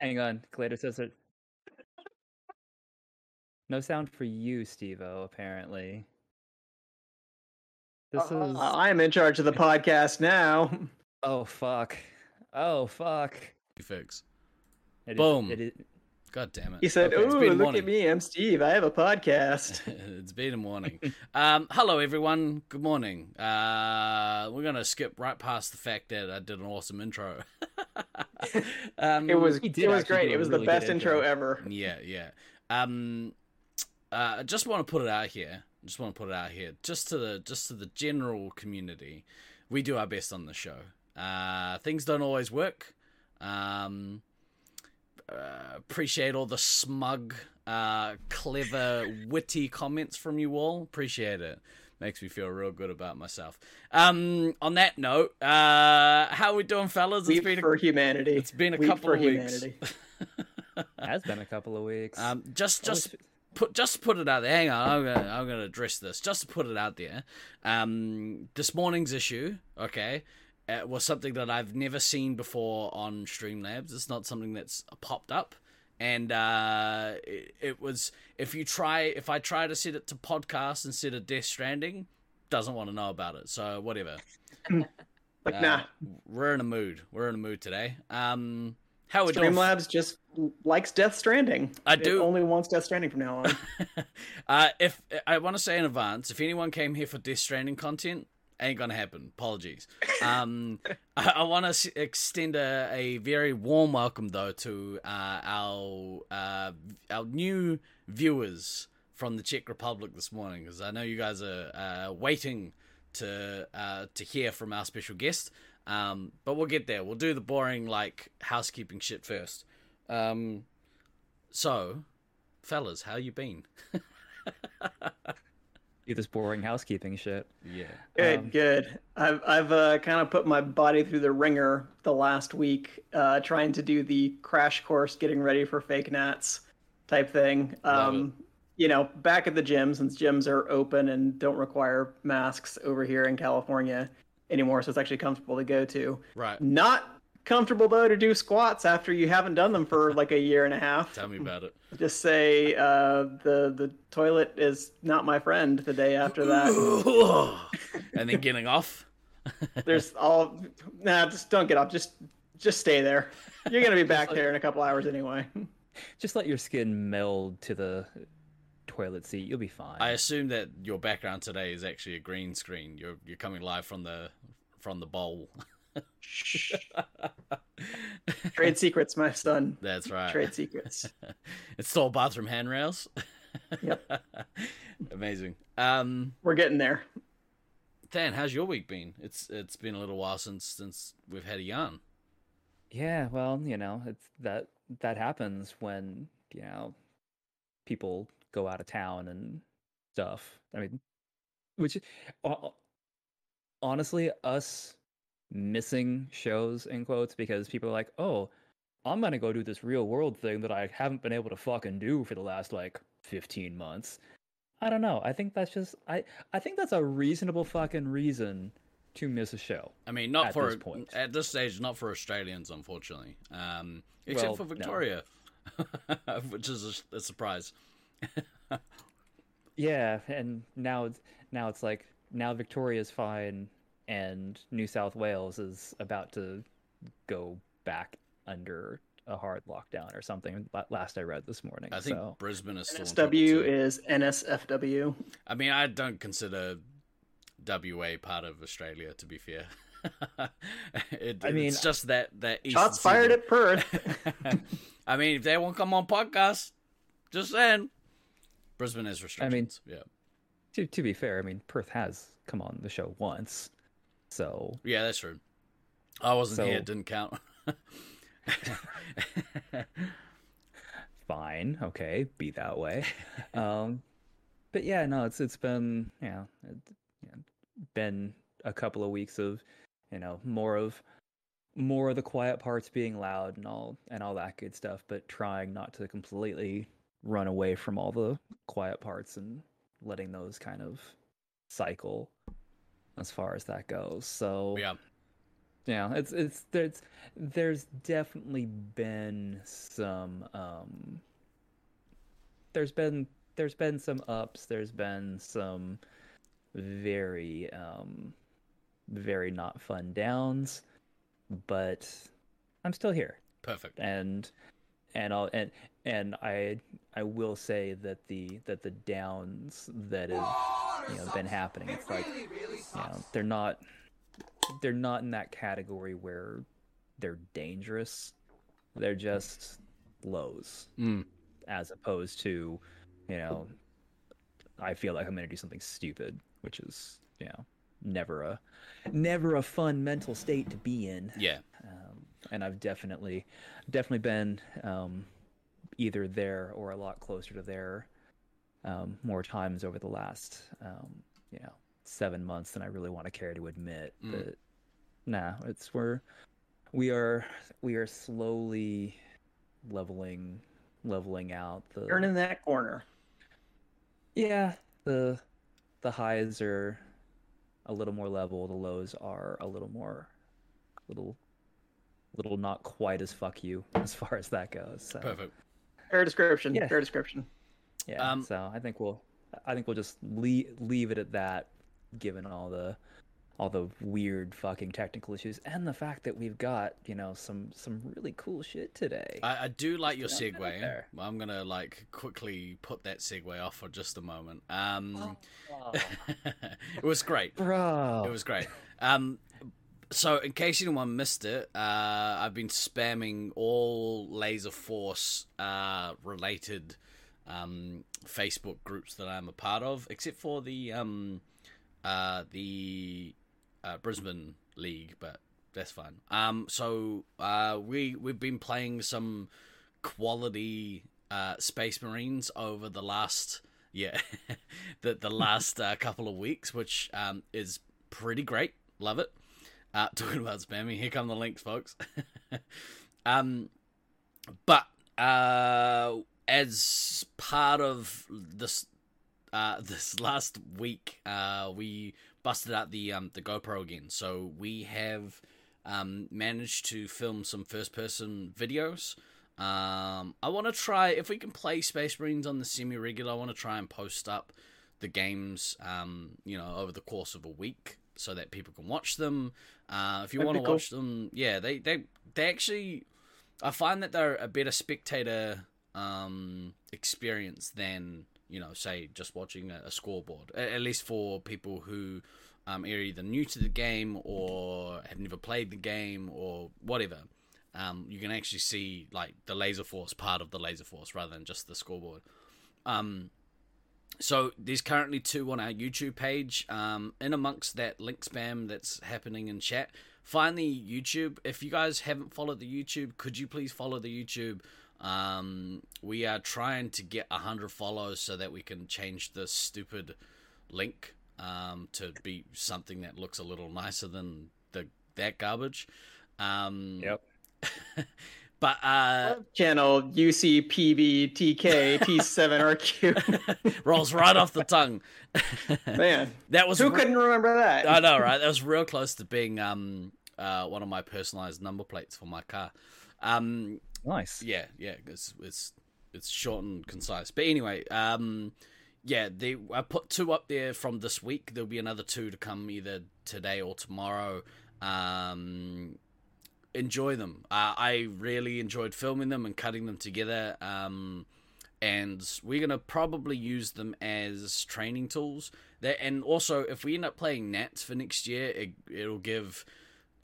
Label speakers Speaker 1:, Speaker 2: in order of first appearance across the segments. Speaker 1: Hang on. Clater says it. No sound for you, Stevo, apparently. This
Speaker 2: Uh,
Speaker 1: is.
Speaker 2: I am in charge of the podcast now.
Speaker 1: Oh, fuck. Oh, fuck.
Speaker 3: You fix.
Speaker 1: It is-
Speaker 3: Boom.
Speaker 1: it is-
Speaker 3: God damn it.
Speaker 2: He said,
Speaker 3: Okay, it's
Speaker 2: "Ooh,
Speaker 3: been
Speaker 2: look
Speaker 3: morning."
Speaker 2: at me! I'm Steve. I have a podcast."
Speaker 3: it's been a morning. um, hello, everyone. Good morning. Uh, we're going to skip right past the fact that I did an awesome intro. um,
Speaker 2: It was
Speaker 1: Mm, He
Speaker 2: it
Speaker 1: did
Speaker 2: was
Speaker 1: actually
Speaker 2: great.
Speaker 1: do
Speaker 2: It
Speaker 1: a
Speaker 2: was
Speaker 1: really
Speaker 2: the
Speaker 1: good
Speaker 2: best intro,
Speaker 1: intro.
Speaker 2: ever.
Speaker 3: Yeah, yeah. Um, uh, I just want to put it out here. Just want to put it out here, just to the just to the general community. We do our best on the show. Uh, things don't always work. Um, uh, appreciate all the smug, uh, clever, witty comments from you all. Appreciate it. Makes me feel real good about myself. Um, on that note, uh, how we doing, fellas?
Speaker 2: Weep
Speaker 3: been a-
Speaker 2: for humanity.
Speaker 3: it's been a
Speaker 2: Weep
Speaker 3: couple
Speaker 2: for
Speaker 3: of weeks.
Speaker 2: humanity.
Speaker 1: has been a couple of weeks.
Speaker 3: Um, just
Speaker 1: I
Speaker 3: just
Speaker 1: wish-
Speaker 3: put just put it out there. Hang on, I'm gonna I'm gonna address this. Just to put it out there, um, this morning's issue, okay, uh, was something that I've never seen before on Streamlabs. It's not something that's popped up, and uh, it, it was if you try if I try to set it to podcast instead of Death Stranding, doesn't want to know about it. So whatever.
Speaker 2: Like,
Speaker 3: Uh,
Speaker 2: nah.
Speaker 3: We're in a mood. We're in a mood today. Um, how we doing?
Speaker 2: Streamlabs just likes Death Stranding.
Speaker 3: I
Speaker 2: It
Speaker 3: do.
Speaker 2: only wants Death Stranding from now on.
Speaker 3: uh, if I want to say in advance, if anyone came here for Death Stranding content, ain't gonna happen. Apologies. Um, I, I want to s- extend a, a very warm welcome though to uh, our uh, our new viewers from the Czech Republic this morning, because I know you guys are uh, waiting to uh, to hear from our special guest. Um, but we'll get there. We'll do the boring like housekeeping shit first. Um, so, fellas, how you been?
Speaker 1: do this boring housekeeping shit.
Speaker 3: Yeah.
Speaker 2: Good,
Speaker 1: Um,
Speaker 2: good. I've I've uh, kind of put my body through the ringer the last week, uh, trying to do the crash course, getting ready for fake gnats type thing.
Speaker 3: Love
Speaker 2: Um, you know, back at the gym since gyms are open and don't require masks over here in California anymore, so it's actually comfortable to go to.
Speaker 3: Right.
Speaker 2: Not comfortable though to do squats after you haven't done them for like a year and a half.
Speaker 3: Tell me about it.
Speaker 2: Just say uh, the the toilet is not my friend the day after that.
Speaker 3: and then getting off.
Speaker 2: There's all nah. Just don't get up. Just just stay there. You're gonna be back there in a couple hours anyway.
Speaker 1: Just let your skin meld to the toilet seat. You'll be fine.
Speaker 3: I assume that your background today is actually a green screen. You're you're coming live from the from the bowl.
Speaker 2: Trade secrets, my son.
Speaker 3: That's right.
Speaker 2: Trade secrets.
Speaker 3: it's still bathroom handrails.
Speaker 2: Yep.
Speaker 3: Amazing. Um,
Speaker 2: We're getting there.
Speaker 3: Dan, how's your week been? It's it's been a little while since since we've had a yarn.
Speaker 1: Yeah, well, you know, it's that that happens when, you know, people go out of town and stuff. I mean, which ho- honestly us missing shows in quotes because people are like, "Oh, I'm going to go do this real world thing that I haven't been able to fucking do for the last like 15 months." I don't know. I think that's just I I think that's a reasonable fucking reason to miss a show.
Speaker 3: I mean, not
Speaker 1: At
Speaker 3: for
Speaker 1: this point.
Speaker 3: at this stage, not for Australians, unfortunately. Um, except
Speaker 1: Well,
Speaker 3: for
Speaker 1: no.
Speaker 3: Victoria, which is a, a surprise.
Speaker 1: Yeah, and now it's now it's like now Victoria's fine and New South Wales is about to go back under a hard lockdown or something. la- Last I read this morning.
Speaker 3: I think
Speaker 1: so
Speaker 3: Brisbane is still in trouble
Speaker 2: NSW
Speaker 3: too.
Speaker 2: is NSFW.
Speaker 3: I mean, I don't consider WA part of Australia. To be fair, It-
Speaker 1: I mean-
Speaker 3: it's just that that eastern
Speaker 2: Shots fired
Speaker 3: seaboard.
Speaker 2: at Perth.
Speaker 3: I mean, if they won't come on podcast, just saying. Brisbane has restrictions. yeah,
Speaker 1: to to be fair, I mean Perth has come on the show once. So
Speaker 3: yeah, that's true. I wasn't
Speaker 1: So-
Speaker 3: here; it didn't count.
Speaker 1: fine, okay, be that way. um but yeah, no, it's it's been, you know, it, you know, been a couple of weeks of, you know, more of more of the quiet parts being loud and all and all that good stuff, but trying not to completely run away from all the quiet parts and letting those kind of cycle as far as that goes. So
Speaker 3: yeah,
Speaker 1: Yeah, it's it's there's there's definitely been some um there's been there's been some ups, there's been some very um very not fun downs, but I'm still here
Speaker 3: Perfect.
Speaker 1: and and I'll and and I I will say that the that the downs that have you know been happening it's like you know, they're not they're not in that category where they're dangerous they're just lows
Speaker 3: Mm.
Speaker 1: as opposed to you know I feel like I'm gonna do something stupid which is you know never a never a fun mental state to be in
Speaker 3: Yeah.
Speaker 1: um, and I've definitely definitely been um, either there or a lot closer to there um, more times over the last um, you know seven months than I really want to care to admit.
Speaker 3: Mm.
Speaker 1: But nah, it's we're we are we are slowly leveling leveling out
Speaker 3: Uh,
Speaker 1: the
Speaker 2: Turn in that corner.
Speaker 1: yeah the the highs are a little more level the lows are a little more little little not quite as fuck you as far as that goes so
Speaker 3: Perfect.
Speaker 2: Fair description.
Speaker 1: Yeah.
Speaker 2: Fair description.
Speaker 1: yeah
Speaker 3: Um,
Speaker 1: so i think we'll i think we'll just leave, leave it at that given all the all the weird fucking technical issues and the fact that we've got you know some some really cool shit today
Speaker 3: I, I do like your
Speaker 1: Just throw that out
Speaker 3: segue.
Speaker 1: there.
Speaker 3: I'm gonna like quickly put that segue off for just a moment. Um,
Speaker 1: Oh,
Speaker 3: it was great.
Speaker 1: bro
Speaker 3: It was great. Um, so, in case anyone missed it, uh, I've been spamming all Laser Force uh, related um, Facebook groups that I'm a part of, except for the um, uh, the uh, Brisbane League, but that's fine. Um, so uh, we we've been playing some quality uh, Space Marines over the last yeah the the last uh, couple of weeks, which um, is pretty great. Love it. Uh, talking about spamming, here come the links, folks. um, but uh, as part of this uh, this last week, uh, we busted out the um, the GoPro again. So we have um, managed to film some first person videos. Um, I want to try if we can play Space Marines on the semi regular. I want to try and post up the games, um, you know, over the course of a week so that people can watch them. Uh, if you
Speaker 2: That'd
Speaker 3: want to
Speaker 2: be cool.
Speaker 3: watch them, yeah, they they they actually, I find that they're a better spectator um, experience than you know, say just watching a, a scoreboard. A- at least for people who um, are either new to the game or have never played the game or whatever. Um, you can actually see like the laser force part of the laser force rather than just the scoreboard. Um, so there's currently two on our YouTube page. Um, in amongst that link spam that's happening in chat, find the YouTube. If you guys haven't followed the YouTube, could you please follow the YouTube? Um, we are trying to get hundred follows so that we can change this stupid link um, to be something that looks a little nicer than the that garbage. Um,
Speaker 1: Yep.
Speaker 3: but uh,
Speaker 2: Channel UCPB TK T7RQ.
Speaker 3: rolls right off the tongue.
Speaker 2: Man,
Speaker 3: that was
Speaker 2: who
Speaker 3: re-
Speaker 2: couldn't remember that?
Speaker 3: I know, right? That was real close to being um uh one of my personalized number plates for my car. Um
Speaker 1: nice
Speaker 3: yeah, yeah, it's it's it's short and concise. But anyway, um yeah, they I put two up there from this week. There'll be another two to come either today or tomorrow. Um enjoy them. Uh, I really enjoyed filming them and cutting them together. Um and we're gonna probably use them as training tools. There and also if we end up playing Nats for next year, it, it'll give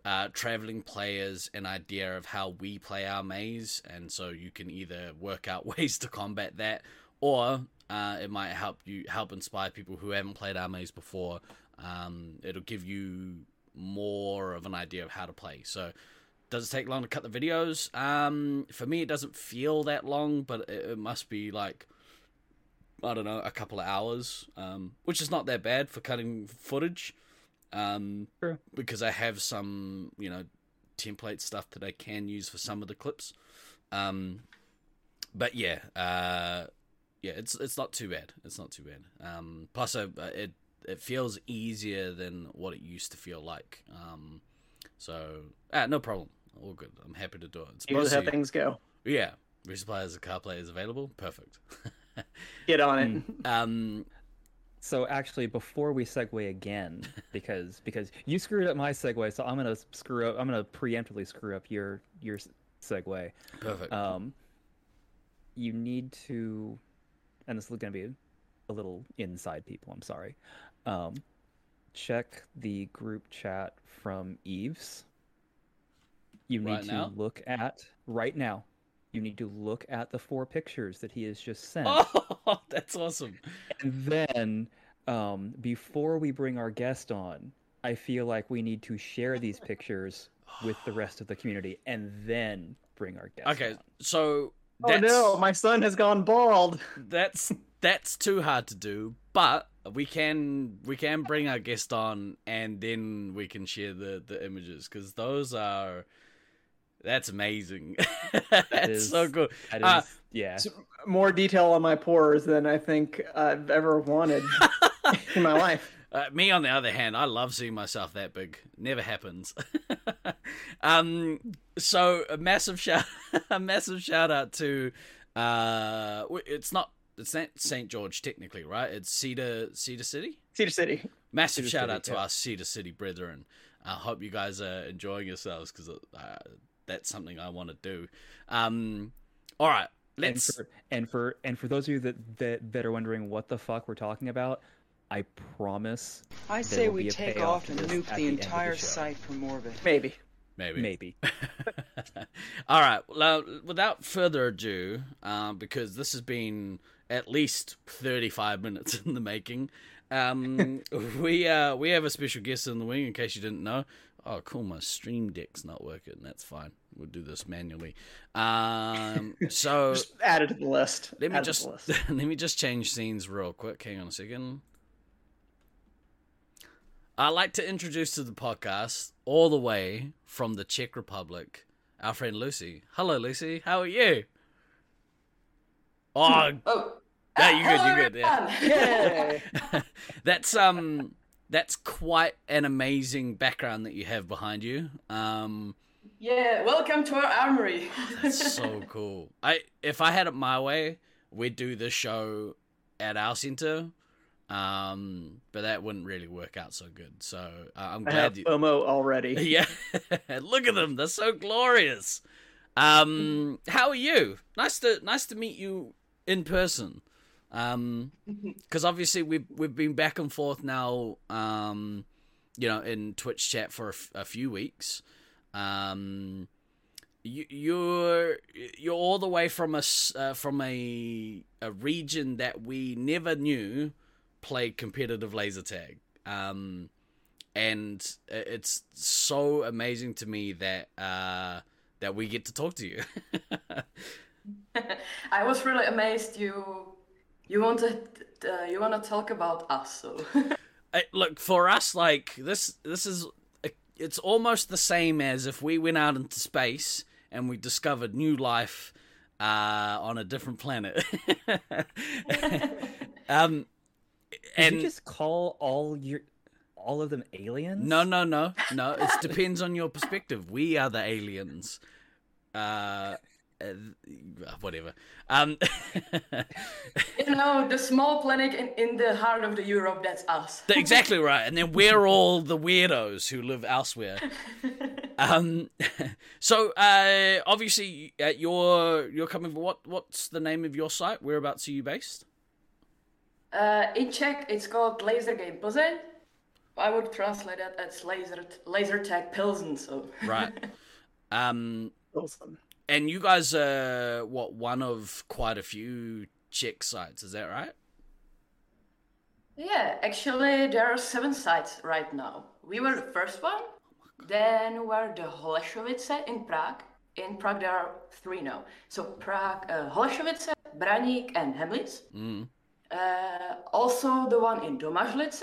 Speaker 3: uh, traveling players an idea of how we play our maze, and so you can either work out ways to combat that, or uh, it might help you help inspire people who haven't played our maze before. Um, it'll give you more of an idea of how to play. So, does it take long to cut the videos? Um, for me, it doesn't feel that long, but it, it must be like I don't know, a couple of hours, um, which is not that bad for cutting footage. Um,
Speaker 1: True.
Speaker 3: because I have some, you know, template stuff that I can use for some of the clips. Um, but yeah, uh, yeah, it's it's not too bad. It's not too bad. Um, plus, I, it it feels easier than what it used to feel like. Um, So, ah, no problem. All good. I'm happy to do it. It's
Speaker 2: Here's how
Speaker 3: mostly-
Speaker 2: things go.
Speaker 3: yeah, resupply as a car play is available. Perfect.
Speaker 2: Get on it.
Speaker 3: um,
Speaker 1: So actually, before we segue again, because because you screwed up my segue, so I'm gonna screw up. I'm gonna preemptively screw up your your s- segue.
Speaker 3: perfect.
Speaker 1: Um, you need to, and this is gonna be a little inside people. I'm sorry. Um, check the group chat from Eves. You need
Speaker 3: Right
Speaker 1: to
Speaker 3: now?
Speaker 1: look at right now. You need to look at the four pictures that he has just sent.
Speaker 3: oh, that's awesome.
Speaker 1: And then, um, before we bring our guest on, I feel like we need to share these pictures with the rest of the community and then bring our guest.
Speaker 3: Okay,
Speaker 1: on.
Speaker 3: so
Speaker 2: Oh
Speaker 3: that's,
Speaker 2: no, my son has gone bald.
Speaker 3: that's that's too hard to do, but we can we can bring our guest on and then we can share the the images because those are that's amazing. that's so
Speaker 1: is-
Speaker 3: good.
Speaker 1: That is,
Speaker 3: Uh,
Speaker 1: yeah.
Speaker 2: so- More detail on my pores than I think I've ever wanted in my life.
Speaker 3: Uh, me, on the other hand, I love seeing myself that big. Never happens. um, so a massive shout, a massive shout out to, uh, w- it's not it's not St George technically, right? It's Cedar Cedar City.
Speaker 2: Cedar City.
Speaker 3: Massive
Speaker 1: Cedar
Speaker 3: shout
Speaker 1: City,
Speaker 3: out to
Speaker 1: yeah.
Speaker 3: our Cedar City brethren. I hope you guys are enjoying yourselves because uh, that's something I want to do. Um, all right,
Speaker 1: And
Speaker 3: let's.
Speaker 1: for, and for and for those of you that, that that are wondering what the fuck we're talking about, I promise
Speaker 4: I
Speaker 1: There
Speaker 4: say
Speaker 1: will be
Speaker 4: we
Speaker 1: a
Speaker 4: take
Speaker 1: payoff
Speaker 4: off
Speaker 1: to
Speaker 4: and
Speaker 1: this
Speaker 4: nuke
Speaker 1: at the
Speaker 4: the
Speaker 1: end of the
Speaker 4: entire
Speaker 1: show.
Speaker 4: site for Morbid.
Speaker 2: Maybe.
Speaker 3: maybe.
Speaker 1: maybe.
Speaker 3: All right. Well, uh, without further ado, um, because this has been at least thirty-five minutes in the making, um, we uh, we have a special guest in the wing. In case you didn't know, oh, cool, my stream deck's not working. That's fine. We'll do this manually. Um, so
Speaker 2: Just add it to the list.
Speaker 3: let me
Speaker 2: Add it to
Speaker 3: just
Speaker 2: the list.
Speaker 3: let me just change scenes real quick. Hang on a second. I'd like to introduce to the podcast, all the way from the Czech Republic, our friend Lucy. Hello, Lucy. How are you? Oh,
Speaker 5: Oh,
Speaker 3: Yeah,
Speaker 5: Ah,
Speaker 3: you good, you good, yeah.
Speaker 2: Yay!
Speaker 3: that's um, that's quite an amazing background that you have behind you. Um,
Speaker 5: yeah, welcome to our armory.
Speaker 3: That's so cool. I if I had it my way, we'd do this show at our center, um, but that wouldn't really work out so good. So uh, I'm
Speaker 2: I have
Speaker 3: glad you.
Speaker 2: FOMO already.
Speaker 3: Yeah, look at them. They're so glorious. Um, how are you? Nice to nice to meet you in person. Um, because obviously we've we've been back and forth now. Um, you know, in Twitch chat for a, f- a few weeks. Um, you, you're you're all the way from us uh, from a a region that we never knew played competitive laser tag. Um, and i- it's so amazing to me that uh that we get to talk to you.
Speaker 5: I was really amazed you you wanted uh, you want to talk about us. So
Speaker 3: I- Look for us, like this. This is it's almost the same as if we went out into space and we discovered new life uh, on a different planet. um,
Speaker 1: Did
Speaker 3: and
Speaker 1: you just call all your all of them aliens?
Speaker 3: no, no, no, no. It depends on your perspective. We are the aliens. Uh, uh whatever. Um.
Speaker 5: you know, the small planet in, in the heart of the Europe. That's us.
Speaker 3: Th- exactly right. And then we're all the weirdos who live elsewhere. Um, so uh, obviously, uh, you're you're coming. What what's the name of your site? Whereabouts are you based?
Speaker 5: Uh, in Czech, it's called Laser Game Plzeň. I would translate that as laser laser tag Pilsen. So
Speaker 3: Right. um,
Speaker 2: Awesome.
Speaker 3: and you guys are what one of quite a few Czech sites? Is that right?
Speaker 5: Yeah, actually, there are seven sites right now. We were the first one. Then were the Holešovice in Prague. In Prague, there are three now. So Prague, uh, Holešovice, Braník, and Hemlitz.
Speaker 3: Mm.
Speaker 5: Uh, also, the one in Domažlice.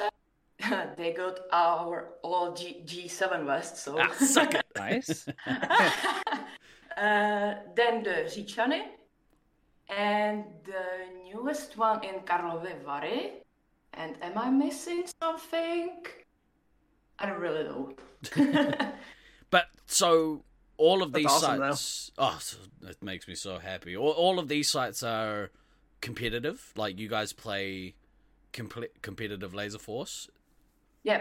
Speaker 5: they got our all G- G7 West. So
Speaker 3: Ah, suck it.
Speaker 1: Nice.
Speaker 5: uh, then the Říčany, and the newest one in Karlovy Vary. And am I missing something? I don't really know.
Speaker 3: But so all of
Speaker 2: That's
Speaker 3: these
Speaker 2: awesome, though.
Speaker 3: sites, oh, so it makes me so happy. All, all of these sites are competitive. Like you guys play comple- competitive Laser Force.
Speaker 5: Yeah.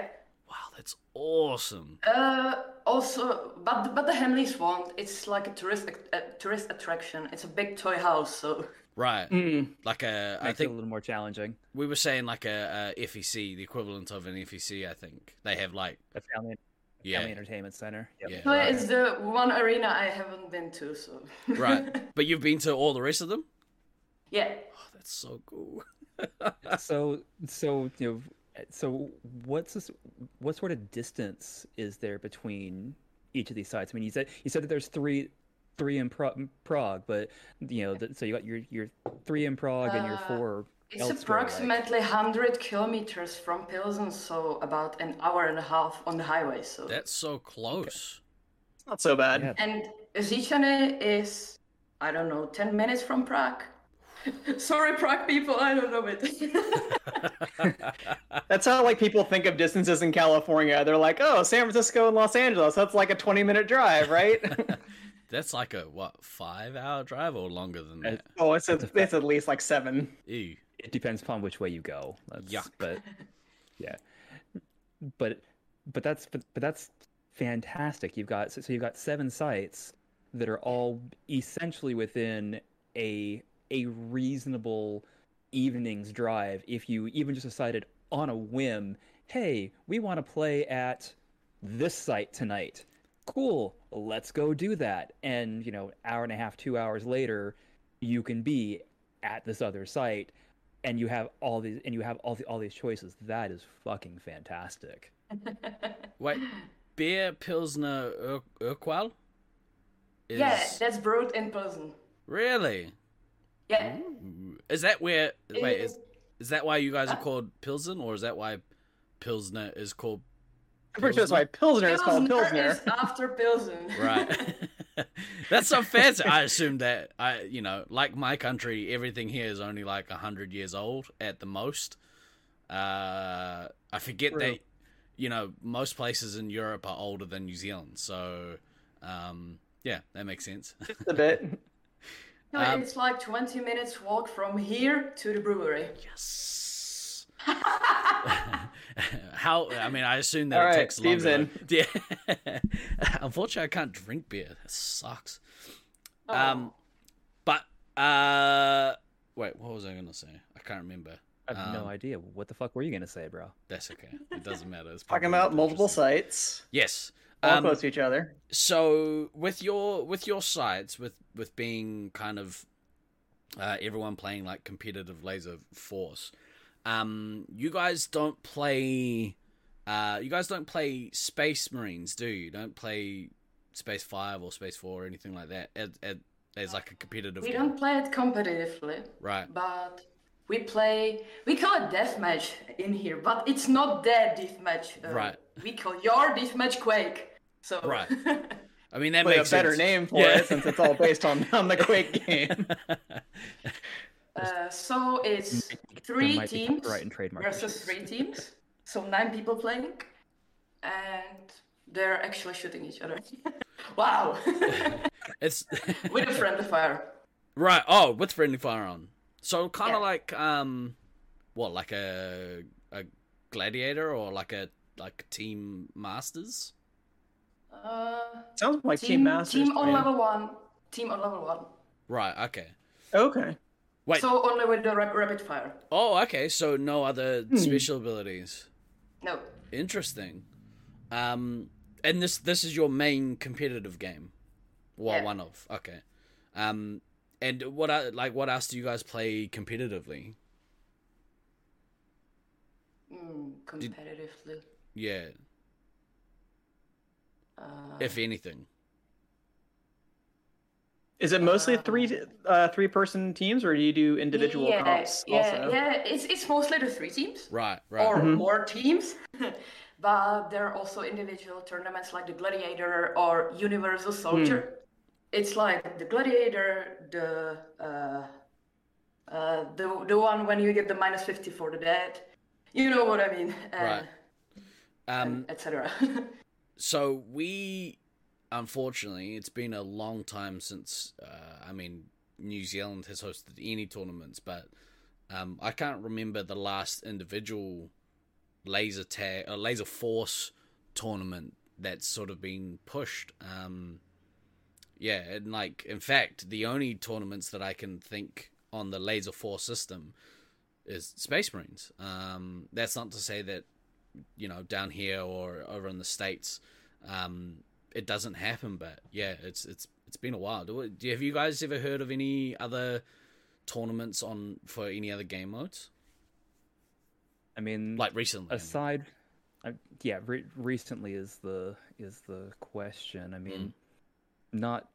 Speaker 3: Wow, that's awesome.
Speaker 5: Uh, also, but but the Hamleys won't. It's like a tourist ac- a tourist attraction. It's a big toy house, so
Speaker 3: Right,
Speaker 2: Mm.
Speaker 3: like a,
Speaker 1: Makes it
Speaker 3: I
Speaker 1: a
Speaker 3: think
Speaker 1: little more challenging.
Speaker 3: we were saying like a, a FEC, the equivalent of an FEC. I think they have like
Speaker 1: A family,
Speaker 3: yeah,
Speaker 1: family entertainment center. Yep.
Speaker 3: yeah,
Speaker 5: so
Speaker 3: right.
Speaker 5: it's the one arena I haven't been to. So
Speaker 3: right. But you've been to all the rest of them.
Speaker 5: yeah.
Speaker 3: Oh, that's so cool.
Speaker 1: so so you know so what's this, what sort of distance is there between each of these sites i mean you said you said that there's three three in Pra- prague but you know that so you got your your three in prague and your
Speaker 5: Uh,
Speaker 1: four
Speaker 5: It's
Speaker 1: elsewhere, like-
Speaker 5: approximately 100 kilometers from Pilsen, so about an hour and a half on the highway. So
Speaker 3: That's so close.
Speaker 2: It's not so bad.
Speaker 1: Yeah.
Speaker 5: and Žičany is I don't know 10 minutes from Prague. Sorry, Prague people, I don't know it.
Speaker 2: That's how like people think of distances in California. They're like, oh, San Francisco and Los Angeles. That's like a 20 minute drive, right?
Speaker 3: That's like a what five hour drive or longer than
Speaker 1: Uh,
Speaker 3: that.
Speaker 2: oh, it's, a, it's at least like seven.
Speaker 3: Ew.
Speaker 1: it depends upon which way you go that's,
Speaker 3: Yuck.
Speaker 1: but yeah but but that's but, but that's fantastic you've got so, so you've got seven sites that are all essentially within a a reasonable evening's drive if you even just decided on a whim hey we want to play at this site tonight cool let's go do that and you know hour and a half two hours later you can be at this other site and you have all these and you have all the, all these choices that is fucking fantastic
Speaker 3: Wait, beer pilsner Ur- Urquell? Is
Speaker 5: yeah, that's brewed in Pilsen.
Speaker 3: really?
Speaker 5: Yeah.
Speaker 3: Ooh. Is that where? Wait,
Speaker 5: It- Uh.
Speaker 3: is is that why you guys are called Pilsen, or is that why Pilsner is called
Speaker 2: I'm pretty sure that's why Pilsner is called Pilsner.
Speaker 5: is after Pilsen.
Speaker 3: right? That's so fancy. I assume that I, you know, like my country, everything here is only like hundred years old at the most. Uh, I forget
Speaker 2: True.
Speaker 3: that, you know, most places in Europe are older than New Zealand. So, um, yeah, that makes sense.
Speaker 2: Just a bit.
Speaker 5: No,
Speaker 3: Um,
Speaker 5: it's like 20 minutes walk from here to the brewery.
Speaker 3: Yes. How? I mean, I assume that
Speaker 2: All
Speaker 3: it
Speaker 2: right,
Speaker 3: takes
Speaker 2: Steve's
Speaker 3: longer. Yeah. Unfortunately, I can't drink beer. That sucks.
Speaker 5: Oh.
Speaker 3: Um, but uh, wait, what was I gonna say? I can't remember.
Speaker 1: i have
Speaker 3: Um,
Speaker 1: no idea what the fuck were you gonna say bro
Speaker 3: That's okay. It doesn't matter. It's
Speaker 2: Talking
Speaker 3: probably
Speaker 2: about
Speaker 3: not
Speaker 2: multiple
Speaker 3: interesting.
Speaker 2: sites,
Speaker 3: Yes.
Speaker 2: all
Speaker 3: Um,
Speaker 2: close to each other.
Speaker 3: so with your with your sites with with being kind of uh, everyone playing like competitive laser force um you guys don't play uh you guys don't play space marines do you, you don't play space 5 or space 4 or anything like that as, as, as like a competitive
Speaker 5: we
Speaker 3: game.
Speaker 5: don't play it competitively.
Speaker 3: right
Speaker 5: but we play we call it deathmatch in here but it's not their deathmatch
Speaker 3: Right.
Speaker 5: uh, we call your deathmatch quake so
Speaker 3: Right. i mean that
Speaker 2: Play a
Speaker 3: makes
Speaker 2: better
Speaker 3: sense.
Speaker 2: name for
Speaker 3: Yeah.
Speaker 2: it since it's all based on, on the Quake game.
Speaker 5: uh, so it's
Speaker 1: There
Speaker 5: three
Speaker 1: might be
Speaker 5: teams
Speaker 1: copyright and trademark
Speaker 5: versus
Speaker 1: issues.
Speaker 5: three teams so nine people playing and they're actually shooting each other wow
Speaker 3: it's
Speaker 5: with a friendly fire
Speaker 3: Right. Oh, with friendly fire on. So kind of
Speaker 5: Yeah.
Speaker 3: like um, what like a a gladiator or like a like team masters.
Speaker 5: uh,
Speaker 2: Sounds like Team, Masters.
Speaker 5: team on
Speaker 2: man.
Speaker 5: level one team on level one
Speaker 3: Right. Okay.
Speaker 2: Okay.
Speaker 3: Wait.
Speaker 5: so only with the rap- rapid fire
Speaker 3: oh, okay. So no other
Speaker 5: Hmm.
Speaker 3: special abilities.
Speaker 5: no
Speaker 3: Interesting. Um, and this this is your main competitive game. Well,
Speaker 5: Yeah.
Speaker 3: one of. Okay. Um, and what are, like what else do you guys play competitively?
Speaker 5: mm, competitively
Speaker 3: Yeah,
Speaker 5: uh,
Speaker 3: if anything.
Speaker 2: Is it mostly three uh, three person teams, or do you do individual
Speaker 5: Um, yeah,
Speaker 2: comps
Speaker 5: yeah,
Speaker 2: also?
Speaker 5: Yeah, it's it's mostly the three teams
Speaker 3: Right. Right.
Speaker 5: or more teams, but there are also individual tournaments like the Gladiator or Universal Soldier. It's like the Gladiator, the uh, uh, the the one when you get the minus fifty for the dead. You know uh, what I mean, and,
Speaker 3: Right. Um.
Speaker 5: etc.
Speaker 3: so we unfortunately, it's been a long time since. Uh, I mean, New Zealand has hosted any tournaments, but um, I can't remember the last individual laser tag or laser force tournament that's sort of been pushed. Um, yeah, and like in fact, the only tournaments that I can think on the laser force system is Space Marines. Um, that's not to say that you know down here or over in the states um, it doesn't happen, but yeah, it's it's it's been a while. Do, do have you guys ever heard of any other tournaments on for any other game modes
Speaker 1: I mean,
Speaker 3: like recently? I mean.
Speaker 1: aside, I, yeah, re- recently is the is the question. I mean,
Speaker 3: Mm.
Speaker 1: not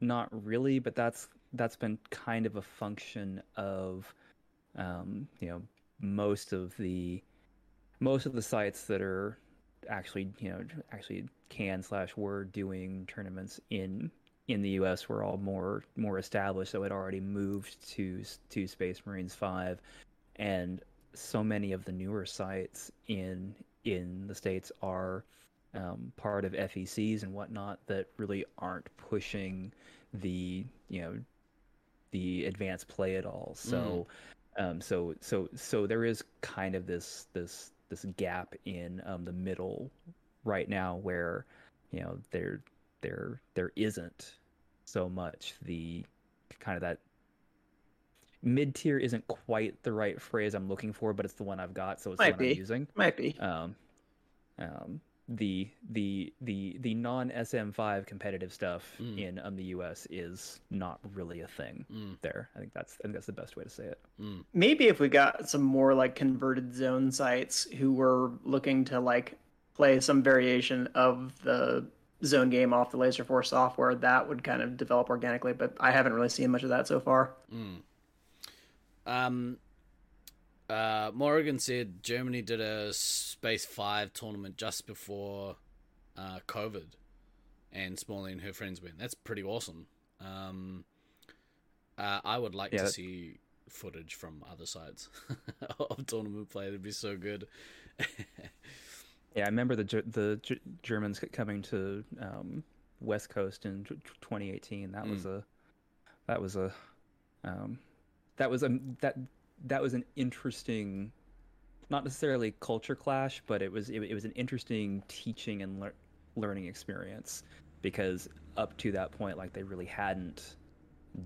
Speaker 1: not really, but that's that's been kind of a function of um, you know most of the most of the sites that are actually you know actually can slash were doing tournaments in in the U.S. were all more more established, so had already moved to to Space Marines Five, and so many of the newer sites in in the states are um, part of FECs and whatnot that really aren't pushing the you know the advanced play at all. So um, so so so there is kind of this this this gap in um, the middle right now where you know there there there isn't so much the kind of that mid tier isn't quite the right phrase I'm looking for, but it's the one I've got, so it's
Speaker 2: Might
Speaker 1: the one
Speaker 2: be.
Speaker 1: I'm using
Speaker 2: Might be.
Speaker 1: um, um, the the the the non SM5 competitive stuff
Speaker 2: Hmm.
Speaker 3: Mm.
Speaker 1: in um, the US is not really a thing
Speaker 3: Mm.
Speaker 1: there. I think that's I think that's the best way to say it.
Speaker 2: Maybe if we got some more like converted zone sites who were looking to like play some variation of the zone game off the Laser Force software, that would kind of develop organically. But I haven't really seen much of that so far.
Speaker 3: Um, uh, Morrigan said Germany did a Space 5 tournament just before uh, COVID, and Smalley and her friends went. That's pretty awesome. Um, uh, I would like
Speaker 1: Yeah,
Speaker 3: to
Speaker 1: that-
Speaker 3: see footage from other sides of tournament play. That'd be so good.
Speaker 1: Yeah, I remember the Ge- the Ge- Germans c- coming to um, West Coast in tw- tw- 2018. That
Speaker 2: Hmm.
Speaker 1: was a that was a um, that was a that that was an interesting not necessarily culture clash, but it was it, it was an interesting teaching and lear- learning experience because up to that point, like they really hadn't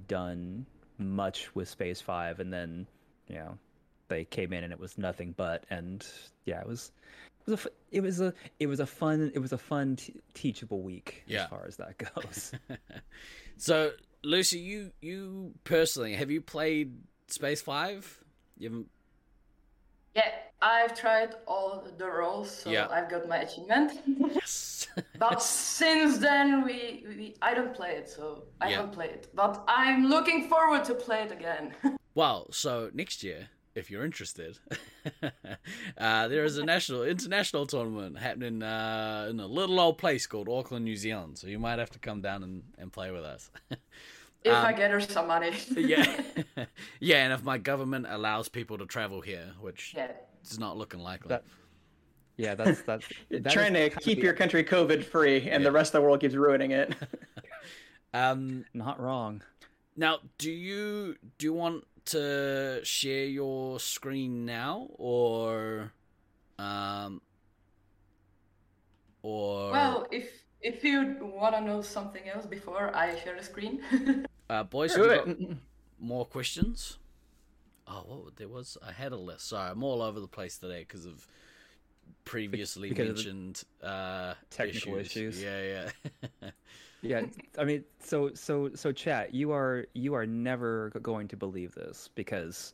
Speaker 1: done much with Space Five, and then you know they came in and it was nothing but, and yeah, it was it was a f- it was a it was a fun it was a fun t- teachable week
Speaker 3: Yeah.
Speaker 1: as far as that goes.
Speaker 3: so, Lucy, you you personally have you played Space Five? You haven't.
Speaker 5: Yeah, I've tried all the roles, so
Speaker 3: Yeah.
Speaker 5: I've got my achievement.
Speaker 3: Yes.
Speaker 5: but since then, we, we I don't play it, so I
Speaker 3: Yeah.
Speaker 5: haven't played it. But I'm looking forward to play it again.
Speaker 3: Well, so next year, if you're interested, uh, there is a national international tournament happening uh, in a little old place called Auckland, New Zealand. So you might have to come down and, and play with us.
Speaker 5: if I get her some money.
Speaker 3: Um, yeah, yeah, and if my government allows people to travel here, which
Speaker 5: yeah.
Speaker 3: it's not looking likely.
Speaker 1: That- yeah, that's that's
Speaker 2: You're
Speaker 1: that is
Speaker 2: trying to
Speaker 1: kind of
Speaker 2: keep
Speaker 1: the-
Speaker 2: your country COVID free, and the
Speaker 3: Yeah.
Speaker 2: rest of the world keeps ruining it.
Speaker 3: Um,
Speaker 1: not wrong.
Speaker 3: now, do you do you want to share your screen now, or um, or
Speaker 5: Well, if if you wanna know something else before I share the screen,
Speaker 3: uh, boys?
Speaker 2: Do
Speaker 3: have you got-
Speaker 2: it.
Speaker 3: more questions. Oh, what there was? I had a list. Sorry, I'm all over the place today because of previously
Speaker 1: because of the
Speaker 3: mentioned uh,
Speaker 1: technical issues.
Speaker 3: Yeah, yeah.
Speaker 1: Yeah, I mean, so so so, chat. You are you are never g- going to believe this because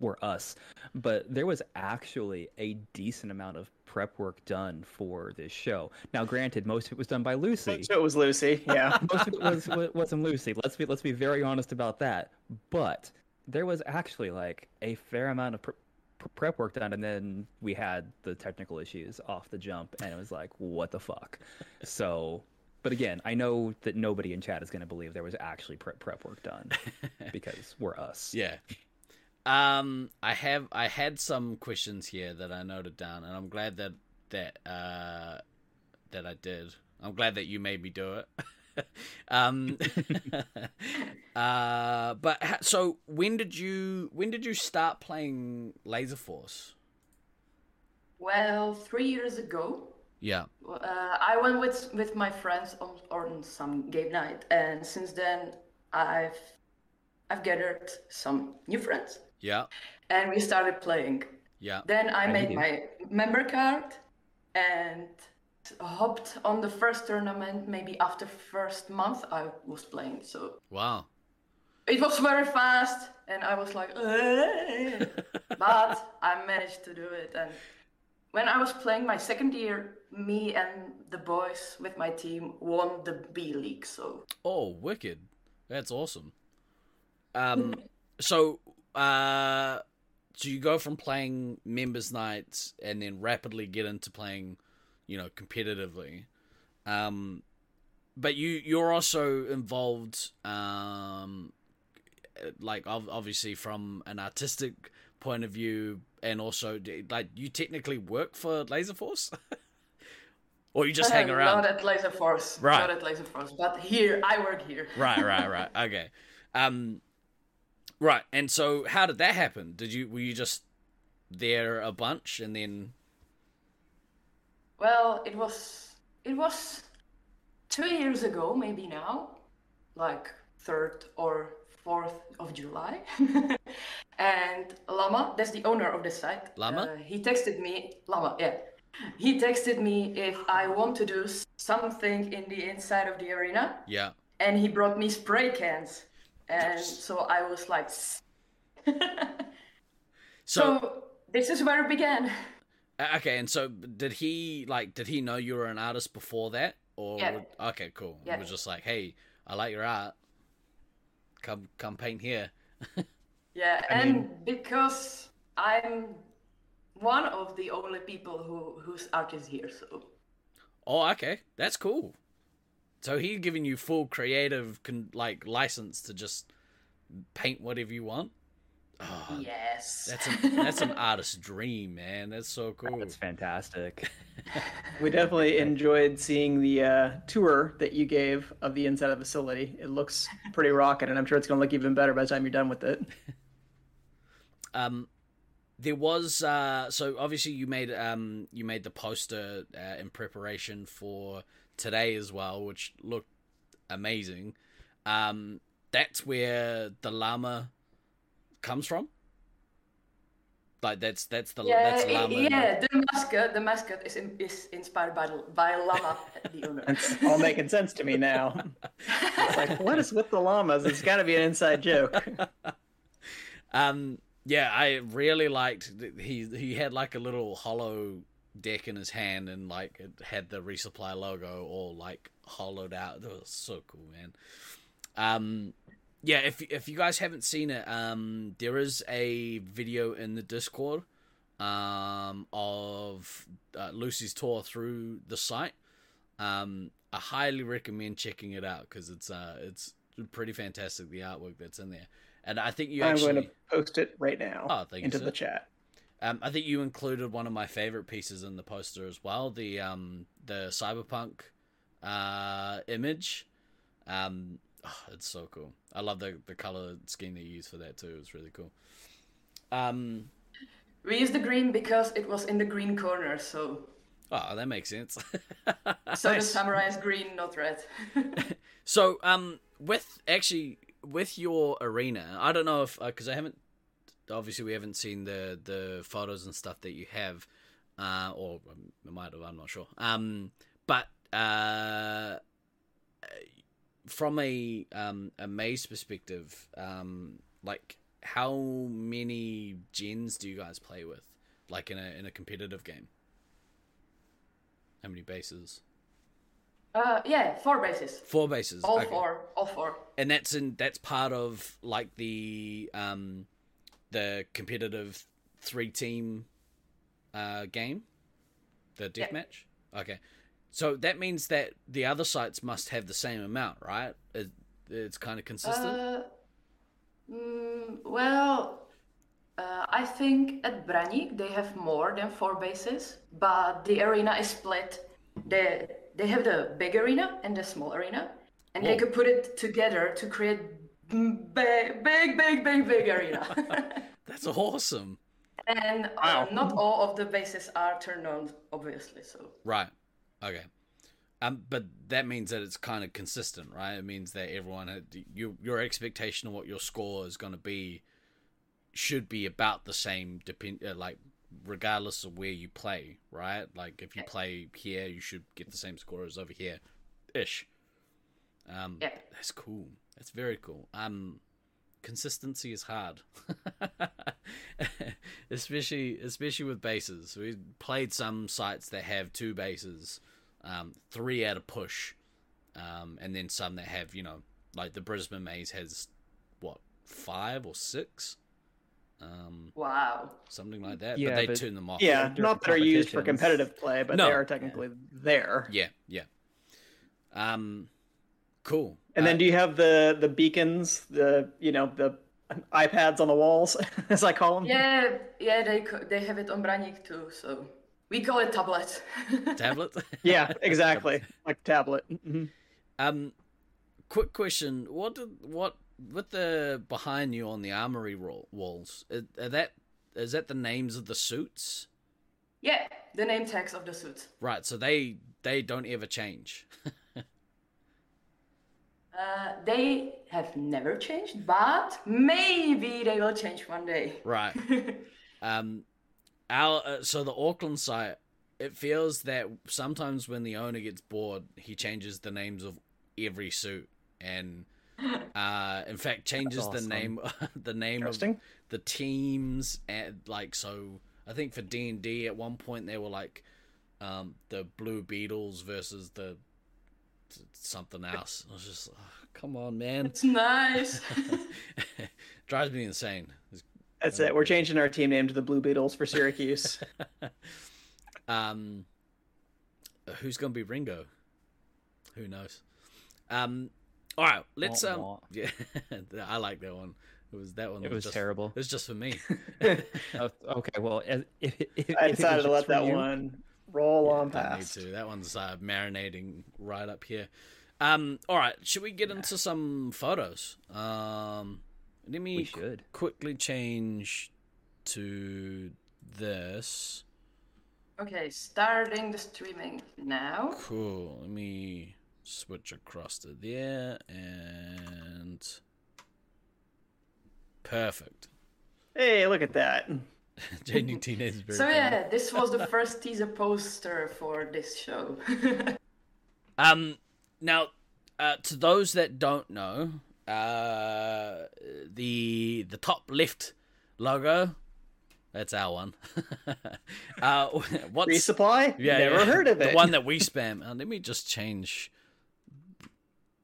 Speaker 1: we're us. But there was actually a decent amount of prep work done for this show. Now, granted, most of it was done by Lucy.
Speaker 2: So it was Lucy. Yeah.
Speaker 1: Most of it was wa- was some Lucy. Let's be let's be very honest about that. But there was actually like a fair amount of pre- pre- prep work done, and then we had the technical issues off the jump, and it was like, what the fuck? So, but again, I know that nobody in chat is going to believe there was actually prep prep work done because we're us.
Speaker 3: yeah. Um, I have I had some questions here that I noted down, and I'm glad that that uh, that I did. I'm glad that you made me do it. um, uh, but ha- so when did you when did you start playing Laser Force?
Speaker 5: Well, three years ago,
Speaker 3: Yeah.
Speaker 5: uh, I went with with my friends on, on some game night, and since then I've I've gathered some new friends,
Speaker 3: Yeah.
Speaker 5: and we started playing.
Speaker 3: Yeah.
Speaker 5: Then I
Speaker 1: How
Speaker 5: made
Speaker 1: you
Speaker 5: my member card and hopped on the first tournament. Maybe after first month, I was playing. So
Speaker 3: Wow.
Speaker 5: it was very fast, and I was like, "Eh." but I managed to do it. And when I was playing my second year, me and the boys with my team won the B League. So
Speaker 3: Oh, wicked. That's awesome. Um so uh so you go from playing members nights and then rapidly get into playing, you know, competitively. Um but you you're also involved um like ob- obviously from an artistic point of view and also like you technically work for Laser Force? or you just hang
Speaker 5: Uh,
Speaker 3: around?
Speaker 5: Not at Laser Force.
Speaker 3: Right.
Speaker 5: Not at Laser Force. But here, I work here.
Speaker 3: right right right okay um right and so how did that happen did you were you just there a bunch and then
Speaker 5: Well, it was it was two years ago, maybe now, like third or fourth of July. and Lama, that's the owner of the site.
Speaker 3: Lama?
Speaker 5: uh, he texted me. Lama, yeah. He texted me if I want to do s- something in the inside of the arena,
Speaker 3: yeah
Speaker 5: and he brought me spray cans. And so I was like, "S-"
Speaker 3: so,
Speaker 5: so this is where it began.
Speaker 3: uh, okay and so did he like did he know you were an artist before that or
Speaker 5: Yeah.
Speaker 3: would- okay cool
Speaker 5: Yeah.
Speaker 3: it was just like hey i like your art come come paint here
Speaker 5: Yeah,
Speaker 2: I
Speaker 5: and
Speaker 2: mean-
Speaker 5: because I'm one of the only people who whose art is here, so
Speaker 3: oh okay that's cool so he giving you full creative con- like license to just paint whatever you want oh,
Speaker 5: yes.
Speaker 3: That's an that's an artist's dream, man. That's so cool.
Speaker 1: That's fantastic.
Speaker 2: We definitely enjoyed seeing the uh, tour that you gave of the inside of the facility. It looks pretty rocking, and I'm sure it's going to look even better by the time you're done with it.
Speaker 3: Um, there was uh, so obviously you made um you made the poster uh, in preparation for today as well, which looked amazing. Um, that's where the llama comes from. Like that's that's the
Speaker 5: yeah,
Speaker 3: that's
Speaker 5: i-
Speaker 3: llama.
Speaker 5: yeah. The mascot, the mascot is in, is inspired by the- by llama, the owner.
Speaker 2: It's all making sense to me now. It's like, what is with the llamas? It's got to be an inside joke.
Speaker 3: Um, yeah, I really liked. That he he had like a little hollow deck in his hand, and like it had the resupply logo all like hollowed out. That was so cool, man. Um, yeah, if if you guys haven't seen it, um, there is a video in the Discord, um, of uh, Lucy's tour through the site. Um, I highly recommend checking it out because it's uh it's pretty fantastic the artwork that's in there, and I think you
Speaker 2: I'm
Speaker 3: actually.
Speaker 2: going to post it right now
Speaker 3: Oh, thank you,
Speaker 2: into
Speaker 3: sir.
Speaker 2: the chat.
Speaker 3: Um, I think you included one of my favorite pieces in the poster as well, the um, the cyberpunk uh, image. Um, oh, it's so cool. I love the the color scheme they use for that too. It's really cool. Um,
Speaker 5: we used the green because it was in the green corner, so
Speaker 3: oh, that makes sense. Ah,
Speaker 5: so the
Speaker 2: Nice.
Speaker 5: samurai is green, not red.
Speaker 3: so, um, with actually with your arena, I don't know if because I haven't obviously we haven't seen the the photos and stuff that you have, uh, or um, I might have. I'm not sure. Um, but uh, from a um a maze perspective, um, like how many gens do you guys play with, like in a in a competitive game? How many bases?
Speaker 5: uh, yeah, four bases.
Speaker 3: Four bases.
Speaker 5: All
Speaker 3: okay.
Speaker 5: four. All four.
Speaker 3: and that's in that's part of like the um the competitive three team uh game the
Speaker 5: Yeah.
Speaker 3: death match okay so that means that the other sites must have the same amount right it, it's kind of consistent
Speaker 5: Uh, mm, well, uh, I think at Branik they have more than four bases, but the arena is split. The they have the big arena and the small arena, and they
Speaker 3: Whoa.
Speaker 5: could put it together to create big, big, big, big, big arena.
Speaker 3: That's awesome.
Speaker 5: and uh, not all of the bases are turned on, obviously. So
Speaker 3: Right. Okay. Um, but that means that it's kind of consistent, right? It means that everyone had, your your expectation of what your score is going to be should be about the same, depend uh, like regardless of where you play, right? Like if you play here, you should get the same score as over here, ish. Um,
Speaker 5: Yeah.
Speaker 3: that's cool. That's very cool. Um, consistency is hard, especially especially with bases. We played some sites that have two bases, um, three at a push, um, and then some that have you know like the Brisbane Maze has what five or six, um,
Speaker 5: wow.
Speaker 3: something like that.
Speaker 1: Yeah,
Speaker 3: but they
Speaker 1: but-
Speaker 3: turn them off.
Speaker 2: Yeah,
Speaker 1: They're
Speaker 2: not that are used for
Speaker 1: competitions.
Speaker 2: competitive play, but
Speaker 3: Oh, No.
Speaker 2: they are technically there.
Speaker 3: yeah, yeah. Um, cool.
Speaker 2: And
Speaker 3: Uh,
Speaker 2: then do you have the the beacons, the you know the iPads on the walls, as I call them?
Speaker 5: Yeah, yeah, they co- they have it on Branik too. So we call it tablet.
Speaker 3: tablet.
Speaker 2: Yeah, exactly. like tablet. Mhm.
Speaker 3: Um, quick question: What did what with the behind you on the armory wall, walls? Are, are that is that the names of the suits?
Speaker 5: yeah, the name tags of the suits.
Speaker 3: Right, so they they don't ever change.
Speaker 5: Uh, they have never changed, but maybe they will change one day.
Speaker 3: Right. Um, our uh, so the Auckland site, it feels that sometimes when the owner gets bored, he changes the names of every suit, and uh, in fact changes
Speaker 1: awesome.
Speaker 3: the name the name of
Speaker 2: Interesting.
Speaker 3: the teams and like so. I think for D and D at one point they were like um, the Blue Beetles versus the something else. I was just, oh, come on, man.
Speaker 5: it's nice.
Speaker 3: Drives me insane. It's
Speaker 2: That's it. We're changing our team name to the Blue Beetles for Syracuse.
Speaker 3: Um, who's gonna be Ringo? Who knows? Um, all right, let's
Speaker 1: Wah,
Speaker 3: um,
Speaker 1: wah.
Speaker 3: yeah, I like that one. It was that one.
Speaker 1: It was
Speaker 3: just,
Speaker 1: terrible.
Speaker 3: It was just for me.
Speaker 1: Oh, okay, well, as- if, if, if
Speaker 2: I
Speaker 1: it was
Speaker 2: decided to let
Speaker 1: just for
Speaker 2: that
Speaker 1: you-
Speaker 2: one roll on
Speaker 3: Don't need
Speaker 2: past.
Speaker 3: to. That one's uh, marinating right up here. Um, all right, should we get into some photos? Um, let me
Speaker 1: We
Speaker 3: qu-
Speaker 1: should.
Speaker 3: quickly change to this.
Speaker 5: okay, starting the streaming now.
Speaker 3: Cool. Let me switch across to there and perfect.
Speaker 2: Hey, look at that.
Speaker 3: Changing teenage very
Speaker 5: So
Speaker 3: cool.
Speaker 5: yeah, this was the first teaser poster for this show.
Speaker 3: Um. Now, uh, to those that don't know, uh, the the top left logo, that's our one. uh, what's
Speaker 2: Resupply?
Speaker 3: Yeah,
Speaker 2: Never
Speaker 3: yeah.
Speaker 2: heard of it.
Speaker 3: The one that we spam. Uh, let me just change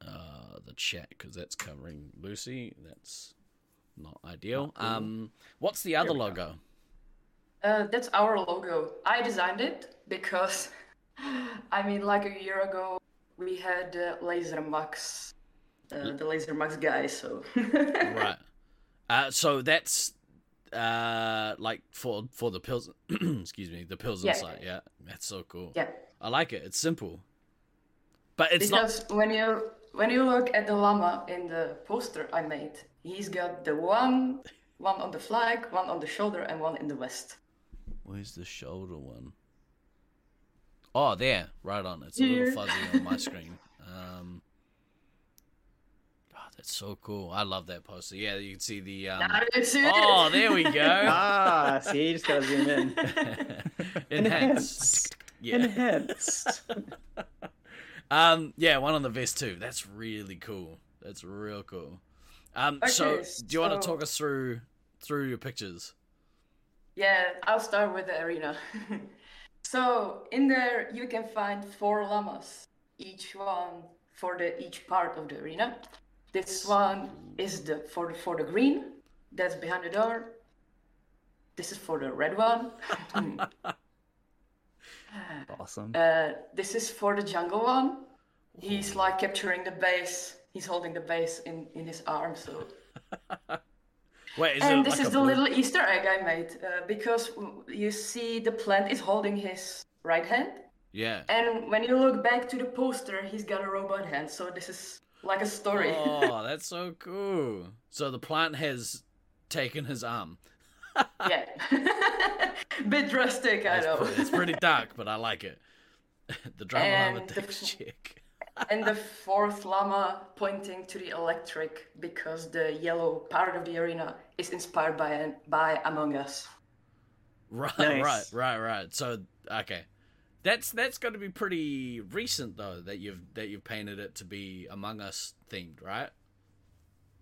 Speaker 3: uh, the chat because that's covering Lucy. That's not ideal. Um, what's the other logo?
Speaker 5: uh, that's our logo. I designed it because, I mean, like a year ago, we had uh, LaserMax, uh, the LaserMax guy. So
Speaker 3: right. Uh, so that's uh, like for for the pills. excuse me, the pills
Speaker 5: Yeah.
Speaker 3: inside. Yeah, that's so cool.
Speaker 5: yeah,
Speaker 3: I like it. It's simple, but it's not.
Speaker 5: because when you when you look at the llama in the poster I made, he's got the one one on the flag, one on the shoulder, and one in the west.
Speaker 3: Where's the shoulder one? Oh, there, right on. It's a
Speaker 5: Here.
Speaker 3: little fuzzy on my screen. Um, oh, that's so cool. I love that poster. Yeah, you can see the. Um,
Speaker 5: Ah, it's it.
Speaker 3: oh, there we go.
Speaker 2: Ah, see, you just gotta zoom in.
Speaker 3: Enhanced. Yeah.
Speaker 2: Enhanced.
Speaker 3: Um, yeah, one on the vest too. That's really cool. That's real cool. Um, so
Speaker 5: Okay,
Speaker 3: do you want to
Speaker 5: so-
Speaker 3: talk us through through your pictures?
Speaker 5: Yeah, I'll start with the arena. so in there you can find four llamas, each one for the each part of the arena. This one is the for the for the green, that's behind the door. This is for the red one.
Speaker 1: Awesome.
Speaker 5: Uh, this is for the jungle one. He's like capturing the base. He's holding the base in, in his arm. So
Speaker 3: Wait, is
Speaker 5: and
Speaker 3: it
Speaker 5: this
Speaker 3: like
Speaker 5: is
Speaker 3: a
Speaker 5: the
Speaker 3: blue-
Speaker 5: little Easter egg I made uh, because w- you see the plant is holding his right hand,
Speaker 3: Yeah.
Speaker 5: And when you look back to the poster, he's got a robot hand. So this is like a story.
Speaker 3: Oh, that's so cool. So the plant has taken his arm.
Speaker 5: yeah. Bit drastic, I
Speaker 3: That's
Speaker 5: know.
Speaker 3: pretty, it's pretty dark, but I like it. the drama llama
Speaker 5: And the
Speaker 3: takes
Speaker 5: f-
Speaker 3: check.
Speaker 5: and the fourth llama pointing to the electric because the yellow part of the arena is inspired by an, by Among Us.
Speaker 3: Right,
Speaker 2: Nice.
Speaker 3: right, right, right. So okay, that's that's got to be pretty recent though that you've that you've painted it to be Among Us themed, right?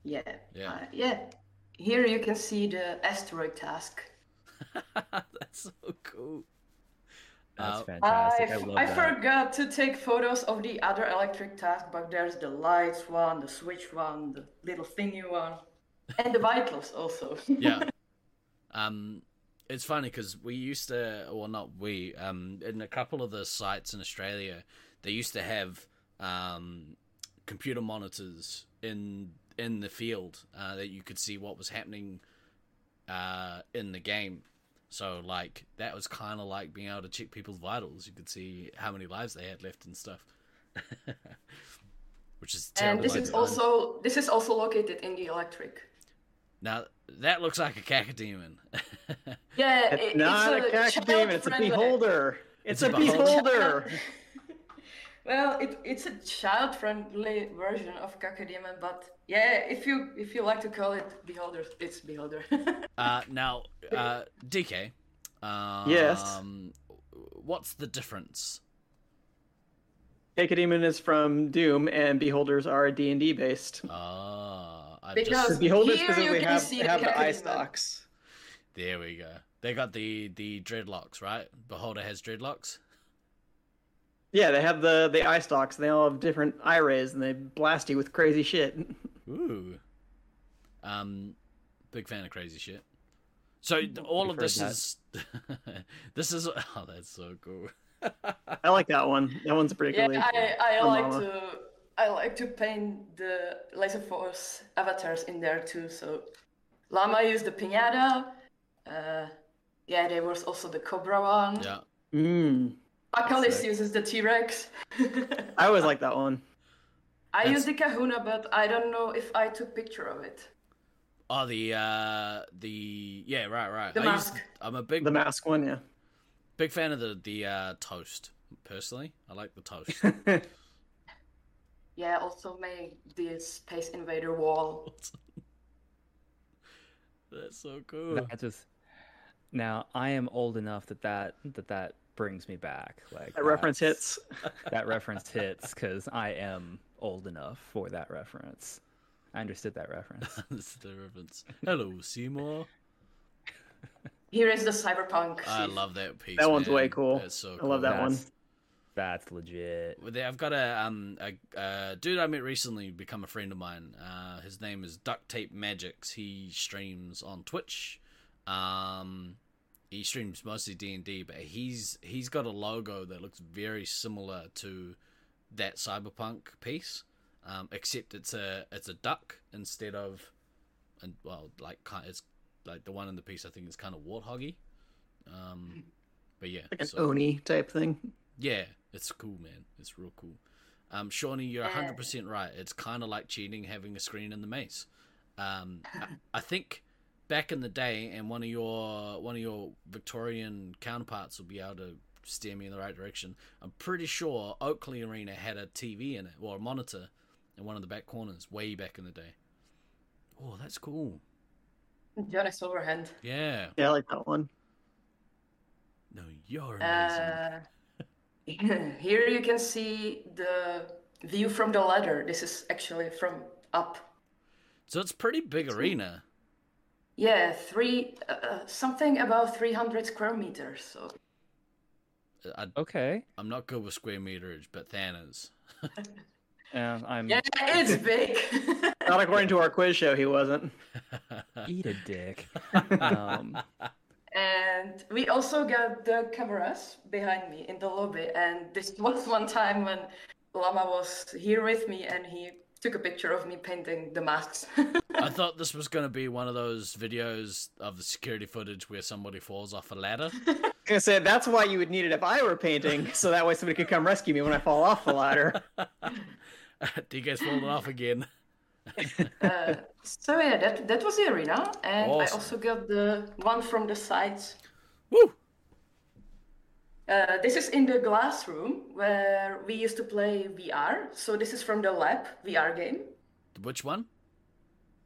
Speaker 5: Yeah.
Speaker 3: Yeah.
Speaker 5: Uh, yeah. Here you can see the asteroid task.
Speaker 3: that's so cool.
Speaker 1: That's
Speaker 3: Uh,
Speaker 5: I,
Speaker 1: fantastic. I,
Speaker 5: f-
Speaker 1: love
Speaker 5: I
Speaker 1: that.
Speaker 5: forgot to take photos of the other electric task, but there's the lights one, the switch one, the little thingy one, and the vitals also.
Speaker 3: yeah. Um, it's funny because we used to, well, not we, um, in a couple of the sites in Australia, they used to have um, computer monitors in in the field uh, that you could see what was happening uh, in the game. So like that was kind of like being able to check people's vitals. You could see how many lives they had left and stuff. Which is
Speaker 5: and
Speaker 3: terrible.
Speaker 5: this
Speaker 3: idea.
Speaker 5: is also this is also located in the electric.
Speaker 3: now that looks like a cacodemon.
Speaker 5: Yeah,
Speaker 2: It's
Speaker 5: it-
Speaker 2: not a
Speaker 5: it's a,
Speaker 2: cacodemon. It's a
Speaker 5: child-friendly-
Speaker 2: beholder. It's,
Speaker 3: It's a
Speaker 2: a
Speaker 3: beholder.
Speaker 2: beholder.
Speaker 5: Well, it, it's a child-friendly version of Kakademon, but yeah, if you if you like to call it Beholder, it's Beholder.
Speaker 3: Uh, now, uh, DK. Um,
Speaker 2: Yes.
Speaker 3: What's the difference?
Speaker 2: Cacodemon is from Doom, and beholders are D and D based.
Speaker 3: Ah, I've
Speaker 5: Because-
Speaker 2: So
Speaker 3: just,
Speaker 2: beholders
Speaker 5: Here
Speaker 2: specifically
Speaker 5: you can
Speaker 2: have,
Speaker 5: see the
Speaker 2: have the eye
Speaker 5: Cacodemon.
Speaker 2: stalks.
Speaker 3: there we go. They got the the dreadlocks, right? Beholder has dreadlocks.
Speaker 2: Yeah, they have the the eye stalks. and They all have different eye rays, and they blast you with crazy shit.
Speaker 3: Ooh. Um, big fan of crazy shit. So th- all of
Speaker 1: We've
Speaker 3: this
Speaker 1: heard
Speaker 3: is this is oh that's so cool.
Speaker 2: I like that one. That one's pretty
Speaker 5: yeah,
Speaker 2: cool.
Speaker 5: I, I
Speaker 2: From
Speaker 5: like
Speaker 2: Mama.
Speaker 5: to I like to paint the Laser Force avatars in there too. So Llama used the pinata. Uh, yeah, there was also the Cobra one.
Speaker 3: Yeah.
Speaker 2: Mm,
Speaker 5: Akalis
Speaker 3: sick.
Speaker 5: uses the T-Rex.
Speaker 2: I always like that one.
Speaker 5: I
Speaker 3: That's-
Speaker 5: use the Kahuna, but I don't know if I took picture of it.
Speaker 3: Oh the uh the yeah right right.
Speaker 5: The
Speaker 3: I used-
Speaker 5: mask.
Speaker 3: I'm a big
Speaker 2: The mask one, yeah.
Speaker 3: big fan of the the uh, toast personally. I like the toast.
Speaker 5: Yeah, also make the Space Invader wall
Speaker 3: That's so cool.
Speaker 1: That just now I am old enough that that that that brings me back. Like
Speaker 2: That reference
Speaker 1: that's-
Speaker 2: hits.
Speaker 1: That reference hits because I am old enough for that reference. I understood that reference.
Speaker 3: That's the reference. Hello, Seymour.
Speaker 5: Here is the cyberpunk.
Speaker 3: I
Speaker 5: she's-
Speaker 3: love that piece.
Speaker 2: That one's
Speaker 3: man.
Speaker 2: way cool.
Speaker 3: That's so
Speaker 2: I love that one.
Speaker 1: That's- That's legit.
Speaker 3: Well, there- I've got a um a, a dude I met recently become a friend of mine. Uh, his name is Duct Tape Magics. He streams on Twitch. Um, he streams mostly D and D, but he's he's got a logo that looks very similar to that cyberpunk piece, um, except it's a it's a duck instead of, and well, like ki- it's like the one in the piece I think is kind of warthoggy. Um, but yeah,
Speaker 2: Like an
Speaker 3: so-
Speaker 2: Oni type thing.
Speaker 3: yeah, it's cool, man. It's real cool. Um, Shawnee, you're
Speaker 5: Yeah.
Speaker 3: 100% right. It's kind of like cheating having a screen in the maze. Um, I, I think back in the day, and one of your one of your Victorian counterparts will be able to steer me in the right direction. I'm pretty sure Oakley Arena had a TV in it or a monitor in one of the back corners way back in the day. Oh, that's cool.
Speaker 5: Johnny Silverhand.
Speaker 3: Yeah.
Speaker 2: Yeah, I like that one.
Speaker 3: No, you're amazing.
Speaker 5: Uh, here you can see the view from the ladder. This is actually from up.
Speaker 3: so it's pretty big arena.
Speaker 5: Yeah, three uh, uh, something about 300 square meters. So
Speaker 3: I,
Speaker 1: Okay.
Speaker 3: I'm not good with square meterage, but Thanos.
Speaker 1: And
Speaker 3: Mm.
Speaker 1: I'm
Speaker 5: yeah, it's big.
Speaker 2: Not according to our quiz show, he wasn't.
Speaker 1: eat a dick. um,
Speaker 5: and we also got the cameras behind me in the lobby. And this was one time when Lama was here with me, and he took a picture of me painting the masks.
Speaker 3: I thought this was going to be one of those videos of the security footage where somebody falls off a ladder.
Speaker 2: I was gonna say that's why you would need it if I were painting, so that way somebody could come rescue me when I fall off the ladder.
Speaker 3: Do you guys fall off again?
Speaker 5: Uh, so yeah, that that was the arena, and I
Speaker 3: Awesome.
Speaker 5: also got the one from the sides.
Speaker 3: Woo!
Speaker 5: Uh, this is in the glass room where we used to play VR. So this is from the lab VR game.
Speaker 3: Which one?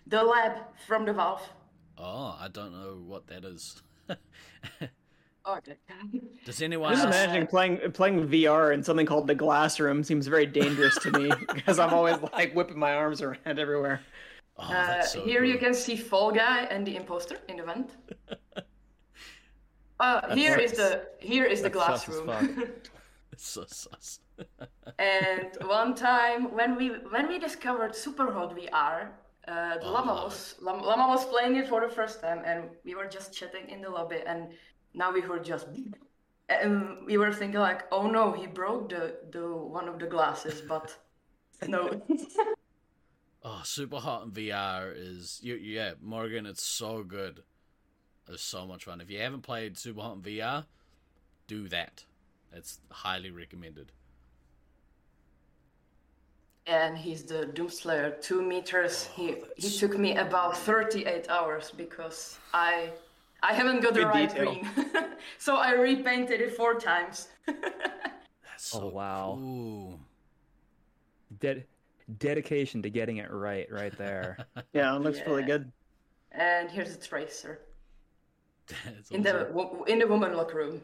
Speaker 5: The lab from the Valve.
Speaker 3: Oh, I don't know what that is.
Speaker 5: Oh, that guy.
Speaker 3: Does anyone
Speaker 2: Just
Speaker 3: else?
Speaker 2: imagining playing playing VR in something called the glass room seems very dangerous to me because I'm always like whipping my arms around everywhere.
Speaker 3: Oh,
Speaker 5: Uh,
Speaker 3: that's so
Speaker 5: here you
Speaker 3: cool.
Speaker 5: can see Fall Guy and the imposter in the vent. Uh, here is the here is the
Speaker 1: That's
Speaker 5: glass
Speaker 1: sus as
Speaker 5: room.
Speaker 3: It's so sus.
Speaker 5: and one time when we when we discovered Superhot VR, uh, the
Speaker 3: Oh,
Speaker 5: Lama
Speaker 3: wow.
Speaker 5: was Lam- Lama was playing it for the first time, and we were just chatting in the lobby, and now we heard just. And we were thinking like, oh no, he broke the, the one of the glasses, but no.
Speaker 3: Oh, super hot in VR is you, yeah, Morgan. It's so good. It's so much fun. If you haven't played super hot in VR, do that. It's highly recommended.
Speaker 5: and he's the Doomslayer, two meters. He he took me about 38 hours because I I haven't got the
Speaker 2: Good
Speaker 5: right
Speaker 2: detail.
Speaker 5: green, so I repainted it four times.
Speaker 3: That's
Speaker 1: Oh,
Speaker 3: so
Speaker 1: wow.
Speaker 3: cool.
Speaker 1: Ded- dedication to getting it right, right there.
Speaker 2: Yeah, it looks really
Speaker 5: Yeah.
Speaker 2: good.
Speaker 5: And here's a tracer
Speaker 3: That's
Speaker 5: in the
Speaker 3: awesome.
Speaker 5: wo- in the woman locker room.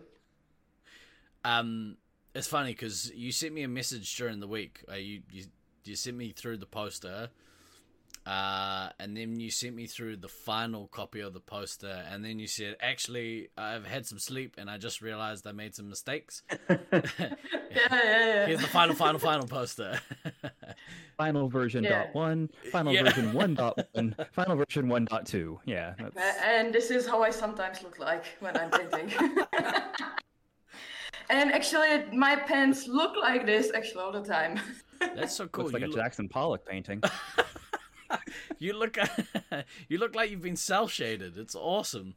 Speaker 3: Um, it's funny because you sent me a message during the week. Uh, you, you you sent me through the poster, uh, and then you sent me through the final copy of the poster, and then you said, "Actually, I've had some sleep, and I just realized I made some mistakes."
Speaker 5: Yeah, yeah, yeah.
Speaker 3: Here's the final, final, final poster.
Speaker 1: Final version
Speaker 5: Yeah.
Speaker 1: dot one, final
Speaker 3: Yeah.
Speaker 1: version one dot one, final version one dot two. Yeah, that's,
Speaker 5: A- And this is how I sometimes look like when I'm painting. and actually, my pants look like this actually all the time.
Speaker 3: That's so cool.
Speaker 1: looks like
Speaker 3: you,
Speaker 1: a
Speaker 3: look,
Speaker 1: Jackson Pollock painting.
Speaker 3: you look, you look like you've been cell shaded. It's awesome.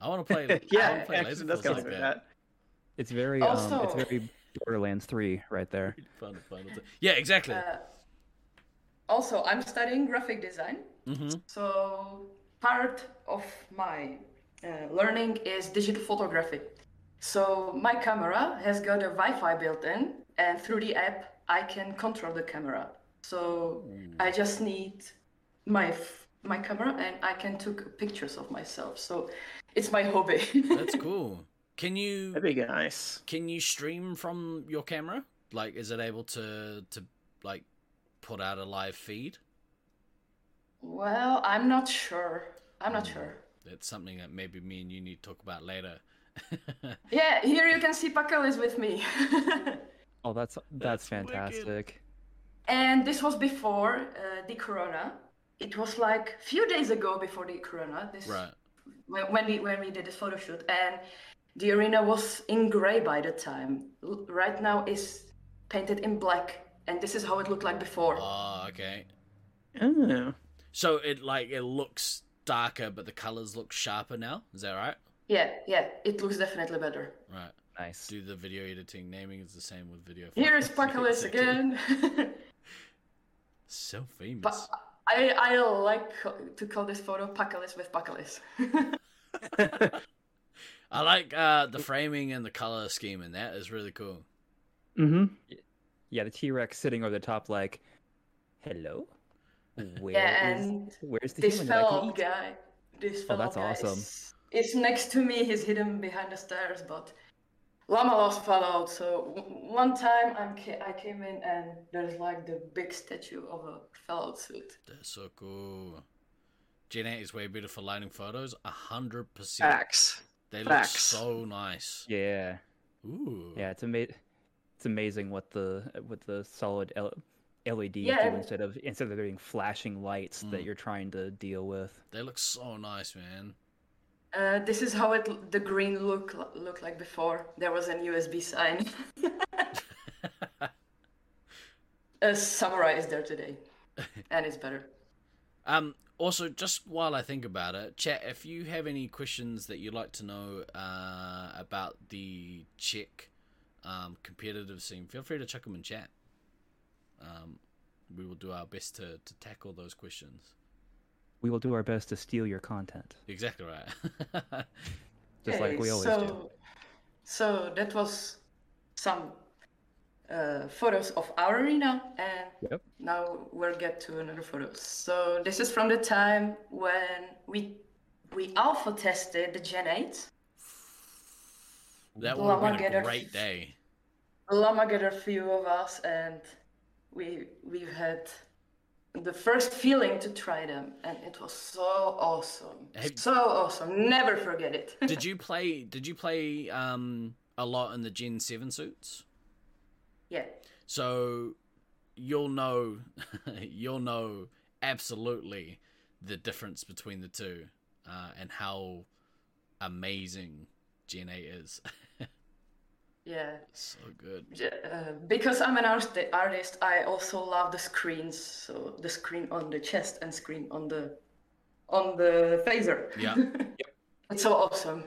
Speaker 3: I want to play. I
Speaker 2: yeah,
Speaker 3: wanna play
Speaker 2: actually, that's
Speaker 3: Laserforce
Speaker 2: kind of
Speaker 3: like
Speaker 2: like
Speaker 3: that.
Speaker 2: that.
Speaker 1: It's very, um, it's
Speaker 5: Also-
Speaker 1: very Borderlands three right there.
Speaker 3: Fun, fun, fun. Yeah, exactly.
Speaker 5: Uh, also, I'm studying graphic design.
Speaker 3: hmm
Speaker 5: So part of my uh, learning is digital photography. So my camera has got a Wi-Fi built in, and through the app I can control the camera. So
Speaker 3: Mm.
Speaker 5: I just need my f- my camera, and I can take pictures of myself. So it's my hobby.
Speaker 3: That's cool. Can you
Speaker 2: That'd be nice.
Speaker 3: can you stream from your camera? Like, is it able to to like put out a live feed?
Speaker 5: well, I'm not sure. I'm
Speaker 3: Mm.
Speaker 5: not sure.
Speaker 3: That's something that maybe me and you need to talk about later.
Speaker 5: Yeah, here you can see Paco is with me.
Speaker 1: Oh, that's that's,
Speaker 3: That's wicked.
Speaker 1: fantastic.
Speaker 5: And this was before uh, the corona. It was like few days ago before the corona. This
Speaker 3: right.
Speaker 5: when, when we when we did this photo shoot, and the arena was in gray by the time. L- right now is painted in black, and this is how it looked like before.
Speaker 3: Oh, okay.
Speaker 2: Oh,
Speaker 3: So it like it looks darker, but the colors look sharper now. Is that right?
Speaker 5: Yeah, yeah, it looks definitely better.
Speaker 3: Right.
Speaker 1: Nice.
Speaker 3: Do the video editing. Naming is the same with video.
Speaker 5: Here is
Speaker 3: files.
Speaker 5: Pacolis
Speaker 3: Exactly.
Speaker 5: again.
Speaker 3: So
Speaker 5: but
Speaker 3: famous.
Speaker 5: I I like co- to call this photo Pacolis with Pacolis.
Speaker 3: I like uh, the framing and the color scheme, and that is really cool.
Speaker 2: mm-hmm.
Speaker 1: Yeah, the T Rex sitting over the top, like, hello. Where
Speaker 5: yeah,
Speaker 1: is-
Speaker 5: and
Speaker 1: where's the
Speaker 5: this
Speaker 1: human that I can
Speaker 5: fell
Speaker 1: eat?
Speaker 5: guy. This fell
Speaker 1: that's
Speaker 5: guy
Speaker 1: awesome.
Speaker 5: Is, is next to me. He's hidden behind the stairs, but Lama lost fell out. So w- one time I'm ca- I came in and there's like the big statue of a fell out suit.
Speaker 3: That's so cool. Gen 8 is way better for lighting photos. A hundred percent.
Speaker 2: Facts.
Speaker 3: They look
Speaker 2: facts.
Speaker 3: so nice.
Speaker 1: Yeah,
Speaker 3: Ooh.
Speaker 1: yeah, it's ama- It's amazing what the what the solid L- LEDs
Speaker 5: Yeah.
Speaker 1: do instead of instead of there being flashing lights that
Speaker 3: Mm.
Speaker 1: you're trying to deal with.
Speaker 3: They look so nice, man.
Speaker 5: Uh, this is how it l- the green look looked like before. There was an USB sign. a samurai is there today, and it's better.
Speaker 3: Um, also, just while I think about it, chat, if you have any questions that you'd like to know uh, about the Czech um, competitive scene, feel free to chuck them in chat. Um, we will do our best to, to tackle those questions.
Speaker 1: We will do our best to steal your content,
Speaker 3: Exactly right.
Speaker 1: just like
Speaker 5: Okay,
Speaker 1: we always
Speaker 5: so,
Speaker 1: do.
Speaker 5: So that was some uh, photos of our arena, and
Speaker 1: Yep.
Speaker 5: now we'll get to another photo. So this is from the time when we we alpha tested the Gen 8
Speaker 3: that would
Speaker 5: Well, I
Speaker 3: have
Speaker 5: wanna
Speaker 3: been
Speaker 5: get
Speaker 3: a
Speaker 5: a-
Speaker 3: great day.
Speaker 5: Lama got a few of us, and we we've had the first feeling to try them, and it was so awesome,
Speaker 3: Have-
Speaker 5: so awesome. Never forget it.
Speaker 3: Did you play? Did you play um, a lot in the Gen Seven suits?
Speaker 5: yeah,
Speaker 3: So you'll know you'll know absolutely the difference between the two uh, and how amazing Gen 8 is.
Speaker 5: yeah.
Speaker 3: so good.
Speaker 5: J- Uh, because I'm an artist, artist, I also love the screens. So the screen on the chest and screen on the on the phaser.
Speaker 3: Yeah.
Speaker 5: It's so awesome.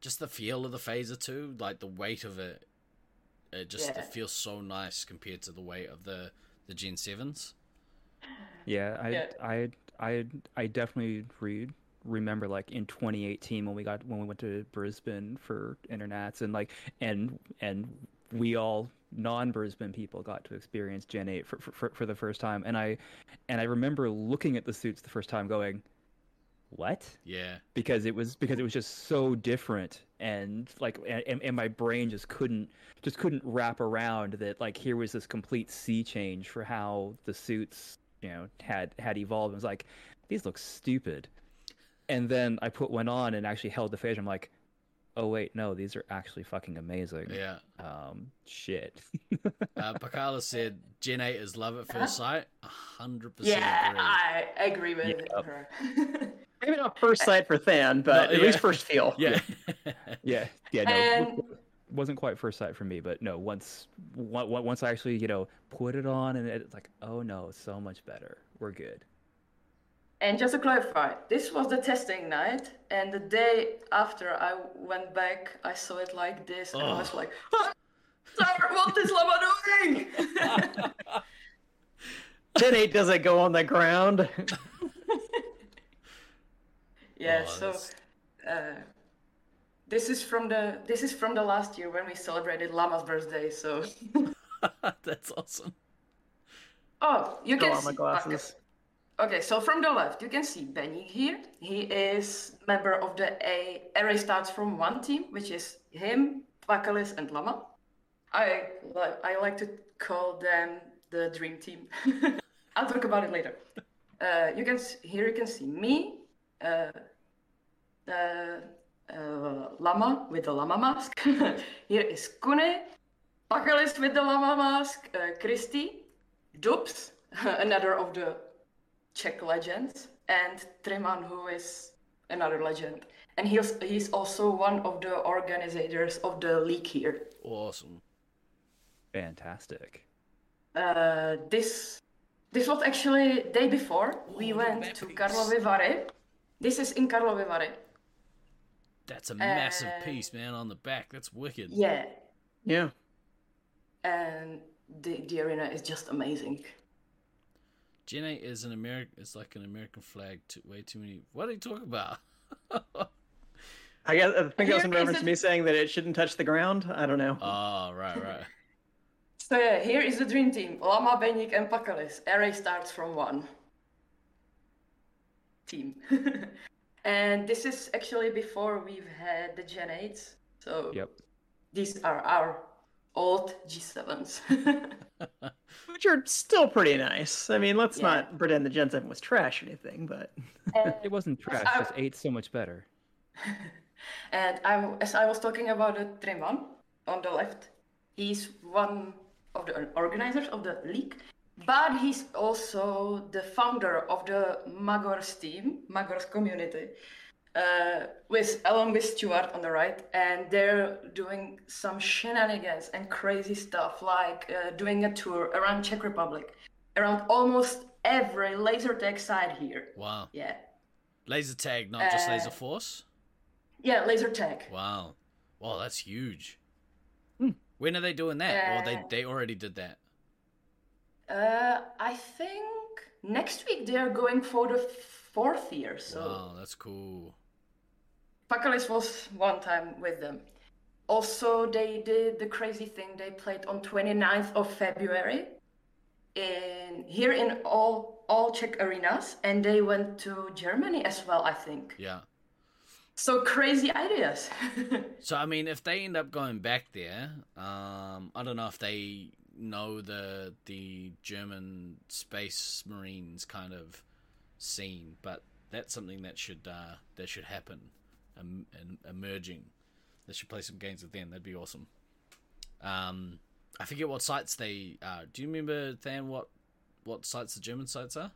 Speaker 3: just the feel of the phaser too, like the weight of it. It just
Speaker 5: Yeah.
Speaker 3: it feels so nice compared to the weight of the the Gen 7s.
Speaker 1: Yeah, I,
Speaker 5: Yeah.
Speaker 1: I, I, I definitely read remember like in 2018 when we got when we went to Brisbane for internats and like and and we all non-Brisbane people got to experience Gen 8 for, for, for, for the first time and I and I remember looking at the suits the first time going what
Speaker 3: Yeah.
Speaker 1: because it was because it was just so different and like a- and, and my brain just couldn't just couldn't wrap around that like here was this complete sea change for how the suits you know had had evolved it was like these look stupid and then i put one on and actually held the phaser i'm like oh wait no these are actually fucking amazing
Speaker 3: Yeah.
Speaker 1: um shit
Speaker 3: Uh Pakala said Gen 8 is love at first sight. 100%
Speaker 5: Uh-huh. Yeah,
Speaker 3: agree.
Speaker 5: I agree with
Speaker 1: Yeah.
Speaker 5: her.
Speaker 2: Maybe not first sight for Than, but
Speaker 3: No,
Speaker 2: at
Speaker 3: yeah.
Speaker 2: least first feel.
Speaker 3: Yeah.
Speaker 1: yeah yeah no
Speaker 5: and
Speaker 1: wasn't quite first sight for me, but no, once on- on- once I actually you know put it on and it's like, oh no, it's so much better. We're good.
Speaker 5: and just to clarify, this was the testing night, and the day after I went back, I saw it like this, and I was
Speaker 3: Oh.
Speaker 5: like, "Ah, Sir, what is Lama doing?"
Speaker 2: Gen 8 doesn't go on the ground.
Speaker 5: yeah,
Speaker 3: Oh,
Speaker 5: so.
Speaker 3: that's-
Speaker 5: Uh, this is from the this is from the last year when we celebrated Lama's birthday. So
Speaker 3: That's awesome.
Speaker 5: oh, you
Speaker 2: Go
Speaker 5: can
Speaker 2: on my
Speaker 5: see-
Speaker 2: glasses.
Speaker 5: Okay, so from the left you can see Benny here. He is member of the A array starts from one team, which is him, Vakalis, and Lama. I li- I like to call them the dream team. I'll talk about it later. Uh, you can s- here you can see me, uh, the uh, llama with the llama mask. here is Kune, Pakalis with the llama mask, uh, Christy, Dubs, another of the Czech legends, and Treman, who is another legend. And he's, he's also one of the organizers of the league here.
Speaker 3: Awesome.
Speaker 1: Fantastic.
Speaker 5: Uh, this this was actually day before we
Speaker 3: Ooh,
Speaker 5: went to
Speaker 3: nappies.
Speaker 5: Karlovy Vary. This is in Karlovy Vary.
Speaker 3: That's a massive
Speaker 5: Uh,
Speaker 3: piece, man, on the back. That's wicked.
Speaker 5: Yeah,
Speaker 2: Yeah.
Speaker 5: and the, the arena is just amazing.
Speaker 3: Gen 8 is an American. It's like an American flag. Too, way too many. What are you talking about?
Speaker 2: I guess I think that was in
Speaker 5: Here is
Speaker 2: reference to
Speaker 5: a-
Speaker 2: me saying that it shouldn't touch the ground. I don't know.
Speaker 3: oh, right, right.
Speaker 5: So yeah, here is the dream team: Lama, Benik, and Pakalis. Array starts from one team, and this is actually before we've had the Gen 8s. So
Speaker 1: Yep.
Speaker 5: these are our old G7s.
Speaker 2: Which are still pretty nice. I mean, let's
Speaker 5: Yeah.
Speaker 2: not pretend the Gen 7 was trash or anything, but
Speaker 5: And-
Speaker 1: It wasn't trash.
Speaker 5: I-
Speaker 1: Just ate so much better.
Speaker 5: And I, as I was talking about the Treman on the left, he's one of the organizers of the league, but he's also the founder of the Magors team, Magors community, uh, with along with Stuart on the right, and they're doing some shenanigans and crazy stuff, like uh, doing a tour around Czech Republic, around almost every laser tag site here.
Speaker 3: Wow.
Speaker 5: Yeah.
Speaker 3: Laser tag, not just
Speaker 5: Uh,
Speaker 3: laser force.
Speaker 5: Yeah, laser tag.
Speaker 3: Wow. Wow, that's huge.
Speaker 1: Hmm.
Speaker 3: When are they doing that? or they
Speaker 5: Uh,
Speaker 3: they already did that.
Speaker 5: Uh, I think next week they are going for the fourth year. So
Speaker 3: wow, that's cool.
Speaker 5: Pakalis was one time with them. Also, they did the crazy thing. They played on 29th of February in here in all all Czech arenas, and they went to Germany as well. I think
Speaker 3: Yeah.
Speaker 5: so. Crazy ideas.
Speaker 3: So I mean, if they end up going back there, um, I don't know if they know the the German space marines kind of scene, but that's something that should uh, that should happen, um, and emerging. They should play some games with them. That'd be awesome. Um, I forget what sites they are. Do you remember Than what what sites the German sites are?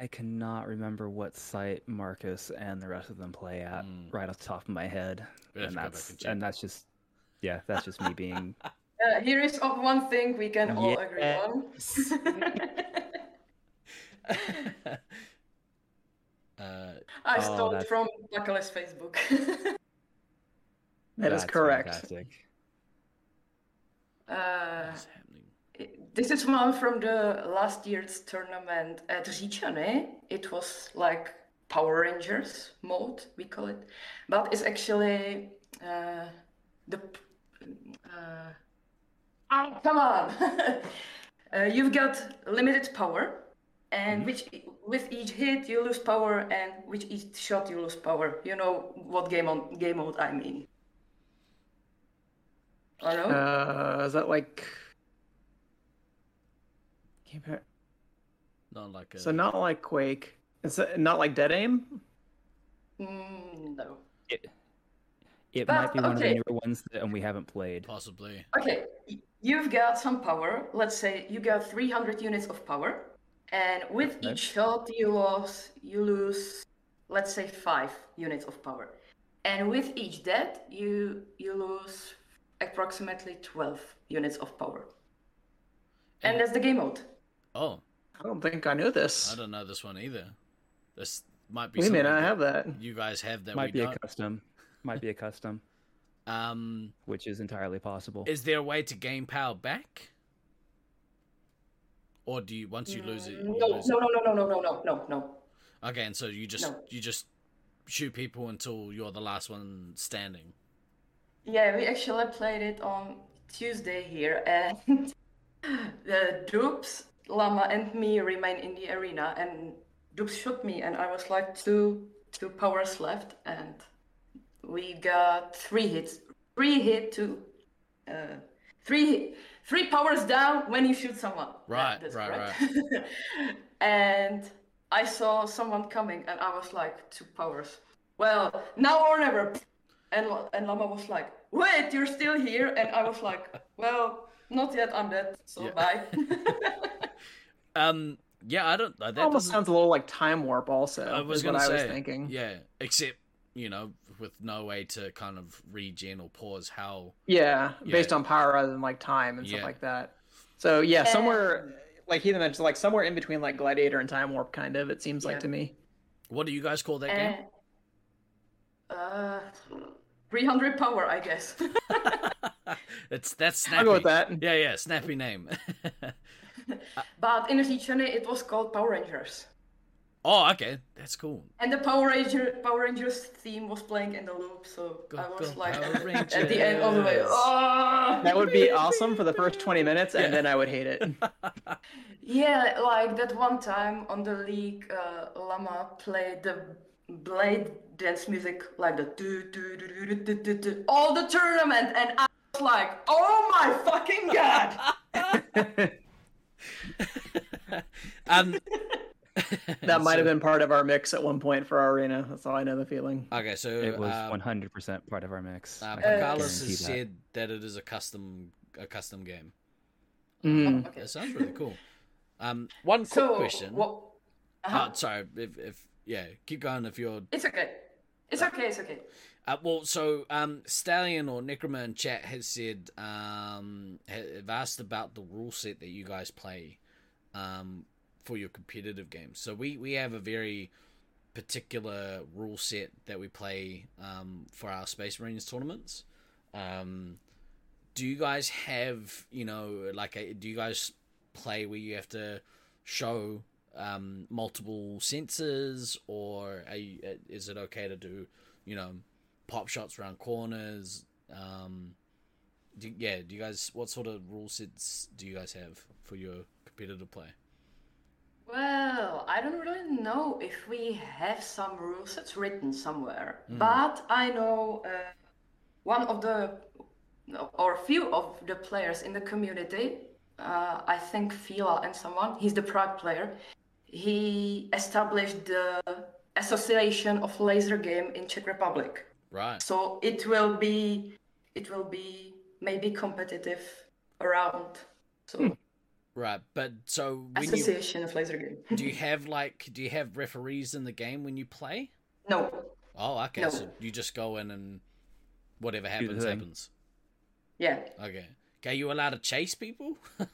Speaker 1: I cannot remember what site Marcus and the rest of them play at
Speaker 3: Mm.
Speaker 1: right off the top of my head,
Speaker 3: We'll have
Speaker 1: and
Speaker 3: to go back
Speaker 1: that's
Speaker 3: and check.
Speaker 1: and that's just yeah, that's just me being
Speaker 5: Uh, here is of one thing we can all agree on.
Speaker 3: uh,
Speaker 5: I
Speaker 1: Oh,
Speaker 5: stole
Speaker 1: that's-
Speaker 5: it from Pakalis Facebook.
Speaker 2: That is
Speaker 1: that's
Speaker 2: correct.
Speaker 1: fantastic.
Speaker 5: uh,
Speaker 3: what's happening?
Speaker 5: This is one from the last year's tournament at Říčany. It was like Power Rangers mode, we call it, but it's actually uh, the. p- Uh, ah, come on! uh, you've got limited power, and which with each hit you lose power, and with each shot you lose power. You know what game on game mode I mean? I know.
Speaker 2: Uh, is that like? Can't remember.
Speaker 3: Not like a,
Speaker 2: So not like Quake. It's uh, not like Dead Aim.
Speaker 5: Mm, no.
Speaker 1: It might
Speaker 5: But,
Speaker 1: be one
Speaker 5: okay.
Speaker 1: of the newer ones that and we haven't played.
Speaker 3: possibly.
Speaker 5: Okay, y- you've got some power. Let's say you got 300 units of power, and with
Speaker 1: Okay.
Speaker 5: each shot you lose, you lose, let's say five units of power, and with each death you you lose approximately 12 units of power, and that's the game mode.
Speaker 3: Oh,
Speaker 2: I don't think I know
Speaker 3: I
Speaker 2: this.
Speaker 3: don't know this one either. This might be.
Speaker 2: We may
Speaker 3: something
Speaker 2: not
Speaker 3: that
Speaker 2: have that.
Speaker 3: You guys have that
Speaker 1: might be
Speaker 3: we don't.
Speaker 1: a custom, might be a custom,
Speaker 3: Um,
Speaker 1: which is entirely possible.
Speaker 3: is there a way to gain power back? Or do you once you lose it? You
Speaker 5: Mm, No,
Speaker 3: lose
Speaker 5: no, no, no, no, no, no, no, no.
Speaker 3: It? Okay, and so you just
Speaker 5: No.
Speaker 3: you just shoot people until you're the last one standing.
Speaker 5: Yeah, we actually played it on Tuesday here, and the Doops, Lama, and me remain in the arena, and Doops shot me, and I was like two two powers left, and we got three hits, three hit to, uh, three three powers down when you shoot someone. That-
Speaker 3: Right, right,
Speaker 5: right. and I saw someone coming, and I was like two powers. Well, now or never. And, L- and Lama was like, wait, you're still here? And I was like, well, not yet, I'm dead, so
Speaker 3: Yeah.
Speaker 5: bye.
Speaker 3: Um, yeah, I don't. That
Speaker 2: almost
Speaker 3: doesn't-
Speaker 2: sounds a little like Time Warp. Also,
Speaker 3: I was
Speaker 2: is
Speaker 3: gonna
Speaker 2: what
Speaker 3: say,
Speaker 2: I was thinking.
Speaker 3: yeah, except you know, with no way to kind of regen or pause how
Speaker 2: Yeah,
Speaker 3: Yeah.
Speaker 2: based on power rather than like time and
Speaker 3: Yeah.
Speaker 2: stuff like that. So yeah, somewhere like Heathen mentioned, like somewhere in between like Gladiator and Time Warp, kind of. It seems
Speaker 5: Yeah.
Speaker 2: like to me.
Speaker 3: What do you guys call that game?
Speaker 5: And, uh, 300 power, I guess.
Speaker 3: It's that's snappy.
Speaker 2: I'll go with that.
Speaker 3: Yeah, yeah, snappy name.
Speaker 5: but in Zichane, it was called Power Rangers.
Speaker 3: oh, okay, that's cool.
Speaker 5: And the Power Ranger Power Rangers theme was playing in the loop, so
Speaker 3: Go,
Speaker 5: I was
Speaker 3: go,
Speaker 5: like,
Speaker 3: Power
Speaker 5: at the end all the way,
Speaker 3: Rangers.
Speaker 5: oh!
Speaker 2: That would be awesome for the first twenty minutes, and
Speaker 3: Yeah.
Speaker 2: then I would hate it.
Speaker 5: Yeah, like that one time on the league, uh, Lama played the blade dance music, like the do do do do do do do do, all the tournament, and I was like, "Oh my fucking god!"
Speaker 3: Um,
Speaker 2: That might have been part of our mix at one point for our arena. That's all I know the feeling.
Speaker 3: okay. So
Speaker 1: it was
Speaker 3: um,
Speaker 1: 100% part of our mix.
Speaker 3: uh,
Speaker 1: I can
Speaker 3: Carlos
Speaker 1: guarantee
Speaker 3: has
Speaker 1: that.
Speaker 3: said that it is a custom a custom game.
Speaker 2: Mm.
Speaker 5: Okay.
Speaker 3: That sounds really cool. Um, one quick
Speaker 5: So,
Speaker 3: question.
Speaker 5: what?
Speaker 3: Oh,
Speaker 5: uh
Speaker 3: sorry. If, if yeah, keep going. If you're
Speaker 5: It's okay. It's okay. It's okay.
Speaker 3: Uh, well, so um, Stallion or Necroma in chat has said um, ha- have asked about the rule set that you guys play um, for your competitive games. So we we have a very particular rule set that we play um, for our Space Marines tournaments. Um, do you guys have you know like a, do you guys play where you have to show um, multiple senses, or are you, uh, is it okay to do you know pop shots around corners? Um, do, yeah, do you guys what sort of rule sets do you guys have for your competitive play?
Speaker 5: Well, I don't really know if we have some rule sets written somewhere, but I know uh, one of the no, or few of the players in the community. Uh, I think Fila and someone. He's the Prague player. He established the Association of Laser Game in Czech Republic.
Speaker 3: Right.
Speaker 5: So it will be it will be maybe competitive around. So
Speaker 3: Right, but so when you
Speaker 5: Association of Laser Game.
Speaker 3: do you have like do you have referees in the game when you play?
Speaker 5: No.
Speaker 3: Oh, okay.
Speaker 5: No.
Speaker 3: So you just go in and whatever happens
Speaker 1: thing.
Speaker 3: happens.
Speaker 5: Yeah.
Speaker 3: Okay. Okay, you allowed to chase people?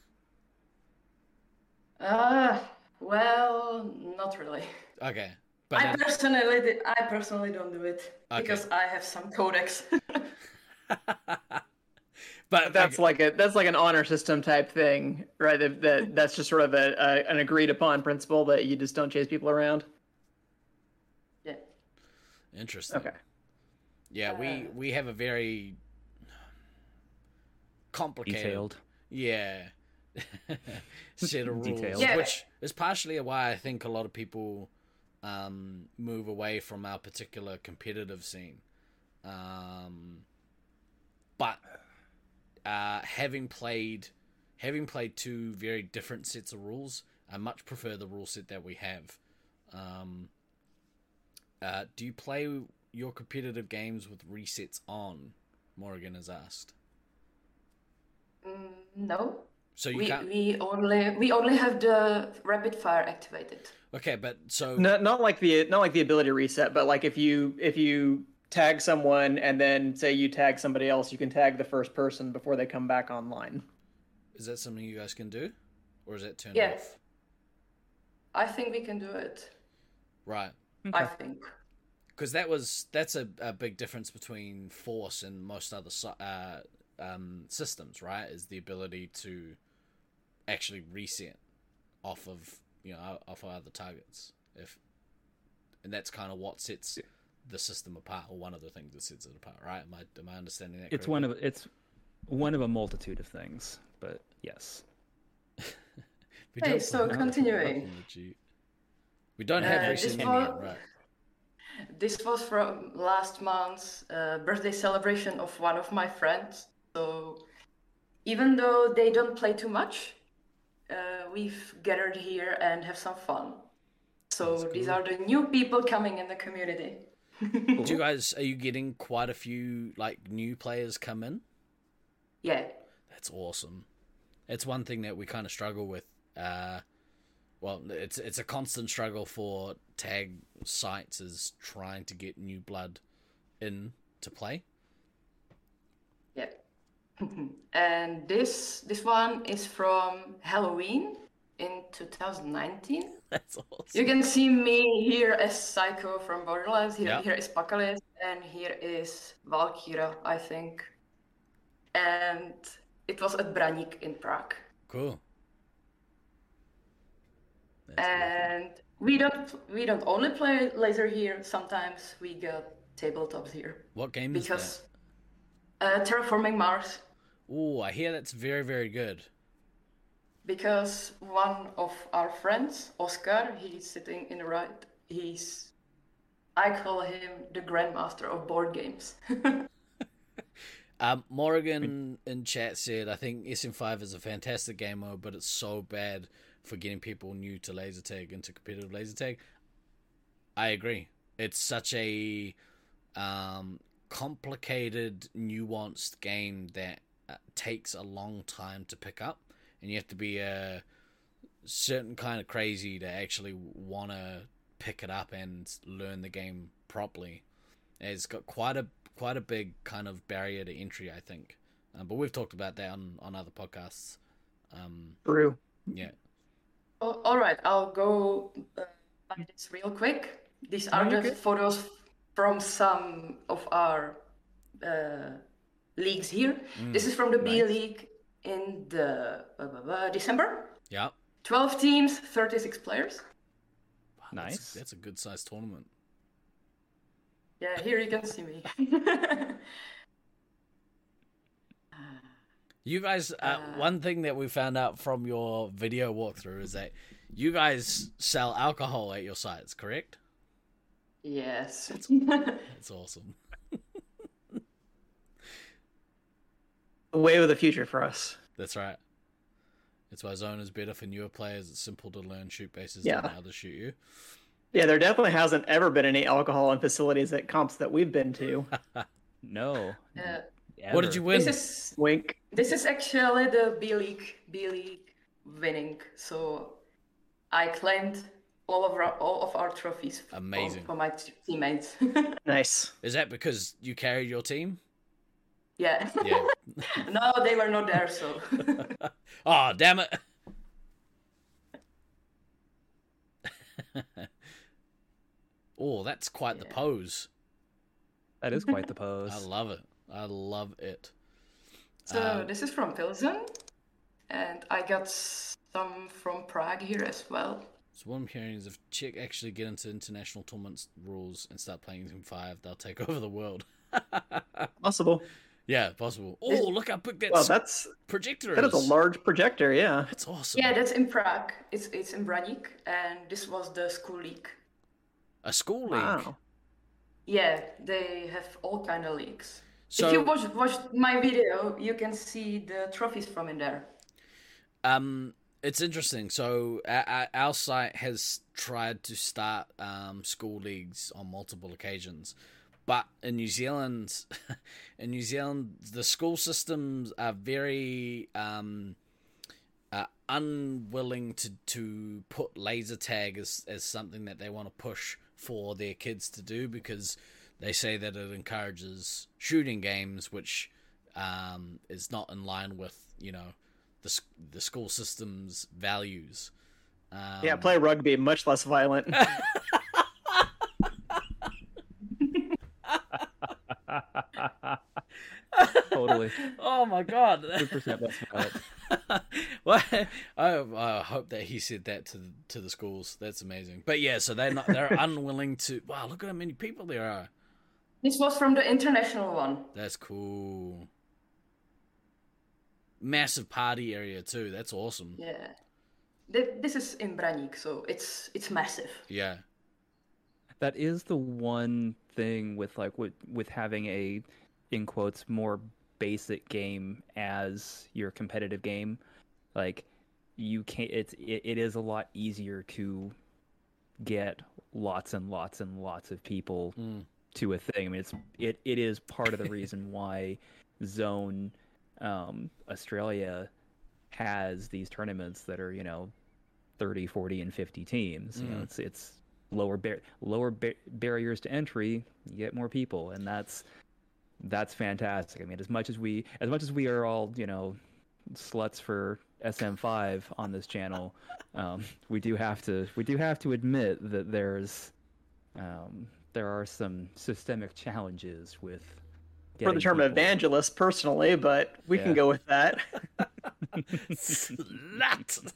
Speaker 5: Uh well, not really.
Speaker 3: okay. But
Speaker 5: I
Speaker 3: um,
Speaker 5: personally, di- I personally don't do it
Speaker 3: Okay.
Speaker 5: because I have some codex.
Speaker 3: but
Speaker 2: That's
Speaker 3: okay,
Speaker 2: like a that's like an honor system type thing, right? That, that that's just sort of a, a an agreed upon principle that you just don't chase people around.
Speaker 5: yeah.
Speaker 3: interesting.
Speaker 2: Okay.
Speaker 3: Yeah, we we have a very complicated
Speaker 1: Detailed.
Speaker 3: Yeah. set of rules,
Speaker 1: Detailed.
Speaker 5: Yeah.
Speaker 3: which is partially why I think a lot of people um, move away from our particular competitive scene. Um, but uh, having played, having played two very different sets of rules, I much prefer the rule set that we have. Um, uh, do you play your competitive games with resets on? Morgan has asked.
Speaker 5: Mm, no,
Speaker 3: So you
Speaker 5: we
Speaker 3: can't.
Speaker 5: we only we only have the rapid fire activated.
Speaker 3: Okay, but so
Speaker 2: Not not like the not like the ability to reset, but like if you if you tag someone and then say you tag somebody else, you can tag the first person before they come back online.
Speaker 3: Is that something you guys can do, or is that turned off?
Speaker 5: Yes, I think we can do it.
Speaker 3: Right,
Speaker 5: I think.
Speaker 3: because that was that's a, a big difference between Force and most other si- uh, um, systems, right? Is the ability to actually reset off of you know off of other targets, if and that's kind of what sets the system apart, or one of the things that sets it apart, right? Am I am I understanding that?
Speaker 1: It's
Speaker 3: correctly?
Speaker 1: one of it's one of a multitude of things, but yes.
Speaker 3: We
Speaker 5: Hey,
Speaker 3: don't
Speaker 5: so
Speaker 3: have-
Speaker 5: continuing.
Speaker 3: We don't have
Speaker 5: Uh,
Speaker 3: recent
Speaker 5: this
Speaker 3: in
Speaker 5: one-
Speaker 3: yet, right?
Speaker 5: This was from last month's uh, birthday celebration of one of my friends. So, even though they don't play too much, uh, we've gathered here and have some fun. So, these are the new people coming in the community.
Speaker 3: Do you guys are you getting quite a few like new players come in?
Speaker 5: Yeah.
Speaker 3: That's awesome. It's one thing that we kind of struggle with. Uh, well, it's it's a constant struggle for tag sites is trying to get new blood in to play.
Speaker 5: Yeah. and this this one is from Halloween in 2019.
Speaker 3: That's awesome.
Speaker 5: You can see me here as Psycho from Borderlands. Here,
Speaker 3: Yeah.
Speaker 5: here is Pakalis, and here is Valkyra, I think. And it was at Branik in Prague.
Speaker 3: Cool. That's awesome.
Speaker 5: And we don't we don't only play laser here. Sometimes we get tabletops here
Speaker 3: what game is
Speaker 5: because uh, terraforming Mars.
Speaker 3: that? Oh, I hear that's very very good.
Speaker 5: Because one of our friends, Oscar, he's sitting in the right. He's I call him the grandmaster of board games.
Speaker 3: Um, Morgan in chat said, "I think SM5 is a fantastic game mode, but it's so bad for getting people new to laser tag into competitive laser tag." I agree. It's such a um, complicated, nuanced game that uh, takes a long time to pick up, and you have to be a certain kind of crazy to actually want to pick it up and learn the game properly. It's got quite a quite a big kind of barrier to entry, I think. Um, but we've talked about that on, on other podcasts. Um,
Speaker 2: True.
Speaker 3: yeah,
Speaker 5: Oh, all right, I'll go uh, by this real quick. These are
Speaker 1: you're
Speaker 5: the
Speaker 1: good.
Speaker 5: photos from some of our uh, leagues here. this is from the B
Speaker 1: nice.
Speaker 5: League in the uh, uh, December.
Speaker 3: Yeah.
Speaker 5: 12 teams, 36 players.
Speaker 3: Wow,
Speaker 1: Nice.
Speaker 3: That's, that's a good sized tournament.
Speaker 5: Yeah, here you can see me.
Speaker 3: You guys, uh, one thing that we found out from your video walkthrough is that you guys sell alcohol at your sites, correct?
Speaker 5: yes.
Speaker 3: That's awesome.
Speaker 2: A way of the future for us.
Speaker 3: That's right. That's why zone is better for newer players. It's simple to learn shoot bases
Speaker 2: Yeah.
Speaker 3: than how to shoot you.
Speaker 2: Yeah, there definitely hasn't ever been any alcohol in facilities at comps that we've been to.
Speaker 1: No.
Speaker 5: Uh,
Speaker 3: What did you win?
Speaker 5: this is
Speaker 2: Wink.
Speaker 5: This is actually the B League, B League winning. So I claimed all of our all of our trophies for,
Speaker 3: Amazing.
Speaker 5: for my t- teammates.
Speaker 2: Nice.
Speaker 3: Is that because you carried your team?
Speaker 5: yeah.
Speaker 3: Yeah.
Speaker 5: no, they were not there. So
Speaker 3: oh, damn it. oh, that's quite the pose.
Speaker 1: That is quite the
Speaker 3: I
Speaker 1: pose.
Speaker 3: love it. I love it.
Speaker 5: so
Speaker 3: Um,
Speaker 5: this is from Pilsen, and I got some from Prague here as well.
Speaker 3: So what I'm hearing is if Czech actually get into international tournaments rules and start playing in five, they'll take over the world.
Speaker 2: Possible.
Speaker 3: yeah, possible. Oh, look how big that
Speaker 2: Well,
Speaker 3: s-
Speaker 2: that's
Speaker 3: projector
Speaker 2: that
Speaker 3: is.
Speaker 2: is a large projector. Yeah.
Speaker 3: That's awesome.
Speaker 5: Yeah, that's in Prague. It's it's in Branik, and this was the school league.
Speaker 3: a school league.
Speaker 2: Wow.
Speaker 5: Yeah, they have all kind of leagues.
Speaker 3: So
Speaker 5: if you watch watch my video, you can see the trophies from in there.
Speaker 3: Um, it's interesting. So our- our, our site has tried to start um, school leagues on multiple occasions, but in New Zealand, in New Zealand, the school systems are very um, uh, unwilling to to put laser tag as as something that they want to push for their kids to do because they say that it encourages shooting games, which um, is not in line with you know the s- the school system's values. Um,
Speaker 2: yeah, play rugby, much less violent.
Speaker 1: totally.
Speaker 3: Oh my god.
Speaker 1: 100% that's about it.
Speaker 3: well, I, I hope that he said that to the, to the schools. That's amazing. But yeah, so they're not they're unwilling to. Wow, look at how many people there are.
Speaker 5: This was from the international one.
Speaker 3: That's cool. Massive party area too. That's awesome.
Speaker 5: Yeah. Th- This is in Branik, so it's it's massive.
Speaker 3: Yeah.
Speaker 1: That is the one thing with like with with having a in quotes more basic game as your competitive game. Like you can't it's it, it is a lot easier to get lots and lots and lots of people
Speaker 3: Mm.
Speaker 1: to a thing. I mean, it's it it is part of the reason why Zone um, Australia has these tournaments that are you know 30, 40, and 50 teams. You know,
Speaker 3: Mm.
Speaker 1: it's it's lower bar- lower bar- barriers to entry. You get more people, and that's that's fantastic. I mean, as much as we as much as we are all you know sluts for SM5 on this channel, um, we do have to we do have to admit that there's um, there are some systemic challenges with
Speaker 2: For the
Speaker 1: getting
Speaker 2: term
Speaker 1: people-
Speaker 2: evangelist, personally, but we
Speaker 1: Yeah.
Speaker 2: can go with that.
Speaker 3: Slut.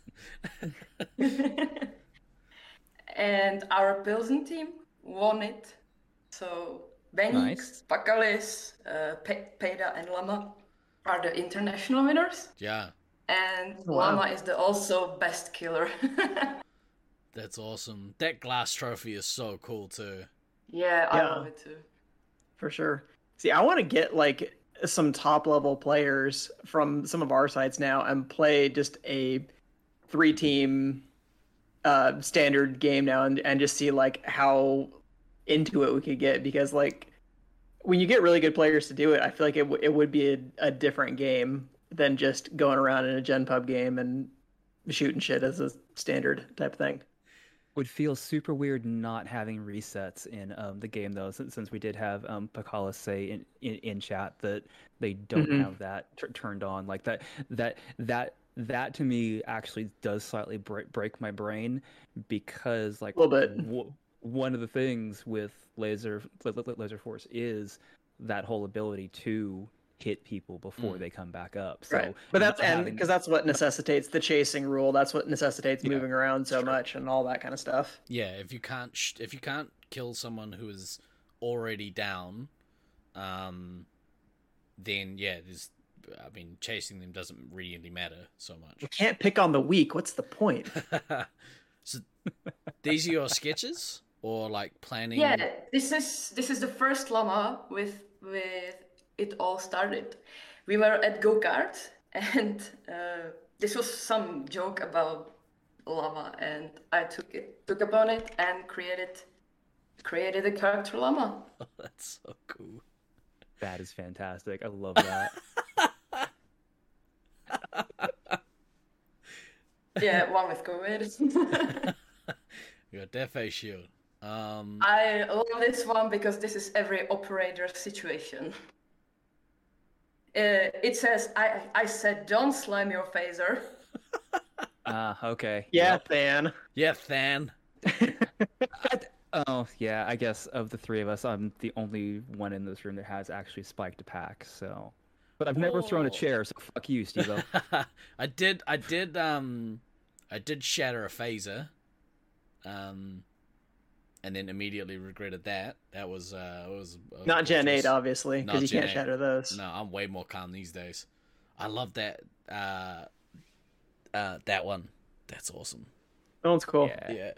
Speaker 5: and our Pilsen team won it. So Benny,
Speaker 1: Nice.
Speaker 5: Pakalis, uh, Pe- Peda, and Lama are the international winners,
Speaker 3: Yeah.
Speaker 5: and
Speaker 2: Oh, wow.
Speaker 5: Lama is the also best killer.
Speaker 3: That's awesome. That glass trophy is so cool too.
Speaker 5: yeah, I
Speaker 2: Yeah.
Speaker 5: love it too.
Speaker 2: for sure. See, I want to get like some top level players from some of our sites now and play just a three team uh standard game now and, and just see like how into it we could get because like when you get really good players to do it i feel like it, w- it would be a, a different game than just going around in a gen pub game and shooting shit as a standard type thing
Speaker 1: would feel super weird not having resets in um, the game though since, since we did have um, Pakala say in, in, in chat that they don't
Speaker 2: Mhm.
Speaker 1: have that t- turned on like that that that that to me actually does slightly break, break my brain because like
Speaker 2: Little bit.
Speaker 1: w- one of the things with laser la- la- la- laser force is that whole ability to hit people before
Speaker 3: Mm.
Speaker 1: they come back up. So
Speaker 2: Right. But that's
Speaker 1: not
Speaker 2: and
Speaker 1: having-
Speaker 2: because that's what necessitates the chasing rule. That's what necessitates
Speaker 1: Yeah,
Speaker 2: moving around so
Speaker 1: sure.
Speaker 2: much and all that kind of stuff.
Speaker 3: Yeah, if you can't sh- if you can't kill someone who is already down, um, then yeah, there's I mean chasing them doesn't really matter so much.
Speaker 2: You can't pick on the weak. What's the point?
Speaker 3: so these are your sketches or like planning.
Speaker 5: Yeah, this is this is the first llama with with it all started. We were at go kart, and uh, this was some joke about llama, and I took it took upon it and created created a character llama.
Speaker 3: that's so cool.
Speaker 1: that is fantastic. I love that.
Speaker 5: Yeah, one with COVID.
Speaker 3: You got that face shield. Um,
Speaker 5: I love this one because this is every operator situation. Uh, it says, "I I said, don't slam your phaser."
Speaker 1: Ah, okay.
Speaker 2: Yeah, Than.
Speaker 3: yeah, Than.
Speaker 1: Oh yeah, I guess of the three of us, I'm the only one in this room that has actually spiked a pack. So, but I've never thrown a
Speaker 3: Whoa.
Speaker 1: chair, so fuck you, Steve.
Speaker 3: I did. I did. Um, I did shatter a phaser. Um, and then immediately regretted that. That was uh, it was it was
Speaker 2: Not Gen
Speaker 3: torturous.
Speaker 2: 8, obviously,
Speaker 3: Not
Speaker 2: because you
Speaker 3: Gen
Speaker 2: can't
Speaker 3: 8.
Speaker 2: shatter those.
Speaker 3: No, I'm way more calm these days. I love that. Uh, uh, that one. That's awesome.
Speaker 2: That one's
Speaker 5: Oh,
Speaker 2: cool.
Speaker 1: yeah.
Speaker 3: Yeah.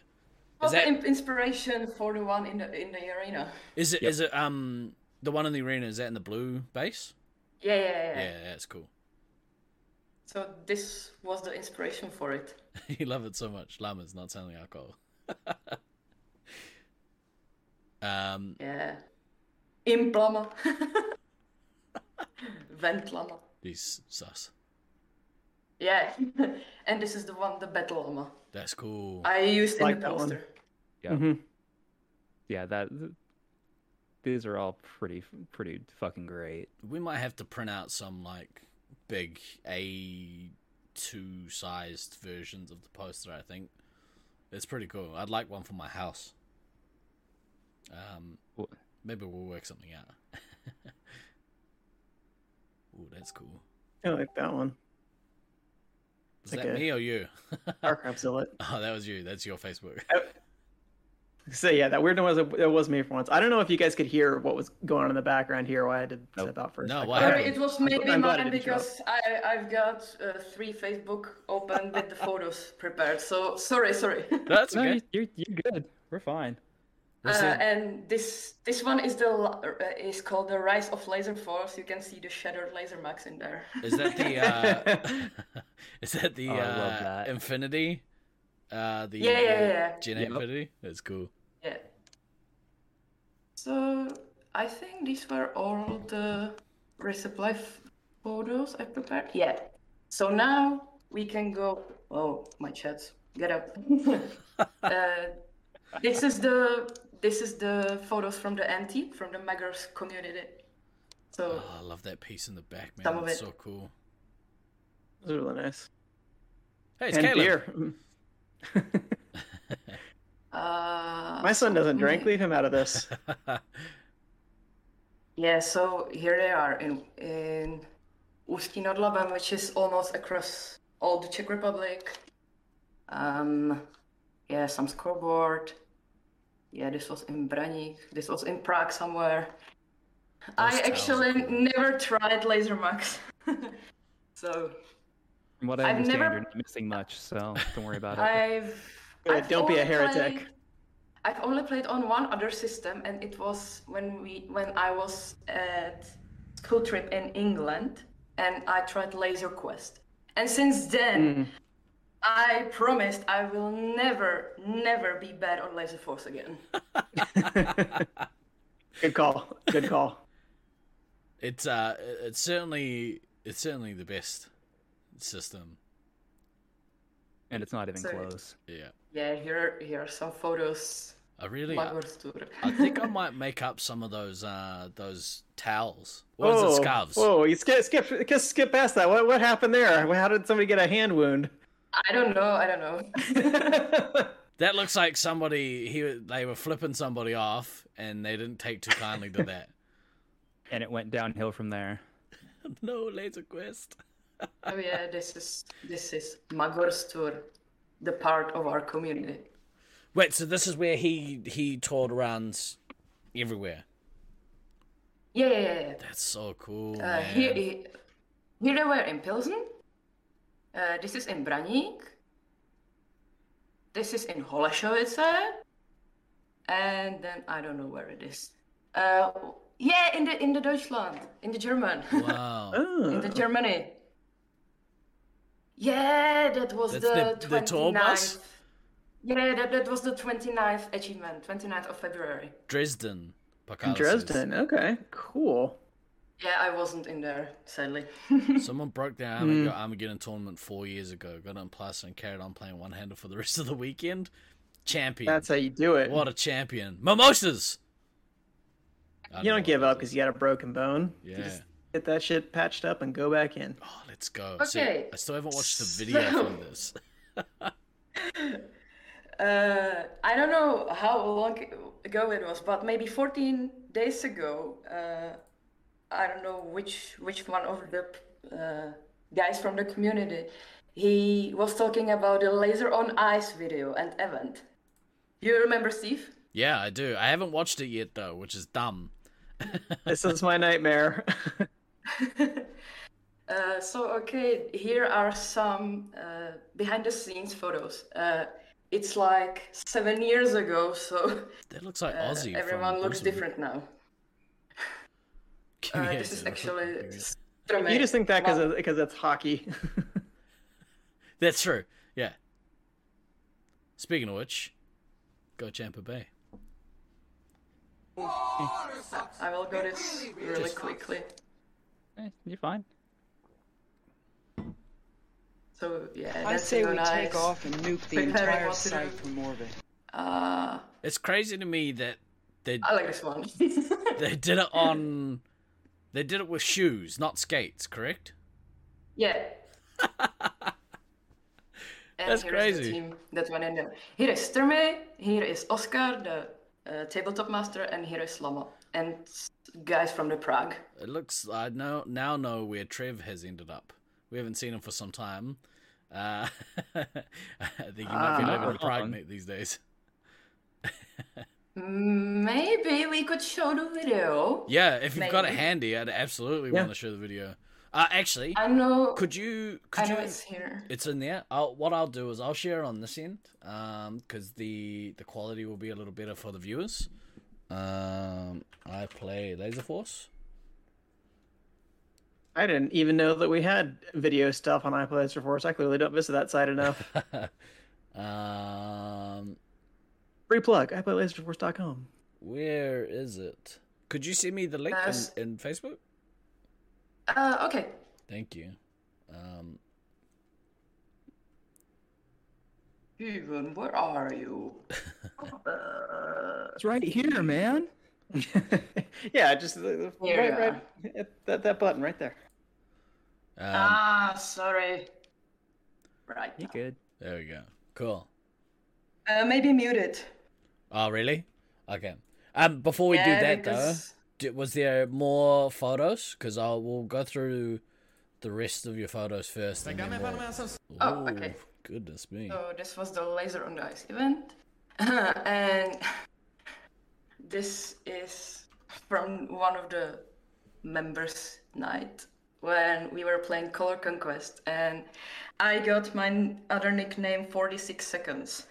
Speaker 5: Was
Speaker 3: that-
Speaker 5: in- inspiration for the one in the in the arena?
Speaker 3: Is it? Is
Speaker 1: Yep.
Speaker 3: it? Um, the one in the arena is that in the blue base?
Speaker 5: Yeah, yeah, yeah.
Speaker 3: Yeah, that's cool.
Speaker 5: So this was the inspiration for it.
Speaker 3: you love it so much. Llama's not selling alcohol. um,
Speaker 5: Yeah. Imp llama. Vent llama.
Speaker 3: these sus.
Speaker 5: Yeah. and this is the one, the battle llama.
Speaker 3: That's cool.
Speaker 5: I used in
Speaker 2: Like
Speaker 5: the
Speaker 2: that one.
Speaker 5: poster.
Speaker 1: Yeah.
Speaker 2: hmm
Speaker 1: yeah, that. These are all pretty, pretty fucking great.
Speaker 3: we might have to print out some like big A two sized versions of the poster. I think it's pretty cool. I'd like one for my house. Um,
Speaker 1: Wha-
Speaker 3: maybe we'll work something out. Ooh, that's cool.
Speaker 2: I like that one.
Speaker 3: Is
Speaker 2: Like
Speaker 3: that
Speaker 2: a-
Speaker 3: me or you?
Speaker 2: Archive Zillet.
Speaker 3: oh, that was you. That's your Facebook.
Speaker 2: So yeah, that weird one was that was me for once. I don't know if you guys could hear what was going on in the background here. Why I had to
Speaker 1: Nope.
Speaker 2: step out first.
Speaker 3: No,
Speaker 2: Like,
Speaker 3: what
Speaker 2: okay.
Speaker 5: Or
Speaker 3: happened?
Speaker 5: it was
Speaker 2: I'm gl-
Speaker 5: maybe
Speaker 2: I'm glad I
Speaker 5: mine
Speaker 2: didn't show up.
Speaker 5: because I, I've got uh, three Facebook open with the photos prepared. So sorry, sorry.
Speaker 3: That's
Speaker 1: No,
Speaker 3: okay.
Speaker 1: you- you're, you're good. We're fine.
Speaker 5: Uh,
Speaker 3: What's that?
Speaker 5: and this this one is the la- uh, is called the rise of laser force. You can see the shattered laser marks in there.
Speaker 3: Is that the uh, is that the
Speaker 1: Oh, I love
Speaker 3: uh,
Speaker 1: that.
Speaker 3: infinity? Uh, the
Speaker 5: Yeah, yeah, yeah.
Speaker 3: Gen
Speaker 1: Yep.
Speaker 3: infinity. That's cool.
Speaker 5: Yeah. So I think these were all the resupply f- photos I prepared. Yeah. So now we can go. Oh, my chat, get up. uh, this is the this is the photos from the anti from the Maggers community. So
Speaker 3: Oh, I love that piece in the back, man.
Speaker 5: Some of
Speaker 3: That's
Speaker 5: it.
Speaker 3: so cool.
Speaker 2: It was really nice.
Speaker 3: Hey, it's
Speaker 2: and
Speaker 3: Caleb.
Speaker 2: beer. Mm.
Speaker 5: uh,
Speaker 2: My son doesn't drink. Leave him out of this.
Speaker 5: Yeah, so here they are in in Ústí nad Labem, which is almost across all the Czech Republic. Um, yeah, some scoreboard. Yeah, this was in Braník. This was in Prague somewhere.
Speaker 3: Those
Speaker 5: I
Speaker 3: towns are
Speaker 5: actually
Speaker 3: cool.
Speaker 5: never tried laser marks. so
Speaker 1: From what I
Speaker 5: I've
Speaker 1: understand,
Speaker 5: never-
Speaker 1: you're not missing much, so don't worry about it.
Speaker 5: I've,
Speaker 2: Good,
Speaker 5: I've
Speaker 2: don't be a
Speaker 5: only
Speaker 2: heretic.
Speaker 5: played- I've only played on one other system, and it was when we when I was at school trip in England, and I tried Laser Quest. And since
Speaker 2: Hmm. Mm.
Speaker 5: then, I promised I will never, never be bad on Laser Force again.
Speaker 2: Good call. Good call.
Speaker 3: It's uh, it's certainly it's certainly the best system.
Speaker 1: And it's not even
Speaker 5: Sorry.
Speaker 1: close.
Speaker 3: Yeah.
Speaker 5: yeah, here here are some photos
Speaker 3: I really,
Speaker 5: Black
Speaker 3: I,
Speaker 5: Words Tour.
Speaker 3: I think I might make up some of those uh those towels. What is it? Scarves.
Speaker 2: Whoa, you skip, skip, skip, skip past that. What, what happened there? How did somebody get a hand wound? Oh,
Speaker 5: I don't know. I don't know.
Speaker 3: That looks like somebody he they were flipping somebody off and they didn't take too kindly to that.
Speaker 1: and it went downhill from there.
Speaker 3: no laser quest.
Speaker 5: Oh yeah, this is this is Magor's tour, the part of our community.
Speaker 3: Wait, so this is where he he toured around everywhere.
Speaker 5: Yeah, yeah, yeah. yeah.
Speaker 3: That's so cool.
Speaker 5: Uh,
Speaker 3: man.
Speaker 5: here, i- here they were in Pilsen. Uh, this is in Braník. This is in Holešovice. And then I don't know where it is. Uh, yeah, in the in the Deutschland, in the German,
Speaker 3: Wow.
Speaker 5: in the
Speaker 2: oh.
Speaker 5: Germany. Yeah, that was
Speaker 3: That's
Speaker 5: the,
Speaker 3: the- the
Speaker 5: 29th.
Speaker 3: tour bus?
Speaker 5: Yeah, that, that was the 29th achievement, 29th of February.
Speaker 3: Dresden. Pakala says.
Speaker 2: Dresden. Okay, cool.
Speaker 5: Yeah, I wasn't in there, sadly.
Speaker 3: Someone broke their arm
Speaker 5: Hmm.
Speaker 3: at your Armageddon tournament four years ago, got it on plaster and carried on playing one handed for the rest of the weekend. Champion.
Speaker 2: That's how you do it.
Speaker 3: what a champion. Mimosas! I
Speaker 2: you
Speaker 3: know
Speaker 2: don't
Speaker 3: what
Speaker 2: give
Speaker 3: that
Speaker 2: up
Speaker 3: is.
Speaker 2: because you got a broken bone. You
Speaker 3: Yeah.
Speaker 2: just get that shit patched up and go back in.
Speaker 3: Oh, let's go. See,
Speaker 5: Okay.
Speaker 3: I still haven't watched the video
Speaker 5: So-
Speaker 3: from this.
Speaker 5: Uh, I don't know how long ago it was, but maybe 14 days ago, uh, I don't know which which one of the uh, guys from the community, he was talking about the laser on ice video and event. You remember Steve?
Speaker 3: Yeah, I do. I haven't watched it yet, though, which is dumb.
Speaker 2: this is my nightmare.
Speaker 5: Uh, so okay, here are some uh, behind the scenes photos. Uh, it's like seven years ago, so
Speaker 3: That looks like
Speaker 5: uh,
Speaker 3: Aussie.
Speaker 5: everyone
Speaker 3: from
Speaker 5: looks
Speaker 3: Brisbane.
Speaker 5: different now.
Speaker 3: Can
Speaker 5: Uh,
Speaker 3: you
Speaker 5: this is
Speaker 3: imagine?
Speaker 5: actually
Speaker 2: you just think that because because it's hockey.
Speaker 3: That's true. Yeah. Speaking of which, go Champa Bay.
Speaker 5: I will go this really quickly.
Speaker 1: Eh, you're fine.
Speaker 5: So yeah,
Speaker 4: I
Speaker 5: that's
Speaker 4: say we
Speaker 5: nice.
Speaker 4: take off and nuke the
Speaker 5: Preparing
Speaker 4: entire
Speaker 5: what to
Speaker 4: site
Speaker 5: do.
Speaker 4: from orbit.
Speaker 5: Uh,
Speaker 3: It's crazy to me that they
Speaker 5: I like this one.
Speaker 3: they did it on they did it with shoes, not skates, correct?
Speaker 5: yeah. And
Speaker 3: That's
Speaker 5: here is
Speaker 3: crazy.
Speaker 5: the team that went in there. Here is Terme, here is Oscar, the uh, tabletop master, and here is Lama and guys from the Prague.
Speaker 3: It looks I know now know where Trev has ended up. We haven't seen him for some time. Uh, I think he might be
Speaker 2: Ah,
Speaker 3: living in
Speaker 1: not
Speaker 3: Prague
Speaker 1: wrong.
Speaker 3: mate, these days.
Speaker 5: Maybe we could show the video.
Speaker 3: Yeah, if you've got it
Speaker 5: Maybe.
Speaker 3: handy, I'd absolutely
Speaker 2: Yeah.
Speaker 3: want to show the video. Uh, actually,
Speaker 5: I know.
Speaker 3: could you could
Speaker 5: I know
Speaker 3: you
Speaker 5: it's here.
Speaker 3: It's in there. I'll, what I'll do is I'll share it on this end, um, because the the quality will be a little better for the viewers. Um, I play Laser Force.
Speaker 2: I didn't even know that we had video stuff on iPlayer Force. I clearly don't visit that site enough.
Speaker 3: um,
Speaker 2: Free plug. iPlayLaserForce.com.
Speaker 3: where is it? Could you send me the link
Speaker 5: That's-
Speaker 3: in, in Facebook?
Speaker 5: Uh, okay.
Speaker 3: Thank you. Um,
Speaker 5: Steven, where are you?
Speaker 3: Um,
Speaker 5: Uh,
Speaker 1: It's right here, man.
Speaker 2: yeah, just the, the-
Speaker 5: Here
Speaker 2: right,
Speaker 5: you
Speaker 2: right at that, that button right there.
Speaker 3: um,
Speaker 5: ah, sorry. Right.
Speaker 1: You
Speaker 5: now.
Speaker 1: good?
Speaker 3: there we go. Cool.
Speaker 5: Uh, maybe mute it.
Speaker 3: Oh, really? Okay. Um, before we do that though.
Speaker 5: because-
Speaker 3: Did, was there more photos? Because I'll we'll go through the rest of your photos first. And then we'll...
Speaker 5: Oh, okay.
Speaker 3: Goodness me.
Speaker 5: So this was the laser on the ice event, and this is from one of the members' night when we were playing Color Conquest, and I got my n- other nickname 46 seconds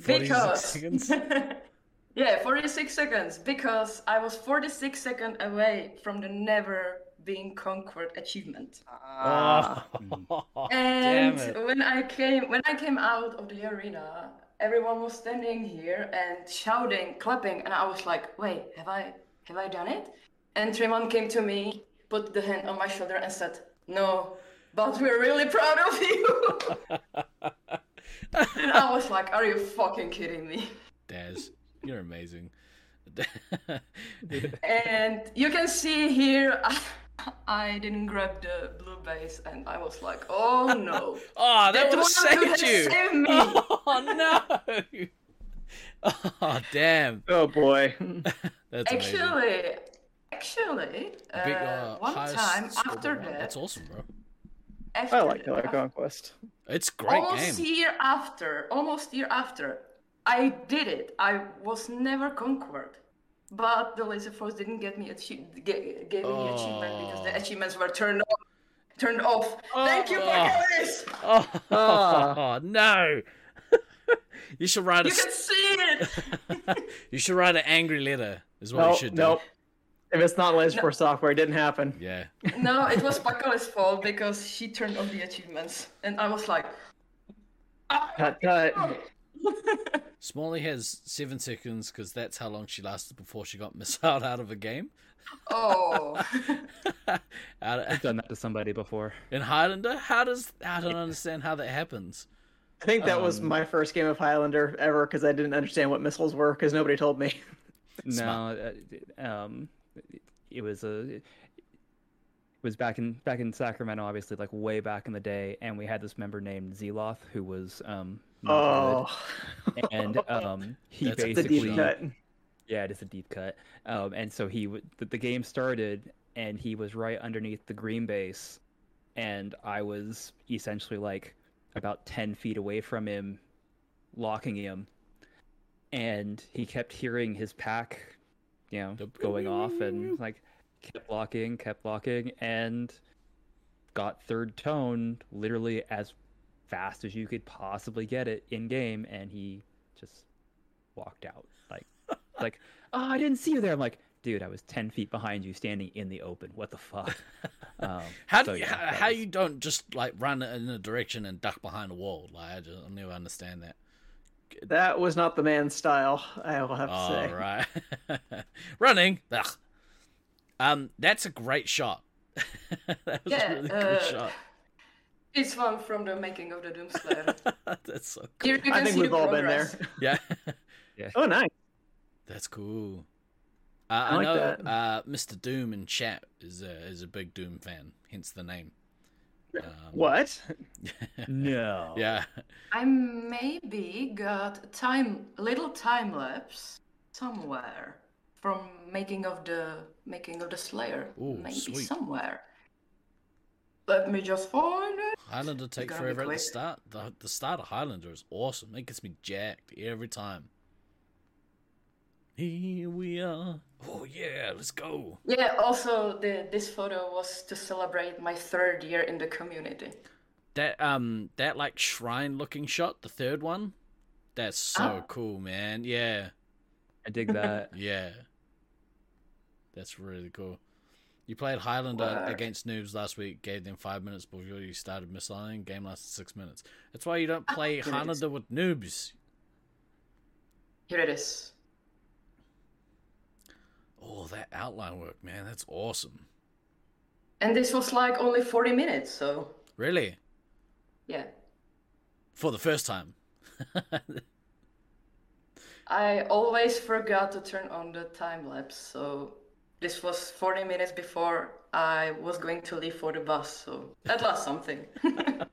Speaker 3: 46
Speaker 5: because
Speaker 3: seconds?
Speaker 5: yeah, 46 seconds because I was 46 seconds away from the never being conquered achievement.
Speaker 3: Ah.
Speaker 5: ah. And
Speaker 3: Damn it.
Speaker 5: when I came when I came out of the arena, everyone was standing here and shouting, clapping, and I was like, "Wait, have I have I done it?" And Tremon came to me, put the hand on my shoulder, and said, "No, but we're really proud of you." and I was like, "Are you fucking kidding me?"
Speaker 3: Daz, you're amazing.
Speaker 5: And you can see here, I, didn't grab the blue base, and I was like, oh no.
Speaker 3: oh, that would
Speaker 5: That
Speaker 3: have
Speaker 5: one
Speaker 3: saved
Speaker 5: could've
Speaker 3: you.
Speaker 5: saved me.
Speaker 3: Oh no. Oh damn.
Speaker 2: Oh boy.
Speaker 3: That's amazing.
Speaker 5: actually, actually,
Speaker 3: I bet your
Speaker 5: uh, one
Speaker 3: highest
Speaker 5: time
Speaker 3: score
Speaker 5: after
Speaker 3: won.
Speaker 5: that,
Speaker 3: That's awesome, bro.
Speaker 5: after
Speaker 2: I like um, Killer
Speaker 5: that,
Speaker 2: Conquest.
Speaker 3: It's a great
Speaker 5: almost
Speaker 3: game.
Speaker 5: year after, almost year after, I did it. I was never conquered, but the laser force didn't get me achieve, gave me achievement because the
Speaker 3: Oh.
Speaker 5: achievements were turned off. Turned off. Thank you,
Speaker 3: Oh.
Speaker 5: Paris.
Speaker 3: Oh,
Speaker 2: Ah.
Speaker 3: no. you should write a
Speaker 5: You can see it.
Speaker 3: you should write an angry letter is what you
Speaker 2: Nope,
Speaker 3: should do.
Speaker 2: nope. If it's not Laser Force software, it didn't happen.
Speaker 3: Yeah.
Speaker 5: No, it was Paco's fault because she turned off the achievements, and I was like,
Speaker 2: Tut, tut.
Speaker 3: Smalley has seven seconds because that's how long she lasted before she got missiled out of a game.
Speaker 5: oh.
Speaker 3: Out
Speaker 1: I've
Speaker 3: of,
Speaker 1: done that to somebody before.
Speaker 3: in Highlander, how does I don't understand how that happens.
Speaker 2: I think that was
Speaker 1: Um,
Speaker 2: my first game of Highlander ever because I didn't understand what missiles were because nobody told me.
Speaker 1: No, uh, it- um, it, it was a. It, was back in back in Sacramento, obviously, like way back in the day, and we had this member named Zeloth who was um
Speaker 2: Oh,
Speaker 1: not good, and um he
Speaker 3: That's a
Speaker 2: it's a
Speaker 1: basically
Speaker 2: deep cut.
Speaker 1: yeah, it is a deep cut, um and so he w- the, the game started and he was right underneath the green base, and I was essentially like about ten feet away from him, locking him, and he kept hearing his pack, you know,
Speaker 3: The
Speaker 1: going off and like kept locking, kept locking, and got third tone literally as fast as you could possibly get it in game, and he just walked out like like oh I didn't see you there. I'm like. Dude, I was ten feet behind you, standing in the open. What the fuck? Um,
Speaker 3: How
Speaker 1: so
Speaker 3: do you,
Speaker 1: yeah,
Speaker 3: how,
Speaker 1: that
Speaker 3: how
Speaker 1: was-
Speaker 3: you don't just like run in a direction and duck behind a wall? Like I just I'll never understand that.
Speaker 2: That was not the man's style, I will have to
Speaker 3: All
Speaker 2: say.
Speaker 3: right, running. Ugh. Um, that's a great shot. that was
Speaker 5: Yeah,
Speaker 3: a really
Speaker 5: uh,
Speaker 3: good shot.
Speaker 5: It's one from the making of the Doomslayer.
Speaker 3: that's so cool.
Speaker 5: Here you can
Speaker 2: I think
Speaker 5: see
Speaker 2: we've
Speaker 5: the
Speaker 2: all been there.
Speaker 5: progress.
Speaker 3: Yeah,
Speaker 2: Oh, nice.
Speaker 3: that's cool. Uh,
Speaker 2: I
Speaker 3: I,
Speaker 2: like
Speaker 3: know
Speaker 2: that.
Speaker 3: Uh, Mr. Doom in chat is a is a big Doom fan, hence the name. Um,
Speaker 2: What?
Speaker 1: No.
Speaker 3: Yeah.
Speaker 5: I maybe got a time a little time lapse somewhere from making of the making of the Slayer.
Speaker 3: Ooh,
Speaker 5: maybe
Speaker 3: sweet.
Speaker 5: somewhere. Let me just find it.
Speaker 3: Highlander takes
Speaker 5: gotta be
Speaker 3: forever at the
Speaker 5: quick.
Speaker 3: start. The, the start of Highlander is awesome. It gets me jacked every time. Here we are. Oh yeah, let's go.
Speaker 5: Yeah. Also, the this photo was to celebrate my third year in the community.
Speaker 3: That um that like shrine looking shot, the third one. That's so
Speaker 5: Ah.
Speaker 3: cool, man. Yeah.
Speaker 1: I dig that.
Speaker 3: Yeah. That's really cool. You played Highlander
Speaker 5: Work.
Speaker 3: against noobs last week, gave them five minutes before you started missiling, game lasted six minutes. That's why you don't play
Speaker 5: goodness.
Speaker 3: Highlander with noobs.
Speaker 5: Here it is.
Speaker 3: Oh, that outline work, man, that's awesome.
Speaker 5: And this was like only 40 minutes, so
Speaker 3: Really?
Speaker 5: yeah.
Speaker 3: For the first time.
Speaker 5: I always forgot to turn on the time lapse, so this was 40 minutes before I was going to leave for the bus, so at last something.
Speaker 3: That's,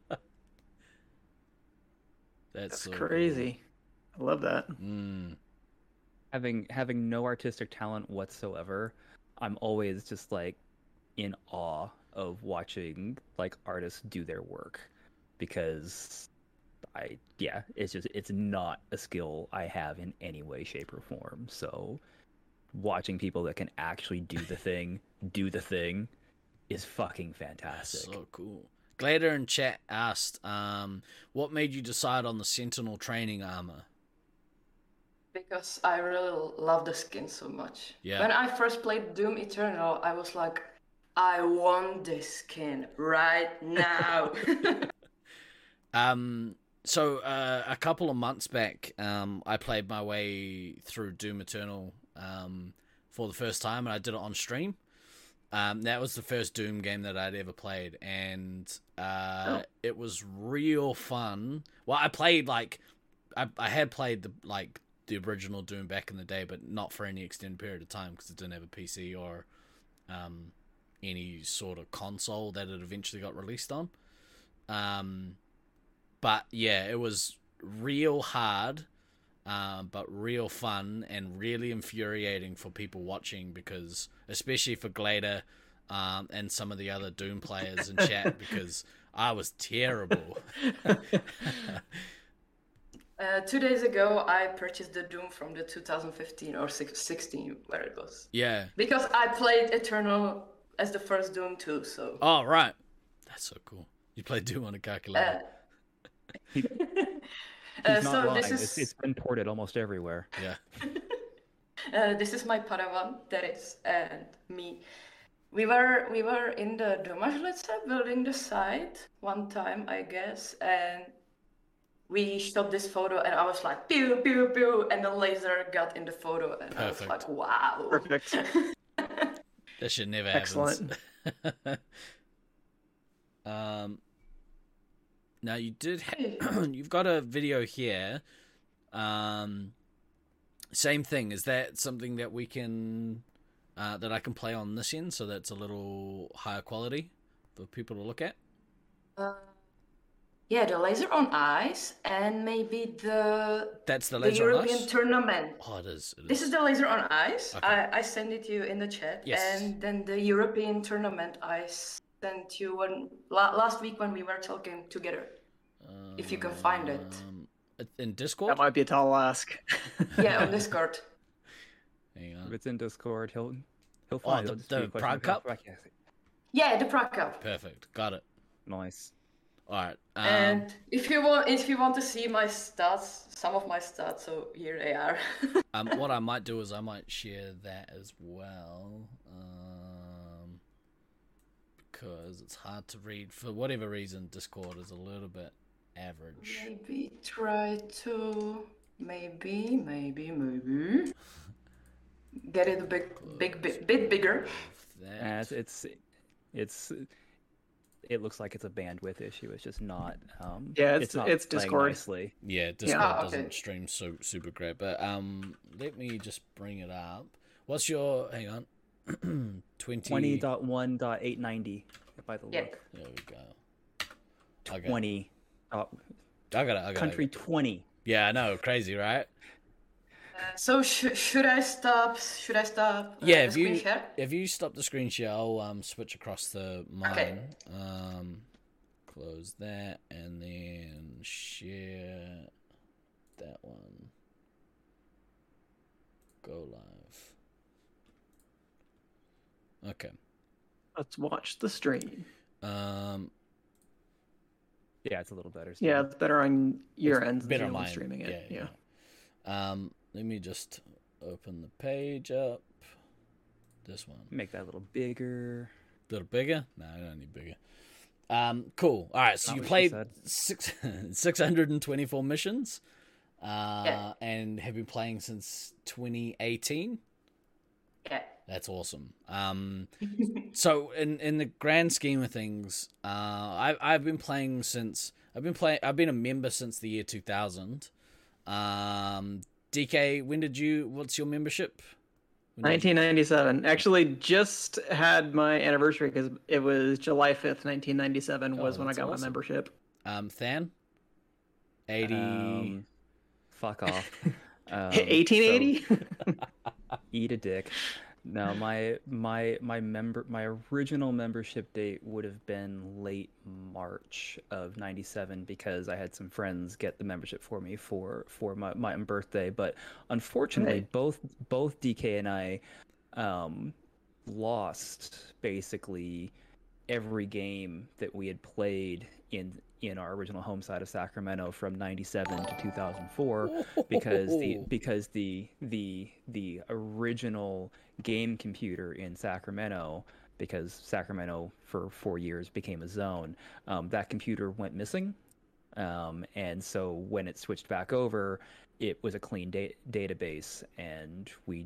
Speaker 2: That's
Speaker 3: so cool.
Speaker 2: crazy. I love that.
Speaker 3: Mm.
Speaker 1: having having no artistic talent whatsoever, I'm always just like in awe of watching like artists do their work because I yeah, it's just it's not a skill I have in any way shape or form. So watching people that can actually do the thing, do the thing is fucking
Speaker 3: That's
Speaker 1: fantastic.
Speaker 3: so cool. Glader in chat asked, um, what made you decide on the Sentinel training armor?
Speaker 5: because I really love the skin so much.
Speaker 3: Yeah.
Speaker 5: When I first played Doom Eternal, I was like, I want this skin right now.
Speaker 3: Um, so uh, a couple of months back, um, I played my way through Doom Eternal um, for the first time, and I did it on stream. Um, that was the first Doom game that I'd ever played, and uh, it was real fun. Well, I played like I, I had played the like the original Doom back in the day, but not for any extended period of time because it didn't have a PC or um, any sort of console that it eventually got released on. Um, but yeah, it was real hard, uh, but real fun and really infuriating for people watching because, especially for Glader um, and some of the other Doom players in chat, because I was terrible.
Speaker 5: Uh, two days ago, I purchased the Doom from the 2015 or six- 16, where it was.
Speaker 3: yeah.
Speaker 5: Because I played Eternal as the first Doom too, so.
Speaker 3: Oh, right. That's so cool. You play Doom on a
Speaker 5: Uh,
Speaker 3: calculator.
Speaker 5: uh,
Speaker 1: He's not
Speaker 5: so
Speaker 1: lying.
Speaker 5: this
Speaker 1: It's, it's
Speaker 5: is
Speaker 1: been ported almost everywhere.
Speaker 3: yeah.
Speaker 5: uh, this is my Padawan, that is, and me. We were we were in the Domažlice building the site one time, I guess, and we shot this photo, and I was like pew pew pew, and the laser got in the photo, and I was
Speaker 3: Perfect.
Speaker 5: like, wow.
Speaker 2: Perfect.
Speaker 3: That should never happen.
Speaker 2: Excellent.
Speaker 3: um, now you did.
Speaker 5: Hey.
Speaker 3: Ha- you've got a video here. Um, same thing. Is that something that we can uh, that I can play on this end? So that's a little higher quality for people to look at.
Speaker 5: Uh, yeah, the laser on ice and maybe the
Speaker 3: That's the
Speaker 5: the
Speaker 3: laser on
Speaker 5: European
Speaker 3: us.
Speaker 5: tournament.
Speaker 3: oh, it is. It
Speaker 5: This is the laser on ice.
Speaker 3: Okay.
Speaker 5: I, I send it to you in the chat.
Speaker 3: Yes.
Speaker 5: And then the European tournament I sent you when la- last week when we were talking together. if you can find it.
Speaker 3: Um, in Discord.
Speaker 2: That might be a tall ask.
Speaker 5: Yeah, on Discord.
Speaker 3: Hang
Speaker 1: If
Speaker 3: on.
Speaker 1: it's in Discord, he'll he'll
Speaker 3: Oh,
Speaker 1: find
Speaker 3: the-
Speaker 1: it. It'll just be a
Speaker 3: the
Speaker 1: question
Speaker 3: Prague
Speaker 1: of how
Speaker 3: Cup?
Speaker 1: far back- yes.
Speaker 5: Yeah, the Prague Cup.
Speaker 3: Perfect. Got it.
Speaker 1: Nice.
Speaker 3: All right. Um,
Speaker 5: and if you want, if you want to see my stats, some of my stats, so here they are.
Speaker 3: Um, what I might do is I might share that as well, um, because it's hard to read for whatever reason. Discord is a little bit average.
Speaker 5: maybe try to, maybe, maybe, maybe get it a big, big, bit, bit bigger.
Speaker 3: If that-
Speaker 1: Uh, it's, it's it's it looks like it's a bandwidth issue. It's just not. Um,
Speaker 2: Yeah, it's-
Speaker 1: not
Speaker 2: it's
Speaker 1: playing
Speaker 2: Discord.
Speaker 1: Nicely.
Speaker 3: yeah, Discord
Speaker 5: Ah, okay.
Speaker 3: doesn't stream so super great, but um, let me just bring it up. What's your hang on? 20.
Speaker 1: Twenty dot one dot eight ninety. By the
Speaker 5: Yeah.
Speaker 1: look,
Speaker 3: There we go. Okay.
Speaker 1: twenty. Uh,
Speaker 3: I got it. I got
Speaker 1: country
Speaker 3: It.
Speaker 1: twenty.
Speaker 3: Yeah, I know. Crazy, right?
Speaker 5: So sh- should I stop? Should I stop? uh,
Speaker 3: yeah,
Speaker 5: the
Speaker 3: if
Speaker 5: screen
Speaker 3: you
Speaker 5: share?
Speaker 3: if you stop the screen share, I'll um, switch across the mine. Um, close that and then share that one. Go live. Okay.
Speaker 2: Let's watch the stream.
Speaker 3: Um,
Speaker 1: Yeah, it's a little better.
Speaker 2: Yeah,
Speaker 1: still.
Speaker 2: it's better on your
Speaker 3: It's
Speaker 2: end than
Speaker 3: better
Speaker 2: you're
Speaker 3: on
Speaker 2: only
Speaker 3: mine,
Speaker 2: streaming it.
Speaker 3: yeah,
Speaker 2: Yeah.
Speaker 3: um, let me just open the page up. This one.
Speaker 1: Make that a little bigger.
Speaker 3: little bigger. No, I don't need bigger. Um, cool. All right, so
Speaker 1: Not
Speaker 3: you
Speaker 1: what she
Speaker 3: played
Speaker 1: said.
Speaker 3: six six hundred and twenty four missions, uh,
Speaker 5: Yeah.
Speaker 3: and have been playing since twenty eighteen.
Speaker 5: Yeah.
Speaker 3: That's awesome. Um, so in in the grand scheme of things, uh, I I've been playing since I've been playing I've been a member since the year two thousand. Um, DK, when did you? What's your membership? When did you-
Speaker 2: 1997. Actually, just had my anniversary because it was July 5th, 1997
Speaker 3: Oh,
Speaker 2: was when I
Speaker 3: that's
Speaker 2: got
Speaker 3: awesome.
Speaker 2: my membership.
Speaker 3: Um, Than. Eighty.
Speaker 1: Um, fuck off. Um, so-
Speaker 2: 1880?
Speaker 1: eat a dick. No, my my my member my original membership date would have been late March of '97 because I had some friends get the membership for me for for my my birthday. But unfortunately,
Speaker 2: Right.
Speaker 1: both both DK and I um, lost basically every game that we had played in in our original home side of Sacramento from 97 to 2004 Um, because the
Speaker 3: Ooh.
Speaker 1: because the the the original game computer in Sacramento because Sacramento for 4 years became a zone um, that computer went missing um, and so when it switched back over it was a clean da- database and we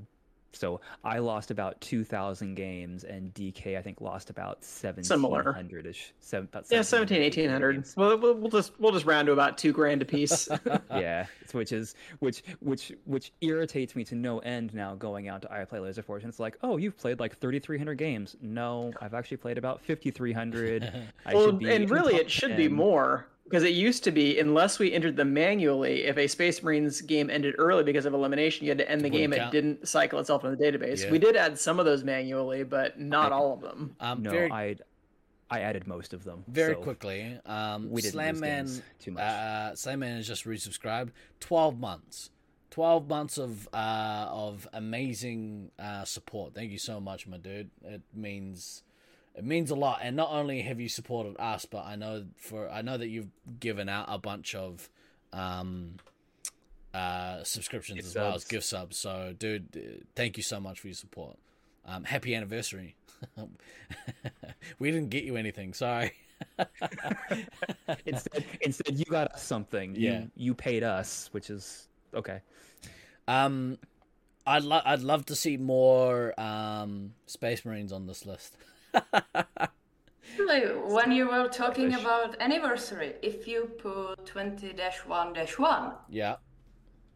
Speaker 1: So I lost about two thousand games, and DK I think lost about
Speaker 2: Similar.
Speaker 1: seventeen hundred ish. Seven, about
Speaker 2: Yeah, 17, 1800. Well, we'll we'll just we'll just round to about two grand a piece.
Speaker 1: yeah, it's- which is which which which irritates me to no end now. Going out to I play Laser Forge, and it's like, oh, you've played like thirty three hundred games. No, I've actually played about fifty three hundred.
Speaker 2: well, and really, it should be more because it used to be unless we entered them manually. If a Space Marines game ended early because of elimination, you had to end the
Speaker 3: Wouldn't
Speaker 2: game. It
Speaker 3: count.
Speaker 2: didn't cycle itself in the database.
Speaker 3: Yeah.
Speaker 2: We did add some of those manually, but not all of them.
Speaker 3: Um,
Speaker 1: No,
Speaker 3: very
Speaker 1: I I added most of them.
Speaker 3: very
Speaker 1: so
Speaker 3: quickly. Um,
Speaker 1: We didn't lose
Speaker 3: Slam Man,
Speaker 1: games too much.
Speaker 3: uh, Slam Man has just resubscribed. Twelve months. Twelve months of uh, of amazing uh, support. Thank you so much, my dude. It means it means a lot. And not only have you supported us, but I know for I know that you've given out a bunch of um, uh, subscriptions
Speaker 1: Gift
Speaker 3: as well as
Speaker 1: subs.
Speaker 3: gift subs. So, dude, uh, thank you so much for your support. Um, happy anniversary. we didn't get you anything. Sorry.
Speaker 1: instead, instead you got us something.
Speaker 3: Yeah.
Speaker 1: you, you paid us, which is okay.
Speaker 3: Um, I'd lo- I'd love to see more um Space Marines on this list.
Speaker 5: Actually, when you were talking
Speaker 1: Rubbish.
Speaker 5: about anniversary, if you put 20 1 1,
Speaker 3: Yeah,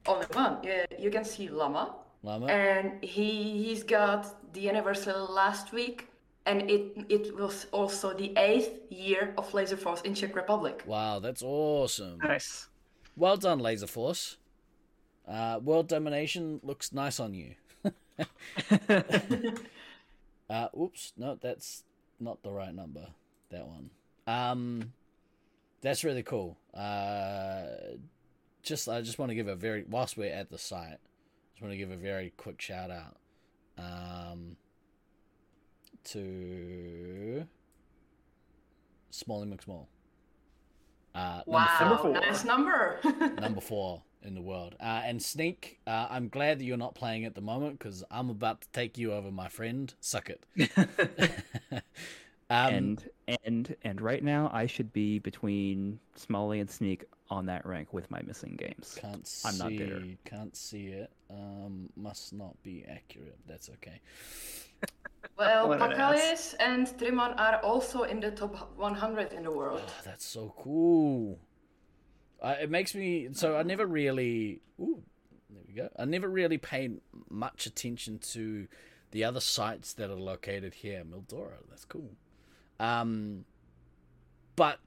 Speaker 5: only one, yeah, you can see Lama.
Speaker 3: Lama.
Speaker 5: And he, he's got the anniversary last week, and it, it was also the eighth year of Laser Force in Czech Republic.
Speaker 3: wow, that's awesome.
Speaker 2: Nice.
Speaker 3: Well done, Laser Force. Uh, world domination looks nice on you. uh, oops, no, that's not the right number. That one. Um, that's really cool. Uh, just I just want to give a very whilst we're at the site, just want to give a very quick shout out. Um, to Smally McSmall. Uh, number
Speaker 5: Wow,
Speaker 3: four
Speaker 2: Number four.
Speaker 5: nice number.
Speaker 3: number four in the world. Uh, and Sneak, uh, I'm glad that you're not playing at the moment because I'm about to take you over, my friend. Suck it. um,
Speaker 1: and and and right now I should be between Smalley and Sneak on that rank with my missing games.
Speaker 3: can't see,
Speaker 1: I'm not bitter.
Speaker 3: Can't see it. Um, must not be accurate. That's okay.
Speaker 5: well,
Speaker 2: What an
Speaker 5: Pakalis and Trimon are also in the top 100 in the world.
Speaker 3: Oh, that's so cool. Uh, it makes me so I never really. Ooh, there we go. I never really paid much attention to the other sites that are located here, in Mildora. That's cool. Um, but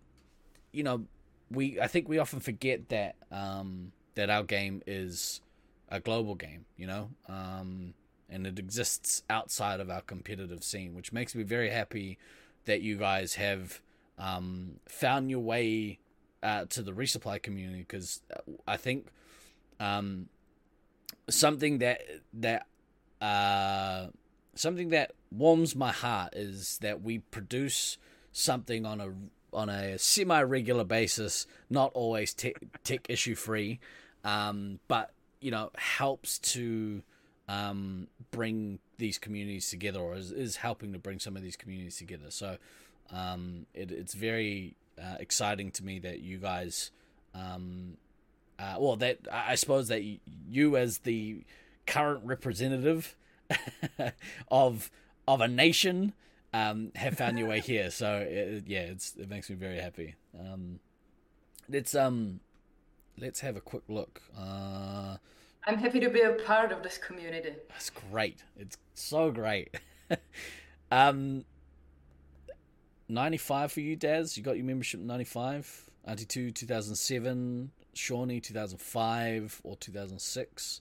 Speaker 3: you know, we I think we often forget that um that our game is a global game. You know, um, and it exists outside of our competitive scene, which makes me very happy that you guys have um, found your way uh, to the resupply community because I think um, something that that uh, something that warms my heart is that we produce something on a on a semi regular basis, not always tech, tech issue free, um, but you know helps to um, bring these communities together or is, is helping to bring some of these communities together. So um, it, it's very uh, exciting to me that you guys, um, uh, well, that I I suppose that y- you as the current representative of of a nation um, have found your way here. So uh yeah, it's, it makes me very happy. Um, let's um, let's have a quick look. Uh,
Speaker 5: I'm happy to be a part of this community.
Speaker 3: that's great. It's so great. um, ninety five for you, Daz. You got your membership ninety five. Ninety two, two thousand seven. Shawnee, two thousand five or two thousand six.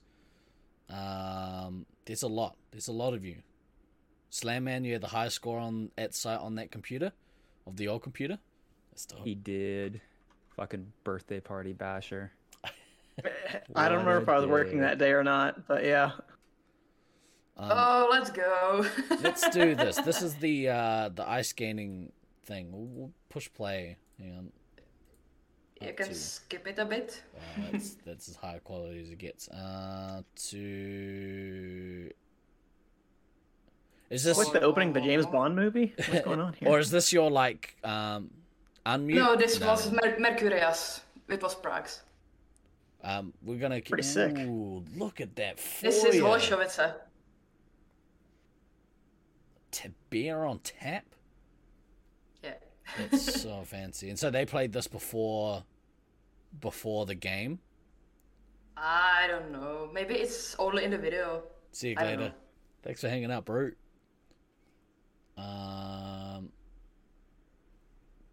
Speaker 3: Um, there's a lot. There's a lot of you. Slam man, you had the highest score on at site on that computer, of the old computer. That's dope.
Speaker 1: He did fucking birthday party basher.
Speaker 2: I don't
Speaker 1: What
Speaker 2: remember
Speaker 1: a
Speaker 2: if I was working
Speaker 1: day.
Speaker 2: that day or not, but yeah.
Speaker 3: Um,
Speaker 5: oh, let's go.
Speaker 3: Let's do this. This is the uh the eye scanning thing. We'll, we'll push play. Hang on.
Speaker 5: You
Speaker 3: Up
Speaker 5: can
Speaker 3: to-
Speaker 5: skip it a bit.
Speaker 3: Wow, Uh, that's that's as high quality as it gets. Uh, to is this
Speaker 2: What's the opening of the James Bond movie? What's going on here?
Speaker 3: or is this your like um unmute?
Speaker 5: No, this was Mer- Mercurius. It was Prague's.
Speaker 3: um. We're gonna
Speaker 2: Pretty sick.
Speaker 3: Ooh, look at that.
Speaker 5: This is
Speaker 2: Oh,
Speaker 3: foyer.
Speaker 5: Holoshovice.
Speaker 3: t- beer on tap.
Speaker 5: Yeah.
Speaker 3: That's so fancy. And so they played this before, before the game.
Speaker 5: I don't know. Maybe it's only in the video.
Speaker 3: See you
Speaker 5: I don't
Speaker 3: later.
Speaker 5: know.
Speaker 3: Thanks for hanging out, Brute. Um.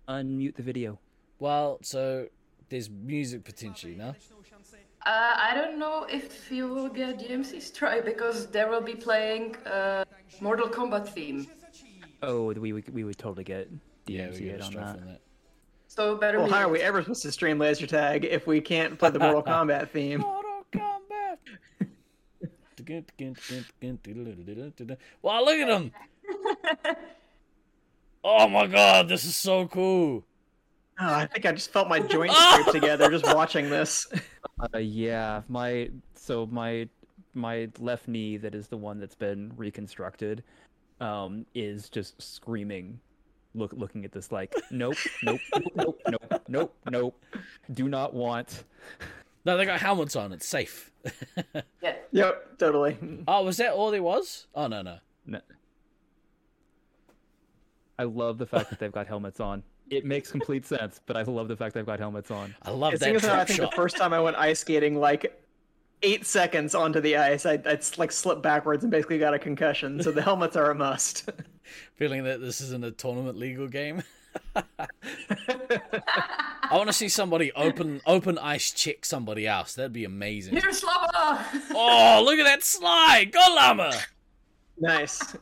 Speaker 1: Unmute the video.
Speaker 3: Well, so there's music potentially, no?
Speaker 5: Uh, I don't know if you will get DMC's try because they will be playing uh, Mortal Kombat theme.
Speaker 1: Oh, we would we would totally get DMCA
Speaker 3: we
Speaker 1: on that.
Speaker 3: on that.
Speaker 5: So better
Speaker 2: Well,
Speaker 5: be.
Speaker 2: how are we ever supposed to stream laser tag if we can't play the Mortal Kombat theme? Oh,
Speaker 3: Mortal Kombat. wow, look at him! Oh my god, this is so cool.
Speaker 2: Oh, I think I just felt my joints scrape together just watching this.
Speaker 1: Uh, yeah, my so my my left knee that is the one that's been reconstructed, um, is just screaming, look looking at this like nope nope nope nope nope nope nope, do not want.
Speaker 3: No, they got helmets on. It's safe.
Speaker 5: Yeah.
Speaker 2: Yep, totally.
Speaker 3: oh, was that all there was? Oh no no.
Speaker 1: No. I love the fact that they've got helmets on. It makes complete sense, but I love the fact they've got helmets on.
Speaker 3: I love
Speaker 2: As soon
Speaker 3: that
Speaker 2: as I
Speaker 3: drop
Speaker 2: think
Speaker 3: shot.
Speaker 2: the first time I went ice skating, like eight seconds onto the ice, I, I like slipped backwards and basically got a concussion. So the helmets are a must.
Speaker 3: Feeling that this isn't a tournament legal game. I want to see somebody open open ice check somebody else. That'd be amazing.
Speaker 5: Here's Slava!
Speaker 3: Oh, look at that slide! Go llama!
Speaker 2: nice.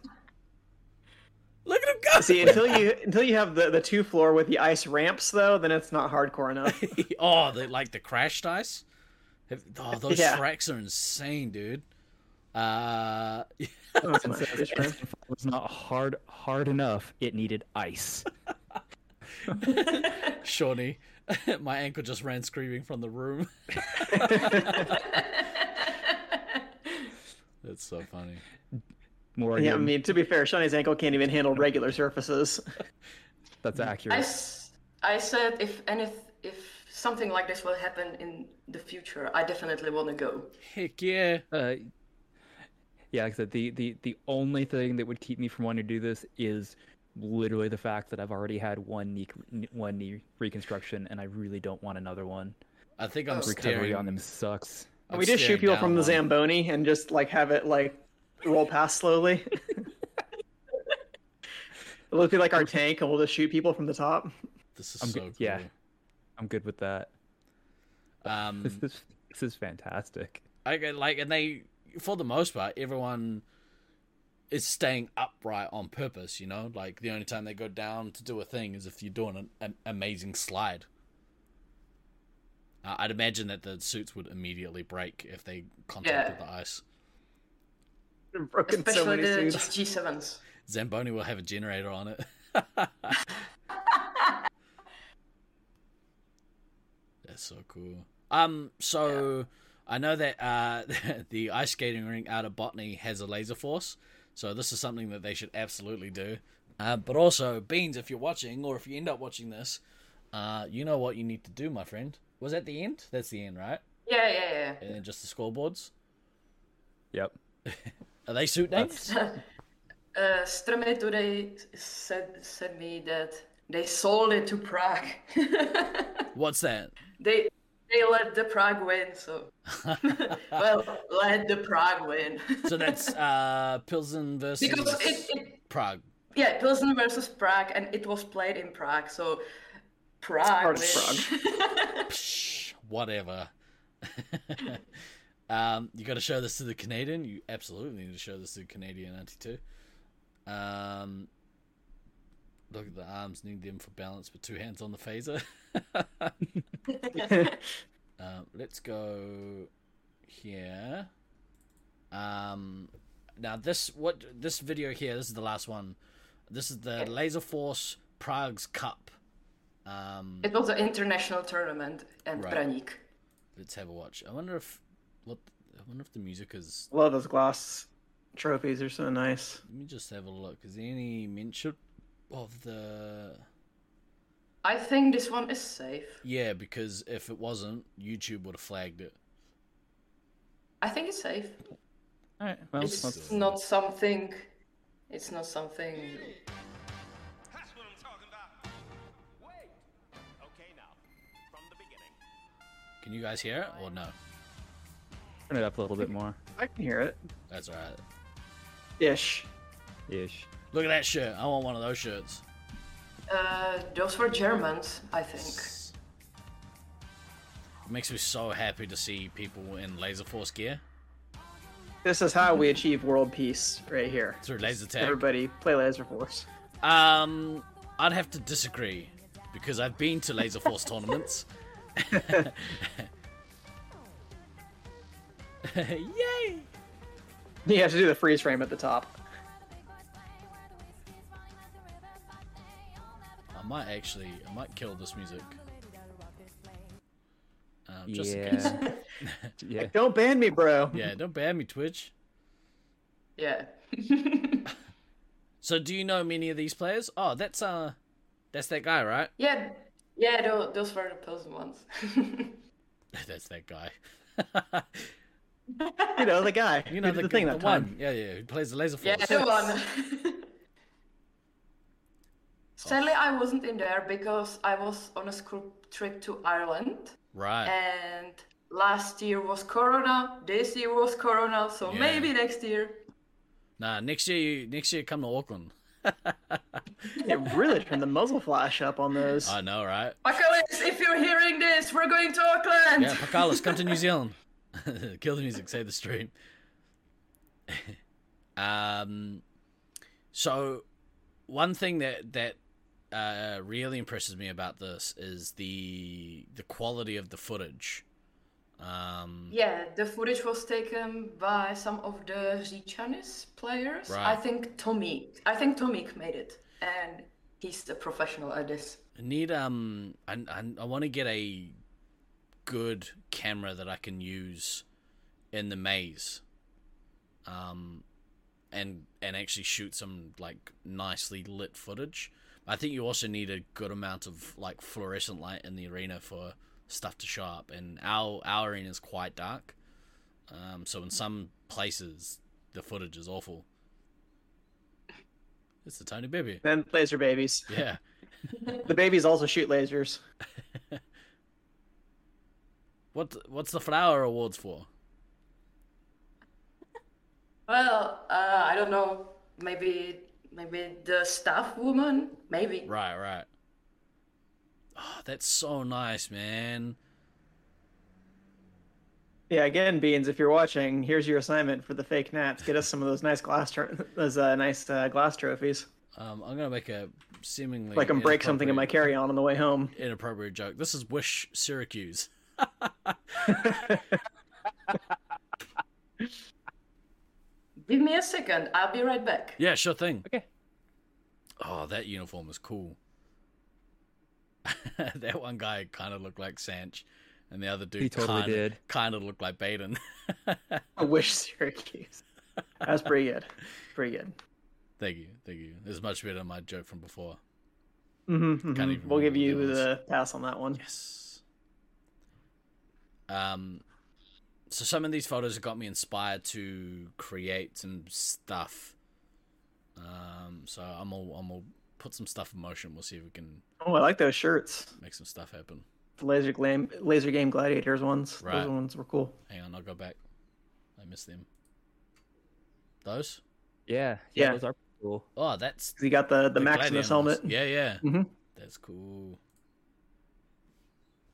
Speaker 3: Look at him go!
Speaker 2: See, until you until you have the the two floor with the ice ramps though, then it's not hardcore enough.
Speaker 3: oh, they like the crashed ice. Have- Oh, those
Speaker 2: Yeah.
Speaker 3: tracks are insane, dude. Uh,
Speaker 2: Oh, it's my
Speaker 1: So
Speaker 2: fish,
Speaker 1: if
Speaker 2: man.
Speaker 1: it was not hard hard enough. It needed ice.
Speaker 3: Shawnee, my ankle just ran screaming from the room. That's so funny.
Speaker 1: More
Speaker 2: Yeah, I mean to be fair, Shawnee's ankle can't even handle regular surfaces.
Speaker 1: that's
Speaker 5: I,
Speaker 1: accurate.
Speaker 5: s- I said if anyth- if something like this will happen in the future, I definitely want to go.
Speaker 3: Heck yeah.
Speaker 1: Uh, yeah, like I said, the, the, the only thing that would keep me from wanting to do this is literally the fact that I've already had one knee one knee reconstruction, and I really don't want another one.
Speaker 3: I think I'm
Speaker 1: Recovery
Speaker 3: staring.
Speaker 1: on them sucks.
Speaker 3: I'm
Speaker 2: we just shoot
Speaker 3: staring
Speaker 2: people
Speaker 3: down
Speaker 2: from the
Speaker 3: one.
Speaker 2: Zamboni and just like have it like roll past slowly. It'll be like our tank, and we'll just shoot people from the top.
Speaker 3: This is
Speaker 1: I'm
Speaker 3: so
Speaker 1: good-
Speaker 3: cool.
Speaker 1: yeah. I'm good with that. This
Speaker 3: Um,
Speaker 1: is this is fantastic.
Speaker 3: I get- like, and they, for the most part, everyone is staying upright on purpose. You know, like the only time they go down to do a thing is if you're doing an, an amazing slide. Uh, I'd imagine that the suits would immediately break if they contacted
Speaker 5: Yeah.
Speaker 3: the ice.
Speaker 2: I've broken so
Speaker 5: Especially
Speaker 2: many
Speaker 5: the
Speaker 2: suits.
Speaker 5: G7s.
Speaker 3: Zamboni will have a generator on it. That's so cool. Um, so I know that uh, the ice skating rink out of Botany has a laser force, so this is something that they should absolutely do. Uh, but also, Beans, if you're watching or if you end up watching this, uh, you know what you need to do, my friend. Was that the end? That's the end, right?
Speaker 5: Yeah, yeah,
Speaker 3: And then just the scoreboards.
Speaker 1: Yep.
Speaker 3: Are they suit names?
Speaker 5: yeah. Uh, Streme today said said me that they sold it to Prague.
Speaker 3: What's that?
Speaker 5: they they let the Prague win, so well, let the Prague win.
Speaker 3: So that's uh, Pilsen versus
Speaker 5: because it, it
Speaker 3: Prague.
Speaker 5: yeah, Pilsen versus Prague, and it was played in Prague, so Prague.
Speaker 2: part of
Speaker 5: wins.
Speaker 3: Psh, whatever. um, you got to show this to the Canadian. You absolutely need to show this to the Canadian auntie too. Um, look at the arms. Need them for balance, but two hands on the phaser. um, let's go here. Um, now this what this video here. This is the last one. This is the Laser Force Prague's Cup. Um,
Speaker 5: It was an international tournament and
Speaker 3: Right.
Speaker 5: Branik.
Speaker 3: let's have a watch. I wonder if what I wonder if the music is.
Speaker 2: Love those glass trophies; they're so nice.
Speaker 3: Let me just have a look. Is there any mention of the?
Speaker 5: I think this one is safe.
Speaker 3: Yeah, because if it wasn't, YouTube would have flagged it.
Speaker 5: I think it's safe.
Speaker 1: All right. Well,
Speaker 5: It's
Speaker 1: let's-
Speaker 5: not something It's not something.
Speaker 4: That's what I'm talking about. Wait. Okay, now, from the beginning.
Speaker 3: Can you guys hear it or no?
Speaker 1: Turn it up a little bit more.
Speaker 2: I can hear it.
Speaker 3: That's alright.
Speaker 2: Ish.
Speaker 1: Ish.
Speaker 3: Look at that shirt. I want one of those shirts.
Speaker 5: Uh, those were Germans, I think.
Speaker 3: It makes me so happy to see people in Laser Force gear
Speaker 2: This is how we achieve world peace right here.
Speaker 3: through laser tag.
Speaker 2: Everybody play Laser Force.
Speaker 3: Um, I'd have to disagree because I've been to Laser Force tournaments. Yay!
Speaker 2: You have to do the freeze frame at the top.
Speaker 3: I might actually, I might kill this music. Um, just in case.
Speaker 1: yeah. yeah.
Speaker 2: Don't ban me, bro.
Speaker 3: Yeah, don't ban me, Twitch.
Speaker 5: Yeah.
Speaker 3: So, do you know many of these players? Oh, that's uh, that's that guy, right?
Speaker 5: Yeah. Yeah, tho- those were those ones.
Speaker 3: that's that guy.
Speaker 2: You know the guy.
Speaker 3: you know
Speaker 2: who
Speaker 3: the,
Speaker 2: did thing
Speaker 3: the
Speaker 2: that
Speaker 3: one.
Speaker 2: time.
Speaker 3: Yeah, yeah. Who plays the laser force?
Speaker 5: yeah, the one. Sadly, I wasn't in there because I was on a school trip to Ireland.
Speaker 3: Right.
Speaker 5: and last year was corona this year was corona so
Speaker 3: Yeah.
Speaker 5: maybe next year
Speaker 3: Nah, next year, you, next year, come to Auckland.
Speaker 2: It really turned the muzzle flash up on those.
Speaker 3: I know, right?
Speaker 5: Pacolis, if you're hearing this we're going to auckland
Speaker 3: Yeah, Pakalis, come to New Zealand. Kill the music, save the stream. um, so one thing that that uh, really impresses me about this is the the quality of the footage. Um,
Speaker 5: Yeah, the footage was taken by some of the Zichanis players i
Speaker 3: Right.
Speaker 5: think tommy i think tommy made it and he's a professional at this
Speaker 3: I need um, I I, I want to get a good camera that I can use in the maze. Um, and and actually shoot some like nicely lit footage. I think you also need a good amount of like fluorescent light in the arena for stuff to show up. And our our arena is quite dark, um, so in some places the footage is awful. It's a tiny baby.
Speaker 2: Then laser babies.
Speaker 3: Yeah.
Speaker 2: The babies also shoot lasers.
Speaker 3: What what's the flower awards for?
Speaker 5: well uh, i don't know maybe maybe the staff woman maybe
Speaker 3: Right, right. Oh, that's so nice, man.
Speaker 2: Yeah, again, beans. If you're watching, here's your assignment for the fake naps. Get us some of those nice glass, tro- those uh, nice uh, glass trophies.
Speaker 3: Um, I'm gonna make a seemingly
Speaker 2: Like I'm break something in my
Speaker 3: inappropriate-
Speaker 2: carry-on on the way home.
Speaker 3: inappropriate joke. This is Wish Syracuse.
Speaker 5: give me a second i'll be right back
Speaker 3: Yeah, sure thing.
Speaker 1: Okay.
Speaker 3: Oh, that uniform is cool. that one guy kind of looked like Sanch, and the other dude
Speaker 1: He totally
Speaker 3: kinda,
Speaker 1: did.
Speaker 3: kind of looked like Baden.
Speaker 2: I wish Syracuse. That's pretty good. Pretty good.
Speaker 3: thank you, thank you. It's much better than my joke from before.
Speaker 2: Mm-hmm,
Speaker 3: Can't even
Speaker 2: We'll give
Speaker 3: remember
Speaker 2: you
Speaker 3: what it
Speaker 2: the pass on that one.
Speaker 3: Yes. Um, so some of these photos have got me inspired to create some stuff. Um, so I'm all I'm all put some stuff in motion. We'll see if we can
Speaker 2: Oh, I like those shirts.
Speaker 3: make some stuff happen.
Speaker 2: The laser glam, laser game gladiators ones.
Speaker 3: Right.
Speaker 2: Those ones were cool.
Speaker 3: Hang on, I'll go back. I miss them. Those?
Speaker 1: Yeah.
Speaker 2: Yeah.
Speaker 1: Those are cool.
Speaker 3: Oh, that's
Speaker 2: 'Cause He got the the, Maximus
Speaker 3: Gladiators.
Speaker 2: helmet.
Speaker 3: Yeah, yeah.
Speaker 2: Mhm.
Speaker 3: That's cool.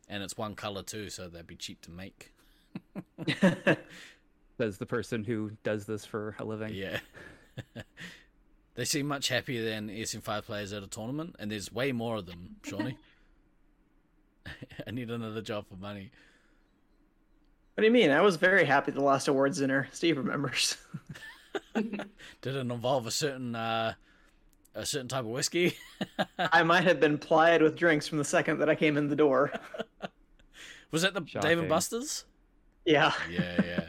Speaker 3: And it's one color too, so that'd be cheap to make.
Speaker 1: Says the person who does this for a living.
Speaker 3: Yeah. they seem much happier than ESM5 players at a tournament, and there's way more of them, Shawnee. I need another job for money.
Speaker 2: What do you mean? I was very happy the last awards dinner. Steve remembers.
Speaker 3: Didn't involve a certain uh, a certain type of whiskey.
Speaker 2: I might have been plied with drinks from the second that I came in the door.
Speaker 3: Was that the Dave
Speaker 1: Shocking.
Speaker 3: and Buster's?
Speaker 2: Yeah.
Speaker 3: Yeah, yeah.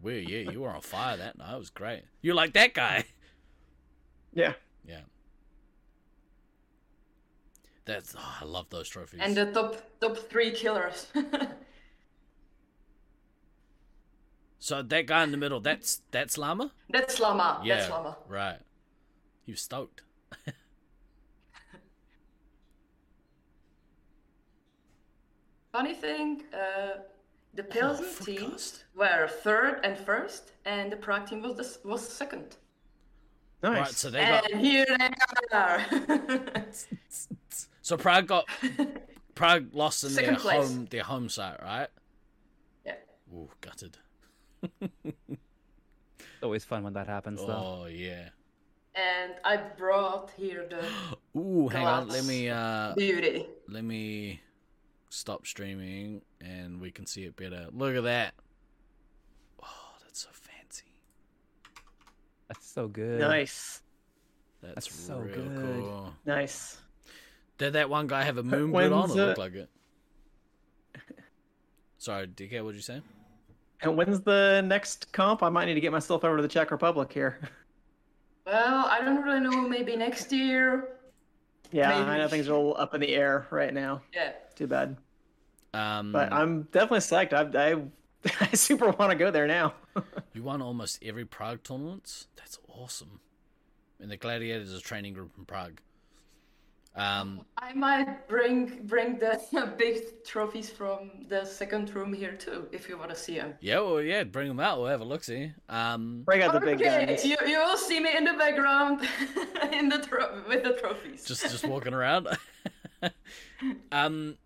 Speaker 3: Well, yeah, you were on fire that night. It was great. You're like that guy.
Speaker 2: Yeah.
Speaker 3: Yeah. That's oh, I love those trophies.
Speaker 5: and the top top three killers
Speaker 3: so that guy in the middle, that's that's Llama.
Speaker 5: That's Lama.
Speaker 3: Yeah,
Speaker 5: Uh, That's Lama.
Speaker 3: right. You stoked.
Speaker 5: Funny thing, uh, the Pilsen
Speaker 3: fuck
Speaker 5: teams
Speaker 3: cost.
Speaker 5: were third and first, and the Prague team was the, s- was second.
Speaker 2: Nice.
Speaker 3: Right, so they got
Speaker 5: And here they are.
Speaker 3: so Prague got Prague lost in their
Speaker 5: Second place.
Speaker 3: home their home site, right?
Speaker 5: yeah.
Speaker 3: Ooh, gutted.
Speaker 1: It's always fun when that happens, though.
Speaker 3: Oh yeah.
Speaker 5: And I brought here the
Speaker 3: Ooh, hang on. Let
Speaker 5: Glass.
Speaker 3: me uh
Speaker 5: beauty.
Speaker 3: let me stop streaming and we can see it better. Look at that. Oh, that's so fancy.
Speaker 1: That's so good.
Speaker 2: Nice.
Speaker 3: That's,
Speaker 1: That's so
Speaker 3: real
Speaker 1: good.
Speaker 3: cool.
Speaker 2: Nice.
Speaker 3: Did that one guy have a moon boot on? It
Speaker 2: When's, uh,
Speaker 3: looked like it. Sorry, DK, what'd you say?
Speaker 2: And when's the next comp? I might need to get myself over to the Czech Republic here.
Speaker 5: Well, I don't really know. Maybe next year.
Speaker 2: Yeah, I
Speaker 5: Maybe.
Speaker 2: know things are a little up in the air right now.
Speaker 5: Yeah.
Speaker 2: Too bad.
Speaker 3: Um,
Speaker 5: Hmm.
Speaker 2: But I'm definitely psyched. I, I, I super want to go there now.
Speaker 3: you won almost every Prague tournaments. That's awesome. And the Gladiators is a training group in Prague. Um,
Speaker 5: I might bring bring the big trophies from the second room here too, if you want to see them.
Speaker 3: yeah, well, yeah, bring them out. We'll have a look see. Um,
Speaker 2: Break out the big guns.
Speaker 5: you, you will see me in the background in the tro- with the trophies.
Speaker 3: just just walking around. um,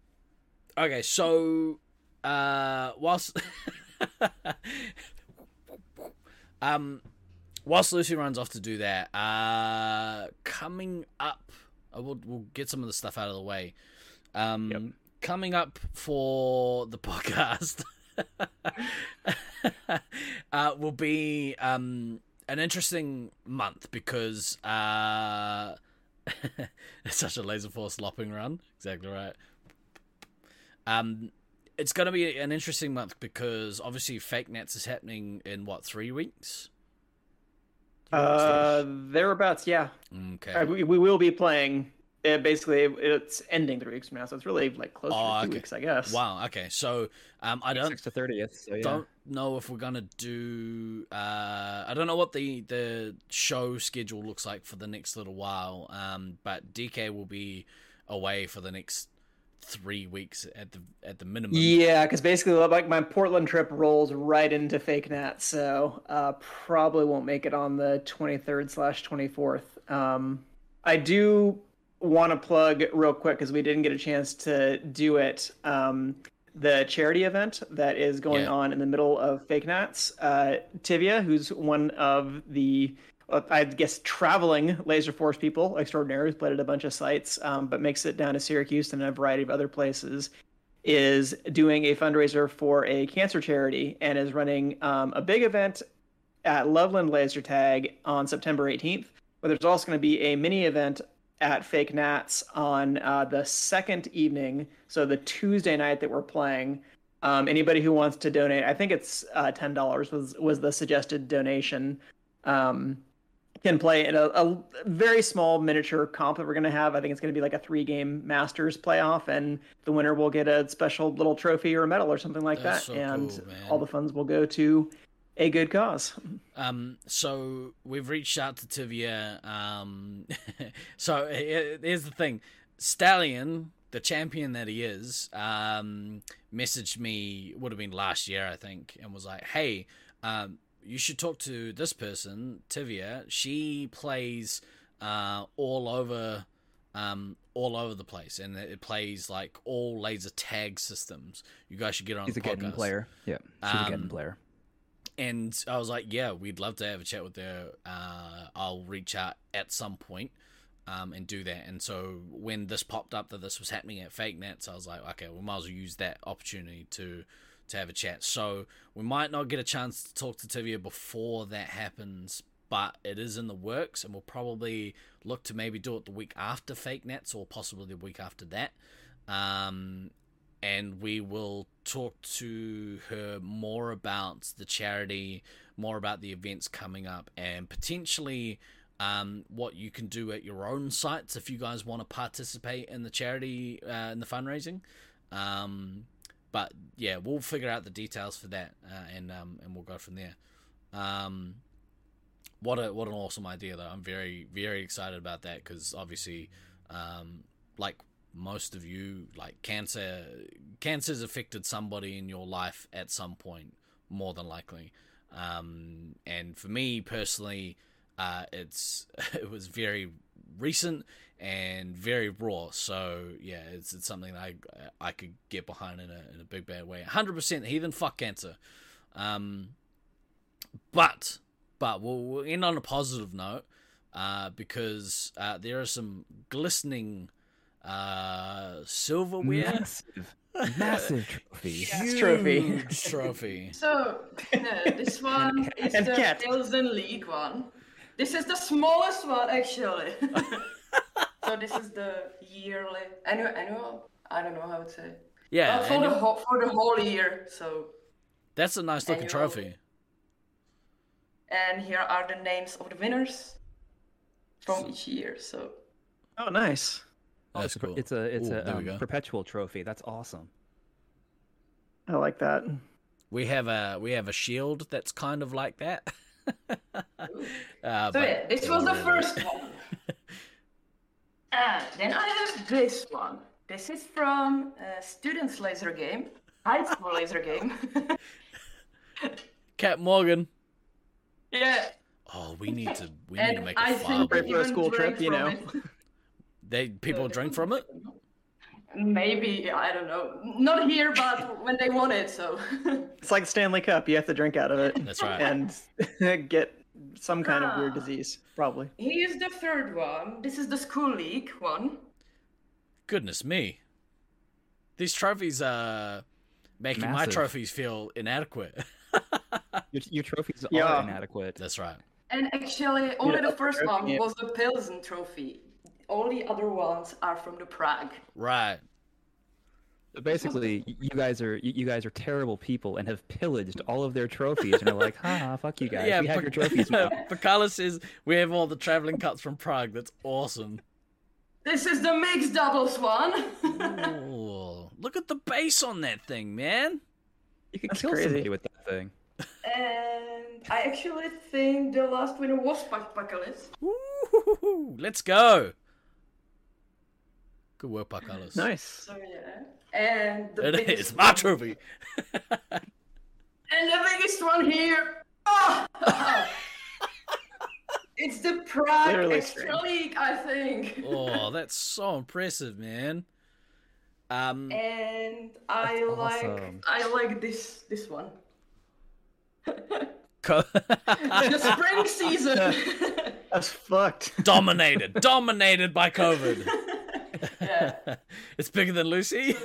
Speaker 3: okay, so uh, whilst um, whilst Lucy runs off to do that, uh, coming up, I will we'll get some of the stuff out of the way. Um, coming up for the podcast. uh, will be um, an interesting month because uh, it's such a laser force slopping run. Exactly right. Um, it's going to be an interesting month because obviously fake nets is happening in what three weeks.
Speaker 2: Uh, thereabouts, yeah.
Speaker 3: Okay.
Speaker 2: Uh, we, we will be playing. Uh, basically, it's ending three weeks from now, so it's really like close
Speaker 3: Oh,
Speaker 2: to two
Speaker 3: okay.
Speaker 2: weeks, I guess.
Speaker 3: Wow. Okay. So um, I don't
Speaker 1: Six to thirtieth. So yeah.
Speaker 3: don't know if we're gonna do. Uh, I don't know what the the show schedule looks like for the next little while. Um, but DK will be away for the next three weeks at the at the minimum.
Speaker 2: Yeah, because basically, like my Portland trip rolls right into Fake Nat, so uh, probably won't make it on the 23rd slash 24th. Um, I do want to plug real quick because we didn't get a chance to do it. Um, the charity event that is going
Speaker 3: Yeah.
Speaker 2: on in the middle of Fake Nats. Uh, Tivia, who's one of the uh, I guess traveling Laser Force people, extraordinary, who's played at a bunch of sites, um, but makes it down to Syracuse and a variety of other places is doing a fundraiser for a cancer charity and is running um, a big event at Loveland Laser Tag on September 18th. But there's also going to be a mini event at Fake Nats on uh, the second evening, so the Tuesday night that we're playing. Um, anybody who wants to donate, I think it's uh, ten dollars was was the suggested donation. Um, can play in a, a very small miniature comp that we're going to have. I think it's going to be like a three game Masters playoff, and the winner will get a special little trophy or a medal or something like
Speaker 3: That's
Speaker 2: that.
Speaker 3: so
Speaker 2: and
Speaker 3: cool, man.
Speaker 2: all the funds will go to a good cause.
Speaker 3: Um, so we've reached out to Tivia. Um, so he- here's the thing: Stallion, the champion that he is, um, messaged me would have been last year, I think, and was like, "Hey, um, you should talk to this person, Tivia. She plays uh, all over." Um, all over the place, and it plays like all laser tag systems. You guys should get her on
Speaker 1: She's
Speaker 3: the
Speaker 1: a Geddon
Speaker 3: podcast
Speaker 1: player. Yeah. She's a
Speaker 3: Um,
Speaker 1: Geddon player.
Speaker 3: and I was like, "Yeah, we'd love to have a chat with her. Uh, I'll reach out at some point, um, and do that." And so when this popped up that this was happening at Fake Nets, I was like, "Okay, we might as well use that opportunity to to have a chat." So we might not get a chance to talk to Tivia before that happens, but it is in the works, and we'll probably look to maybe do it the week after Fake Nets, or possibly the week after that. Um, and we will talk to her more about the charity, more about the events coming up, and potentially um, what you can do at your own sites if you guys want to participate in the charity uh, in the fundraising. Um, but yeah, we'll figure out the details for that, uh, and um, and we'll go from there. Um, what a what an awesome idea though. I'm very very excited about that because obviously, um, like most of you, like cancer cancer's affected somebody in your life at some point, more than likely. Um, and for me personally, uh, it's it was very recent and very raw. So yeah, it's, it's something that I I could get behind in a in a big bad way. 100% heathen fuck cancer. Um, but but we'll, we'll end on a positive note uh, because uh, there are some glistening uh, silverware.
Speaker 1: Massive, massive trophy.
Speaker 2: Yes, trophy.
Speaker 3: Huge trophy.
Speaker 5: So uh, this one is
Speaker 2: And
Speaker 5: the
Speaker 2: cat.
Speaker 5: Pilsen League one. This is the smallest one actually. so this is the yearly annual annual. I don't know how to say. it.
Speaker 3: Yeah,
Speaker 5: Uh, for
Speaker 3: and
Speaker 5: the whole for the whole year. So
Speaker 3: that's a nice looking
Speaker 5: annual.
Speaker 3: trophy.
Speaker 5: and here are the names of the winners from each year. So
Speaker 2: Oh, nice.
Speaker 1: Oh, it's,
Speaker 3: That's
Speaker 1: a per-
Speaker 3: cool.
Speaker 1: it's a it's
Speaker 3: Ooh, there
Speaker 1: a
Speaker 3: we
Speaker 1: um,
Speaker 3: go.
Speaker 1: perpetual trophy. That's awesome.
Speaker 2: I like that.
Speaker 3: We have a we have a shield that's kind of like that. uh,
Speaker 5: so
Speaker 3: but-
Speaker 5: yeah, this was the first one. And then I have this one. This is from uh, Students Laser Game, High School Laser Game.
Speaker 3: Cap Morgan.
Speaker 5: yeah,
Speaker 3: Oh, we need to we need to
Speaker 5: and
Speaker 3: make
Speaker 5: I
Speaker 3: a
Speaker 5: think
Speaker 2: Great
Speaker 5: they
Speaker 2: for a
Speaker 3: fireball.
Speaker 5: even
Speaker 2: school
Speaker 5: drank
Speaker 2: trip, you
Speaker 5: from
Speaker 2: know.
Speaker 5: it.
Speaker 3: They people drink from it.
Speaker 5: Maybe I don't know. Not here, but when they want it. So
Speaker 2: It's like Stanley Cup. You have to drink out of it.
Speaker 3: That's right.
Speaker 2: And get some kind of weird
Speaker 5: Ah.
Speaker 2: disease, probably.
Speaker 5: here's the third one. This is the school league one.
Speaker 3: Goodness me, these trophies are making my
Speaker 1: Massive.
Speaker 3: trophies feel inadequate.
Speaker 1: Your, your trophies are
Speaker 2: Yeah.
Speaker 1: inadequate.
Speaker 3: that's right.
Speaker 5: And actually, only
Speaker 2: know,
Speaker 5: the first
Speaker 2: trophy,
Speaker 5: one
Speaker 2: yeah.
Speaker 5: was the Pilsen trophy. All the other ones are from the Prague.
Speaker 3: Right.
Speaker 1: So Basically, y- you guys are you, you guys are terrible people and have pillaged all of their trophies and are like, ha, fuck you guys. we have your
Speaker 3: Pic-
Speaker 1: trophies now.
Speaker 3: Picala says we have all the traveling cups from Prague. That's awesome.
Speaker 5: This is the mixed doubles one.
Speaker 3: Ooh, look at the base on that thing, man.
Speaker 1: You could
Speaker 2: That's
Speaker 1: kill
Speaker 2: crazy.
Speaker 1: somebody with that thing.
Speaker 5: and I actually think the last winner was Pak- Pakalis.
Speaker 3: Woo-hoo-hoo-hoo. Let's go. Good work, Pakalos.
Speaker 2: Nice.
Speaker 5: So yeah. And the
Speaker 3: It
Speaker 5: biggest
Speaker 3: is my trophy.
Speaker 5: And the biggest one here. Ah! it's the Prague
Speaker 2: Literally
Speaker 5: Extra
Speaker 2: strange.
Speaker 5: League, I think.
Speaker 3: Oh, that's so impressive, man. Um,
Speaker 5: Eh. And I
Speaker 1: That's
Speaker 5: like
Speaker 1: awesome.
Speaker 5: I like this this one.
Speaker 3: co-
Speaker 5: The spring season.
Speaker 2: That's fucked.
Speaker 3: dominated, dominated by COVID.
Speaker 5: yeah.
Speaker 3: It's bigger than Lucy.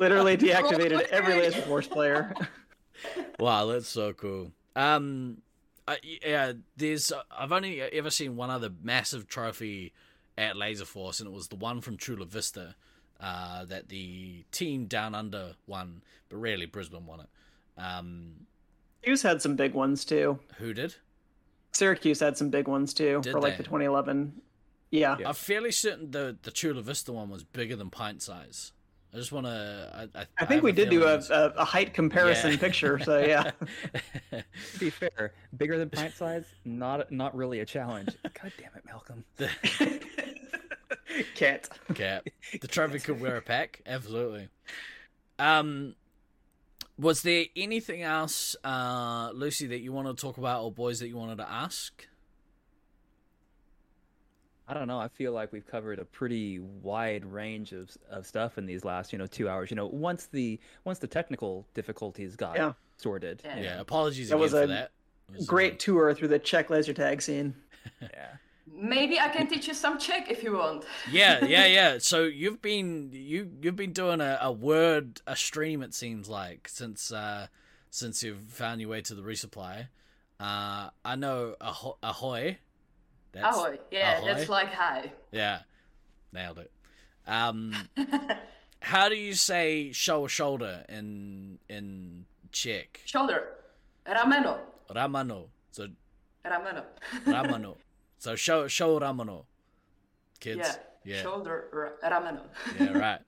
Speaker 2: Literally deactivated every Laser Force player.
Speaker 3: Wow, that's so cool. Um, I, yeah, there's uh, I've only ever seen one other massive trophy at Laser Force, and it was the one from Chula Vista uh, that the team down under won, but rarely Brisbane won it. Um,
Speaker 2: Hughes had some big ones too.
Speaker 3: who did?
Speaker 2: Syracuse had some big ones too
Speaker 3: Did
Speaker 2: for like
Speaker 3: they?
Speaker 2: the 2011. Yeah.
Speaker 1: Yeah.
Speaker 3: I'm fairly certain the the Chula Vista one was bigger than pint size. I just want to. I, I,
Speaker 2: I think we did do a, a, a height comparison
Speaker 3: Yeah.
Speaker 2: picture. So yeah.
Speaker 3: a.
Speaker 1: To be fair, bigger than pint size, not not really a challenge. God damn it, Malcolm.
Speaker 2: Cat.
Speaker 3: cap. The trophy could wear a pack, absolutely. Um, was there anything else, uh, Lucy, that you want to talk about, or boys that you wanted to ask?
Speaker 1: I don't know. I feel like we've covered a pretty wide range of of stuff in these last, you know, two hours. You know, once the once the technical difficulties got
Speaker 2: Yeah.
Speaker 1: sorted.
Speaker 5: Yeah.
Speaker 1: you
Speaker 3: Yeah,
Speaker 1: know,
Speaker 3: apologies
Speaker 2: That
Speaker 3: again
Speaker 2: was
Speaker 3: for
Speaker 2: a
Speaker 3: that. It was, uh,
Speaker 2: Great tour through the Czech laser tag scene.
Speaker 1: yeah.
Speaker 5: Maybe I can teach you some Czech if you want.
Speaker 3: yeah, yeah, yeah. So you've been you you've been doing a, a word a stream it seems like since uh since you've found your way to the resupply. Uh, I know aho- ahoy. That's,
Speaker 5: Ahoy. Yeah, that's
Speaker 3: ahoy.
Speaker 5: like hi.
Speaker 3: Yeah, nailed it. Um, how do you say show a shoulder in in Czech?
Speaker 5: Shoulder. Rameno.
Speaker 3: Ramano. So
Speaker 5: Rameno.
Speaker 3: ramano. so show show ramano.
Speaker 5: yeah.
Speaker 3: Kids. Yeah.
Speaker 5: Shoulder. ra- Rameno.
Speaker 3: Yeah. Right.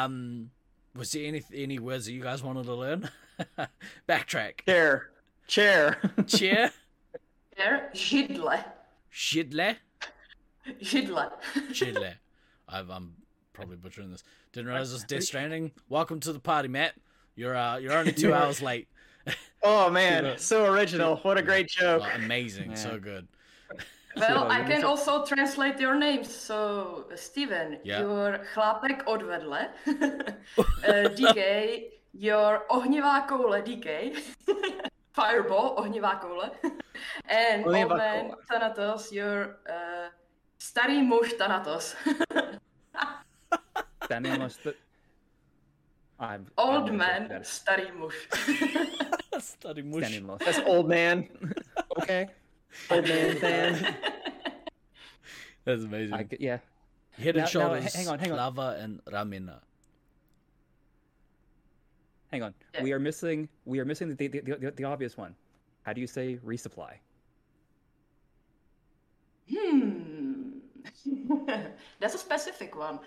Speaker 3: um, was there any any words that you guys wanted to learn? Backtrack.
Speaker 2: Chair. Chair.
Speaker 3: Chair.
Speaker 5: there, Židle.
Speaker 3: Shidle?
Speaker 5: Židle.
Speaker 3: Shidle. I've, I'm probably butchering this. Didn't realize this was Death Stranding. Welcome to the party, Matt. You're uh, you're only two hours late.
Speaker 2: Oh man, so original! What a great joke.
Speaker 3: Oh, amazing. So
Speaker 1: Yeah.
Speaker 3: good.
Speaker 5: well, I
Speaker 1: you
Speaker 5: can
Speaker 1: must-
Speaker 5: also translate your names. So, Steven,
Speaker 3: Yeah.
Speaker 5: your chlápek od vedle. uh, DK, your ohnivá koule, DK. Fireball, ohnivá koule. And old
Speaker 2: Ohnivá
Speaker 5: man
Speaker 2: koule.
Speaker 5: Thanatos, your uh, starý muž Thanatos.
Speaker 1: That name was the. I'm I'm
Speaker 5: old
Speaker 1: gonna go with
Speaker 5: man,
Speaker 1: that.
Speaker 5: starý muž.
Speaker 3: Study
Speaker 1: Danny
Speaker 3: mush.
Speaker 1: Moss.
Speaker 2: That's old man.
Speaker 1: okay.
Speaker 2: Old man Than.
Speaker 3: That's amazing.
Speaker 1: I g yeah.
Speaker 3: Head
Speaker 1: Now-
Speaker 3: and
Speaker 1: now, h-
Speaker 3: shoulders.
Speaker 1: hang on, hang on.
Speaker 3: Lava and Ramina.
Speaker 1: Hang on.
Speaker 5: Yeah.
Speaker 1: We are missing. We are missing the the, the the the obvious one. How do you say resupply?
Speaker 5: Hmm. That's a specific one.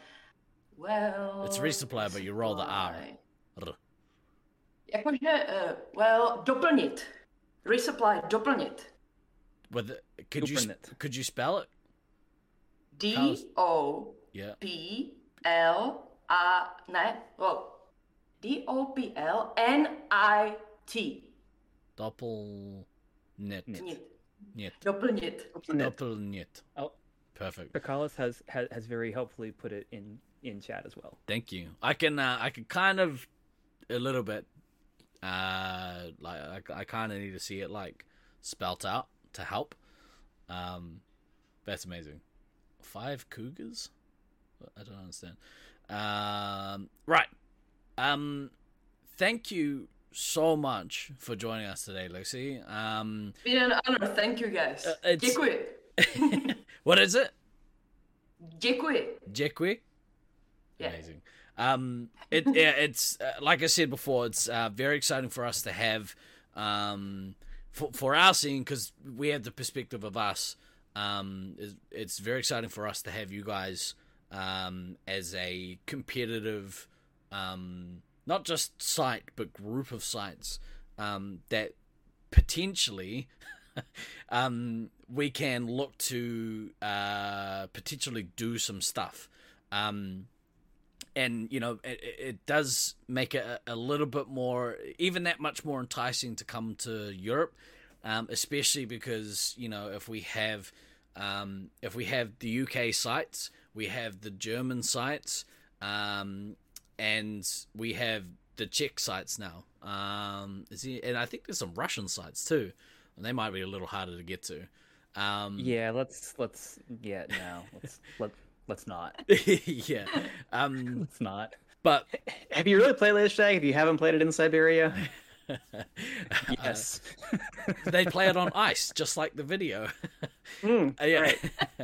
Speaker 5: Well.
Speaker 3: It's resupply, but you roll the R.
Speaker 5: resupply.
Speaker 3: R.
Speaker 5: Jakože, eh, well, doplnit. Resupply, doplnit.
Speaker 3: With could you sp-
Speaker 1: Duplinate.
Speaker 3: could you spell it? How's-
Speaker 5: D O
Speaker 3: Yeah.
Speaker 5: P L A ne, well, D O P L N I T.
Speaker 3: Doppel net.
Speaker 5: Nit.
Speaker 3: Net.
Speaker 5: Doplnit.
Speaker 3: Doppel net.
Speaker 1: Oh,
Speaker 3: Perfect.
Speaker 1: Picalis has, has has very helpfully put it in in chat as well.
Speaker 3: Thank you. I can uh, I can kind of a little bit uh like I, I kind of need to see it like spelt out to help. Um that's amazing. Five cougars? I don't understand. Um right. Um thank you so much for joining us today, Lucy. Um
Speaker 5: Been an honor. Thank you guys.
Speaker 3: Uh, it's-
Speaker 5: Děkuji.
Speaker 3: what is it?
Speaker 5: Děkuji.
Speaker 3: Jekwe?
Speaker 5: Yeah.
Speaker 3: Amazing. Um, it yeah, it's uh, like I said before, it's uh, very exciting for us to have um, for for our scene because we have the perspective of us. Um, it's, it's very exciting for us to have you guys um, as a competitive, um, not just site but group of sites um, that potentially um, we can look to uh, potentially do some stuff. Um, and you know it, it- it does make it a, a little bit more even that much more enticing to come to europe um, especially because you know if we have um, if we have the uk sites we have the german sites um, and we have the czech sites now um, is he, and i think there's some russian sites too and they might be a little harder to get to um,
Speaker 1: Yeah, let's let's yeah no let's let let's not
Speaker 3: yeah um,
Speaker 1: let's not.
Speaker 3: but
Speaker 2: Have you really played Laser Tag? If you haven't played it in Siberia,
Speaker 1: Uh, Yes,
Speaker 3: they play it on ice, just like the video.
Speaker 2: Hmm,
Speaker 3: Uh, yeah.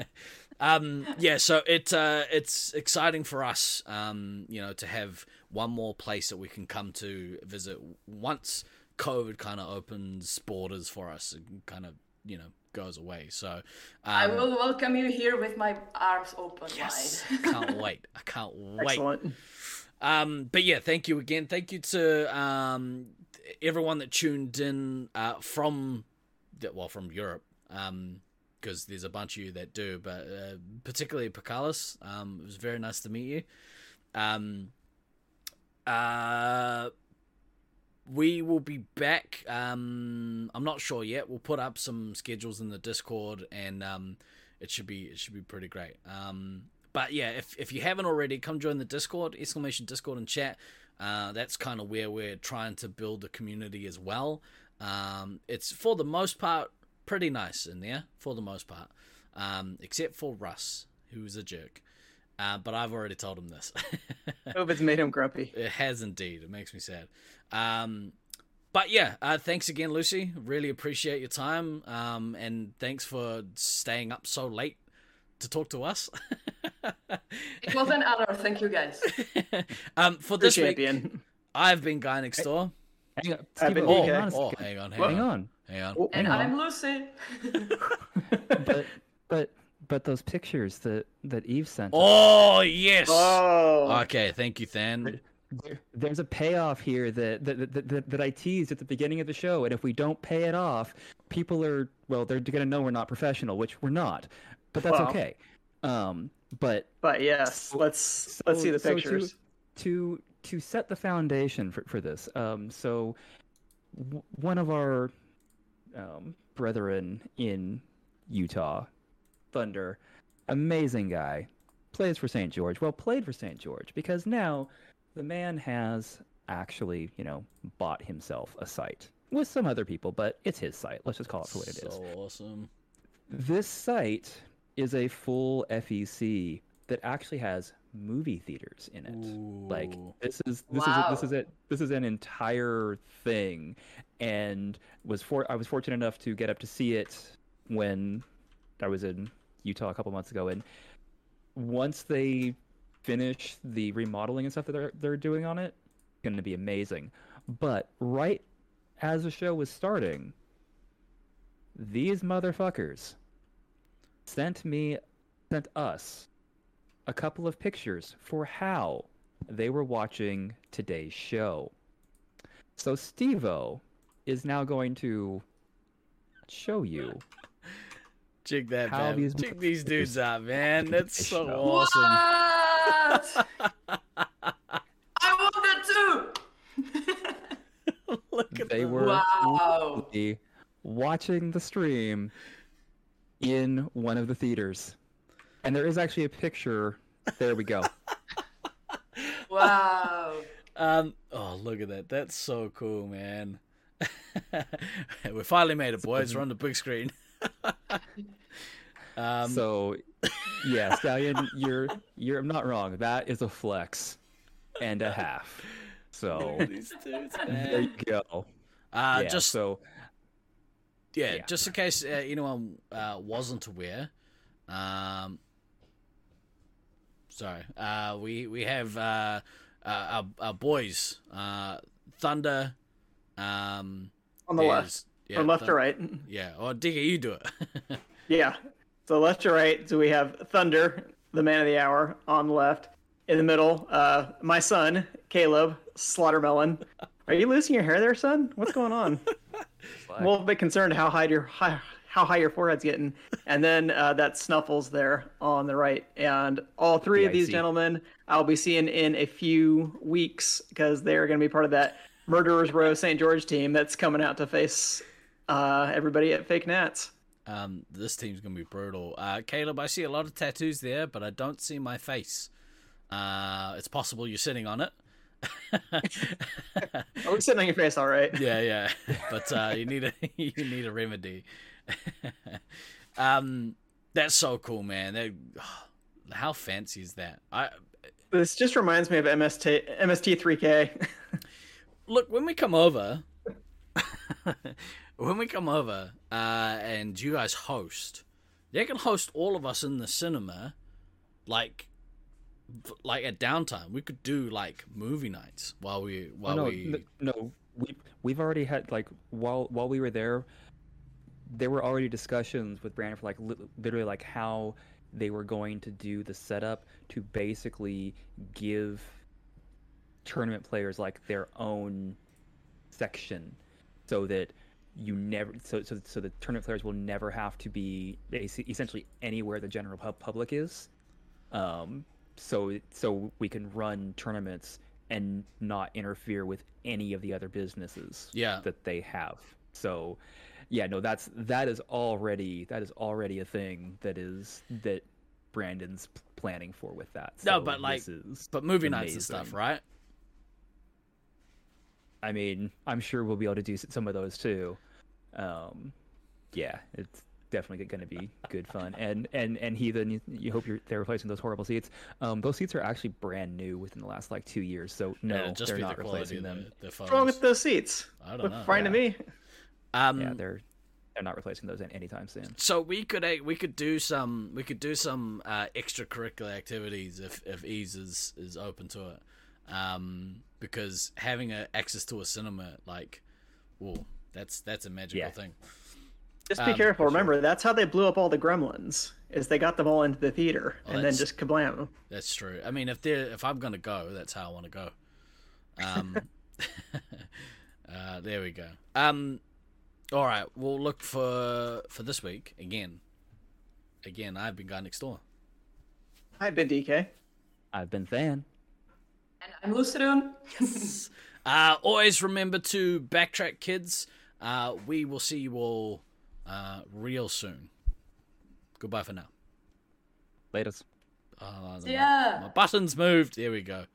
Speaker 3: um, yeah. So it uh, it's exciting for us, um, you know, to have one more place that we can come to visit once COVID kind of opens borders for us and kind of you know goes away. So um,
Speaker 5: I will welcome you here with my arms open
Speaker 3: Yes,
Speaker 5: wide.
Speaker 3: I can't wait. I can't wait.
Speaker 2: excellent.
Speaker 3: Um, but yeah, thank you again. Thank you to um, everyone that tuned in uh, from, well, from Europe, because there's a bunch of you that do, but uh, particularly Picalis. Um, it was very nice to meet you. Um, uh, we will be back. Um, I'm not sure yet. We'll put up some schedules in the Discord, and um, it should be it should be pretty great. Um, but yeah, if if you haven't already, come join the Discord exclamation Discord and chat. Uh, that's kind of where we're trying to build the community as well. Um, it's for the most part pretty nice in there, for the most part, um, except for Russ, who's a jerk. Uh, but I've already told him this.
Speaker 2: Hope it's made him grumpy.
Speaker 3: It has indeed. It makes me sad. Um, but yeah, uh, thanks again, Lucy. Really appreciate your time. Um, and thanks for staying up so late to talk to us.
Speaker 5: It was an honor. Thank you guys.
Speaker 3: um, for
Speaker 2: The
Speaker 3: this week,
Speaker 2: champion.
Speaker 3: I've been Guy Next Door.
Speaker 1: hang on.
Speaker 2: I've been
Speaker 1: Steve-O,
Speaker 2: DK.
Speaker 1: hang on a
Speaker 3: Oh,
Speaker 1: second.
Speaker 3: hang on,
Speaker 1: Hang
Speaker 3: hang on,
Speaker 1: on.
Speaker 3: hang on.
Speaker 2: Oh,
Speaker 5: And
Speaker 1: Hang on.
Speaker 5: I'm Lucy.
Speaker 1: But but but those pictures that that Eve sent. us,
Speaker 3: Oh yes.
Speaker 2: Oh,
Speaker 3: Okay, thank you, Than.
Speaker 1: there- There's a payoff here that that, that that that I teased at the beginning of the show, and if we don't pay it off, people are well, they're gonna know we're not professional, which we're not, but that's
Speaker 2: Well.
Speaker 1: okay. Um, but
Speaker 2: But yes, let's let's see the
Speaker 1: so to-
Speaker 2: pictures.
Speaker 1: to to set the foundation for, for this, um, so w- one of our um, brethren in Utah, Thunder, amazing guy, plays for St. George. Well, played for St. George because now the man has actually, you know, bought himself a site with some other people, but it's his site. Let's just call it for what it is.
Speaker 3: so awesome.
Speaker 1: This site is a full FEC that actually has movie theaters in it. Like
Speaker 3: Ooh.
Speaker 1: this is this is this is
Speaker 5: Wow.
Speaker 1: it. This is an entire thing, and was for I was fortunate enough to get up to see it when I was in Utah a couple months ago, and once they finish the remodeling and stuff that they're they're doing on it, going to be amazing. But right as the show was starting, these motherfuckers sent me sent us a couple of pictures for how they were watching today's show. So Stevo is now going to show you
Speaker 3: Check that,
Speaker 1: How
Speaker 3: man.
Speaker 1: these
Speaker 3: Check these
Speaker 1: motherfuckers
Speaker 3: dudes out, man. That's so
Speaker 1: show.
Speaker 3: awesome.
Speaker 5: What? I want that too.
Speaker 3: Look at
Speaker 1: they
Speaker 3: them.
Speaker 1: were
Speaker 5: wow.
Speaker 1: literally watching the stream in one of the theaters. And there is actually a picture. There we go.
Speaker 5: Wow.
Speaker 3: Um. Oh, look at that. That's so cool, man. we finally made it, boys. We're on the big screen. um.
Speaker 1: so yeah, Stallion, you're you're I'm not wrong. That is a flex and a half.
Speaker 3: look
Speaker 1: So
Speaker 3: at these dudes,
Speaker 1: there
Speaker 3: man.
Speaker 1: you go.
Speaker 3: Uh,
Speaker 1: yeah,
Speaker 3: just
Speaker 1: so
Speaker 3: yeah,
Speaker 1: Yeah.
Speaker 3: just in case uh, anyone uh, wasn't aware, um, sorry, uh, we we have uh, uh, our, our boys, uh, Thunder, um,
Speaker 2: On the left.
Speaker 3: there's- yeah,
Speaker 2: or left
Speaker 3: Thun-
Speaker 2: or right.
Speaker 3: yeah, or Digger, you do it.
Speaker 2: Yeah. So left to right, so we have Thunder, the man of the hour, on the left. In the middle, uh, my son, Caleb, Slaughtermelon. Are you losing your hair there, son? What's going on? I'm a little bit concerned how high your high, how high your forehead's getting. And then uh, that Snuffles there on the right. And all three of these
Speaker 1: DIC.
Speaker 2: gentlemen I'll be seeing in a few weeks because they're going to be part of that Murderers Row St. George team that's coming out to face uh, everybody at Fake Nats.
Speaker 3: um, this team's gonna be brutal. Uh, Caleb, I see a lot of tattoos there, but I don't see my face. Uh, it's possible you're sitting on it.
Speaker 2: Oh, we're sitting on your face, all right.
Speaker 3: yeah, yeah. But uh, you need a you need a remedy. um, that's so cool, man. That, how fancy is that? I
Speaker 2: This just reminds me of MST MST3K.
Speaker 3: look when we come over. when we come over, uh, and you guys host, they can host all of us in the cinema, like, like at downtime. We could do like movie nights while we
Speaker 1: Oh,
Speaker 3: while
Speaker 1: no,
Speaker 3: we.
Speaker 1: n- no, we we've already had like while while we were there, there were already discussions with Brandon for like li- literally like how they were going to do the setup to basically give tournament players like their own section, so that you never so so so the tournament players will never have to be es- essentially anywhere the general pub- public is um, so so we can run tournaments and not interfere with any of the other businesses
Speaker 3: Yeah.
Speaker 1: that they have. So yeah, no, that's that is already that is already a thing that is that Brandon's p- planning for with that.
Speaker 3: No,
Speaker 1: So
Speaker 3: but, like,
Speaker 1: this is
Speaker 3: But movie nights and stuff,
Speaker 1: amazing.
Speaker 3: right?
Speaker 1: I mean, I'm sure we'll be able to do s- some of those too. Um, yeah, it's definitely going to be good fun. And and and heathen, you, you hope you're they're replacing those horrible seats. Um, those seats are actually brand new within the last like two years, so no,
Speaker 3: It'd just
Speaker 1: they're
Speaker 3: be
Speaker 1: not
Speaker 3: the
Speaker 1: replacing
Speaker 3: quality of
Speaker 1: them.
Speaker 3: the, the
Speaker 2: What's wrong
Speaker 3: phones.
Speaker 2: with those seats?
Speaker 3: I don't
Speaker 2: Look
Speaker 3: know.
Speaker 2: fine to me.
Speaker 3: Um,
Speaker 1: Yeah, they're they're not replacing those an- anytime soon.
Speaker 3: so we could uh, we could do some we could do some uh, extracurricular activities if if Ease is is open to it, um, because having a, access to a cinema like, whoa, that's that's a magical
Speaker 1: Yeah.
Speaker 3: thing.
Speaker 2: Just be
Speaker 3: Um,
Speaker 2: careful. Remember, that's how they blew up all the gremlins. Is they got them all into the theater
Speaker 3: Oh,
Speaker 2: and then
Speaker 3: that's-
Speaker 2: just kablam.
Speaker 3: That's true. I mean, if they're if I'm gonna go, that's how I want to go. Um, uh, there we go. Um, All right, we'll look for for this week again. Again, I've been guy next door.
Speaker 2: I've been DK.
Speaker 1: I've been fan.
Speaker 5: And I'm Lucerne.
Speaker 3: Uh, always remember to backtrack, kids. Uh, we will see you all uh, real soon. Goodbye for now.
Speaker 1: Latest.
Speaker 3: Oh, I don't know.
Speaker 5: Yeah.
Speaker 3: My buttons moved. There we go.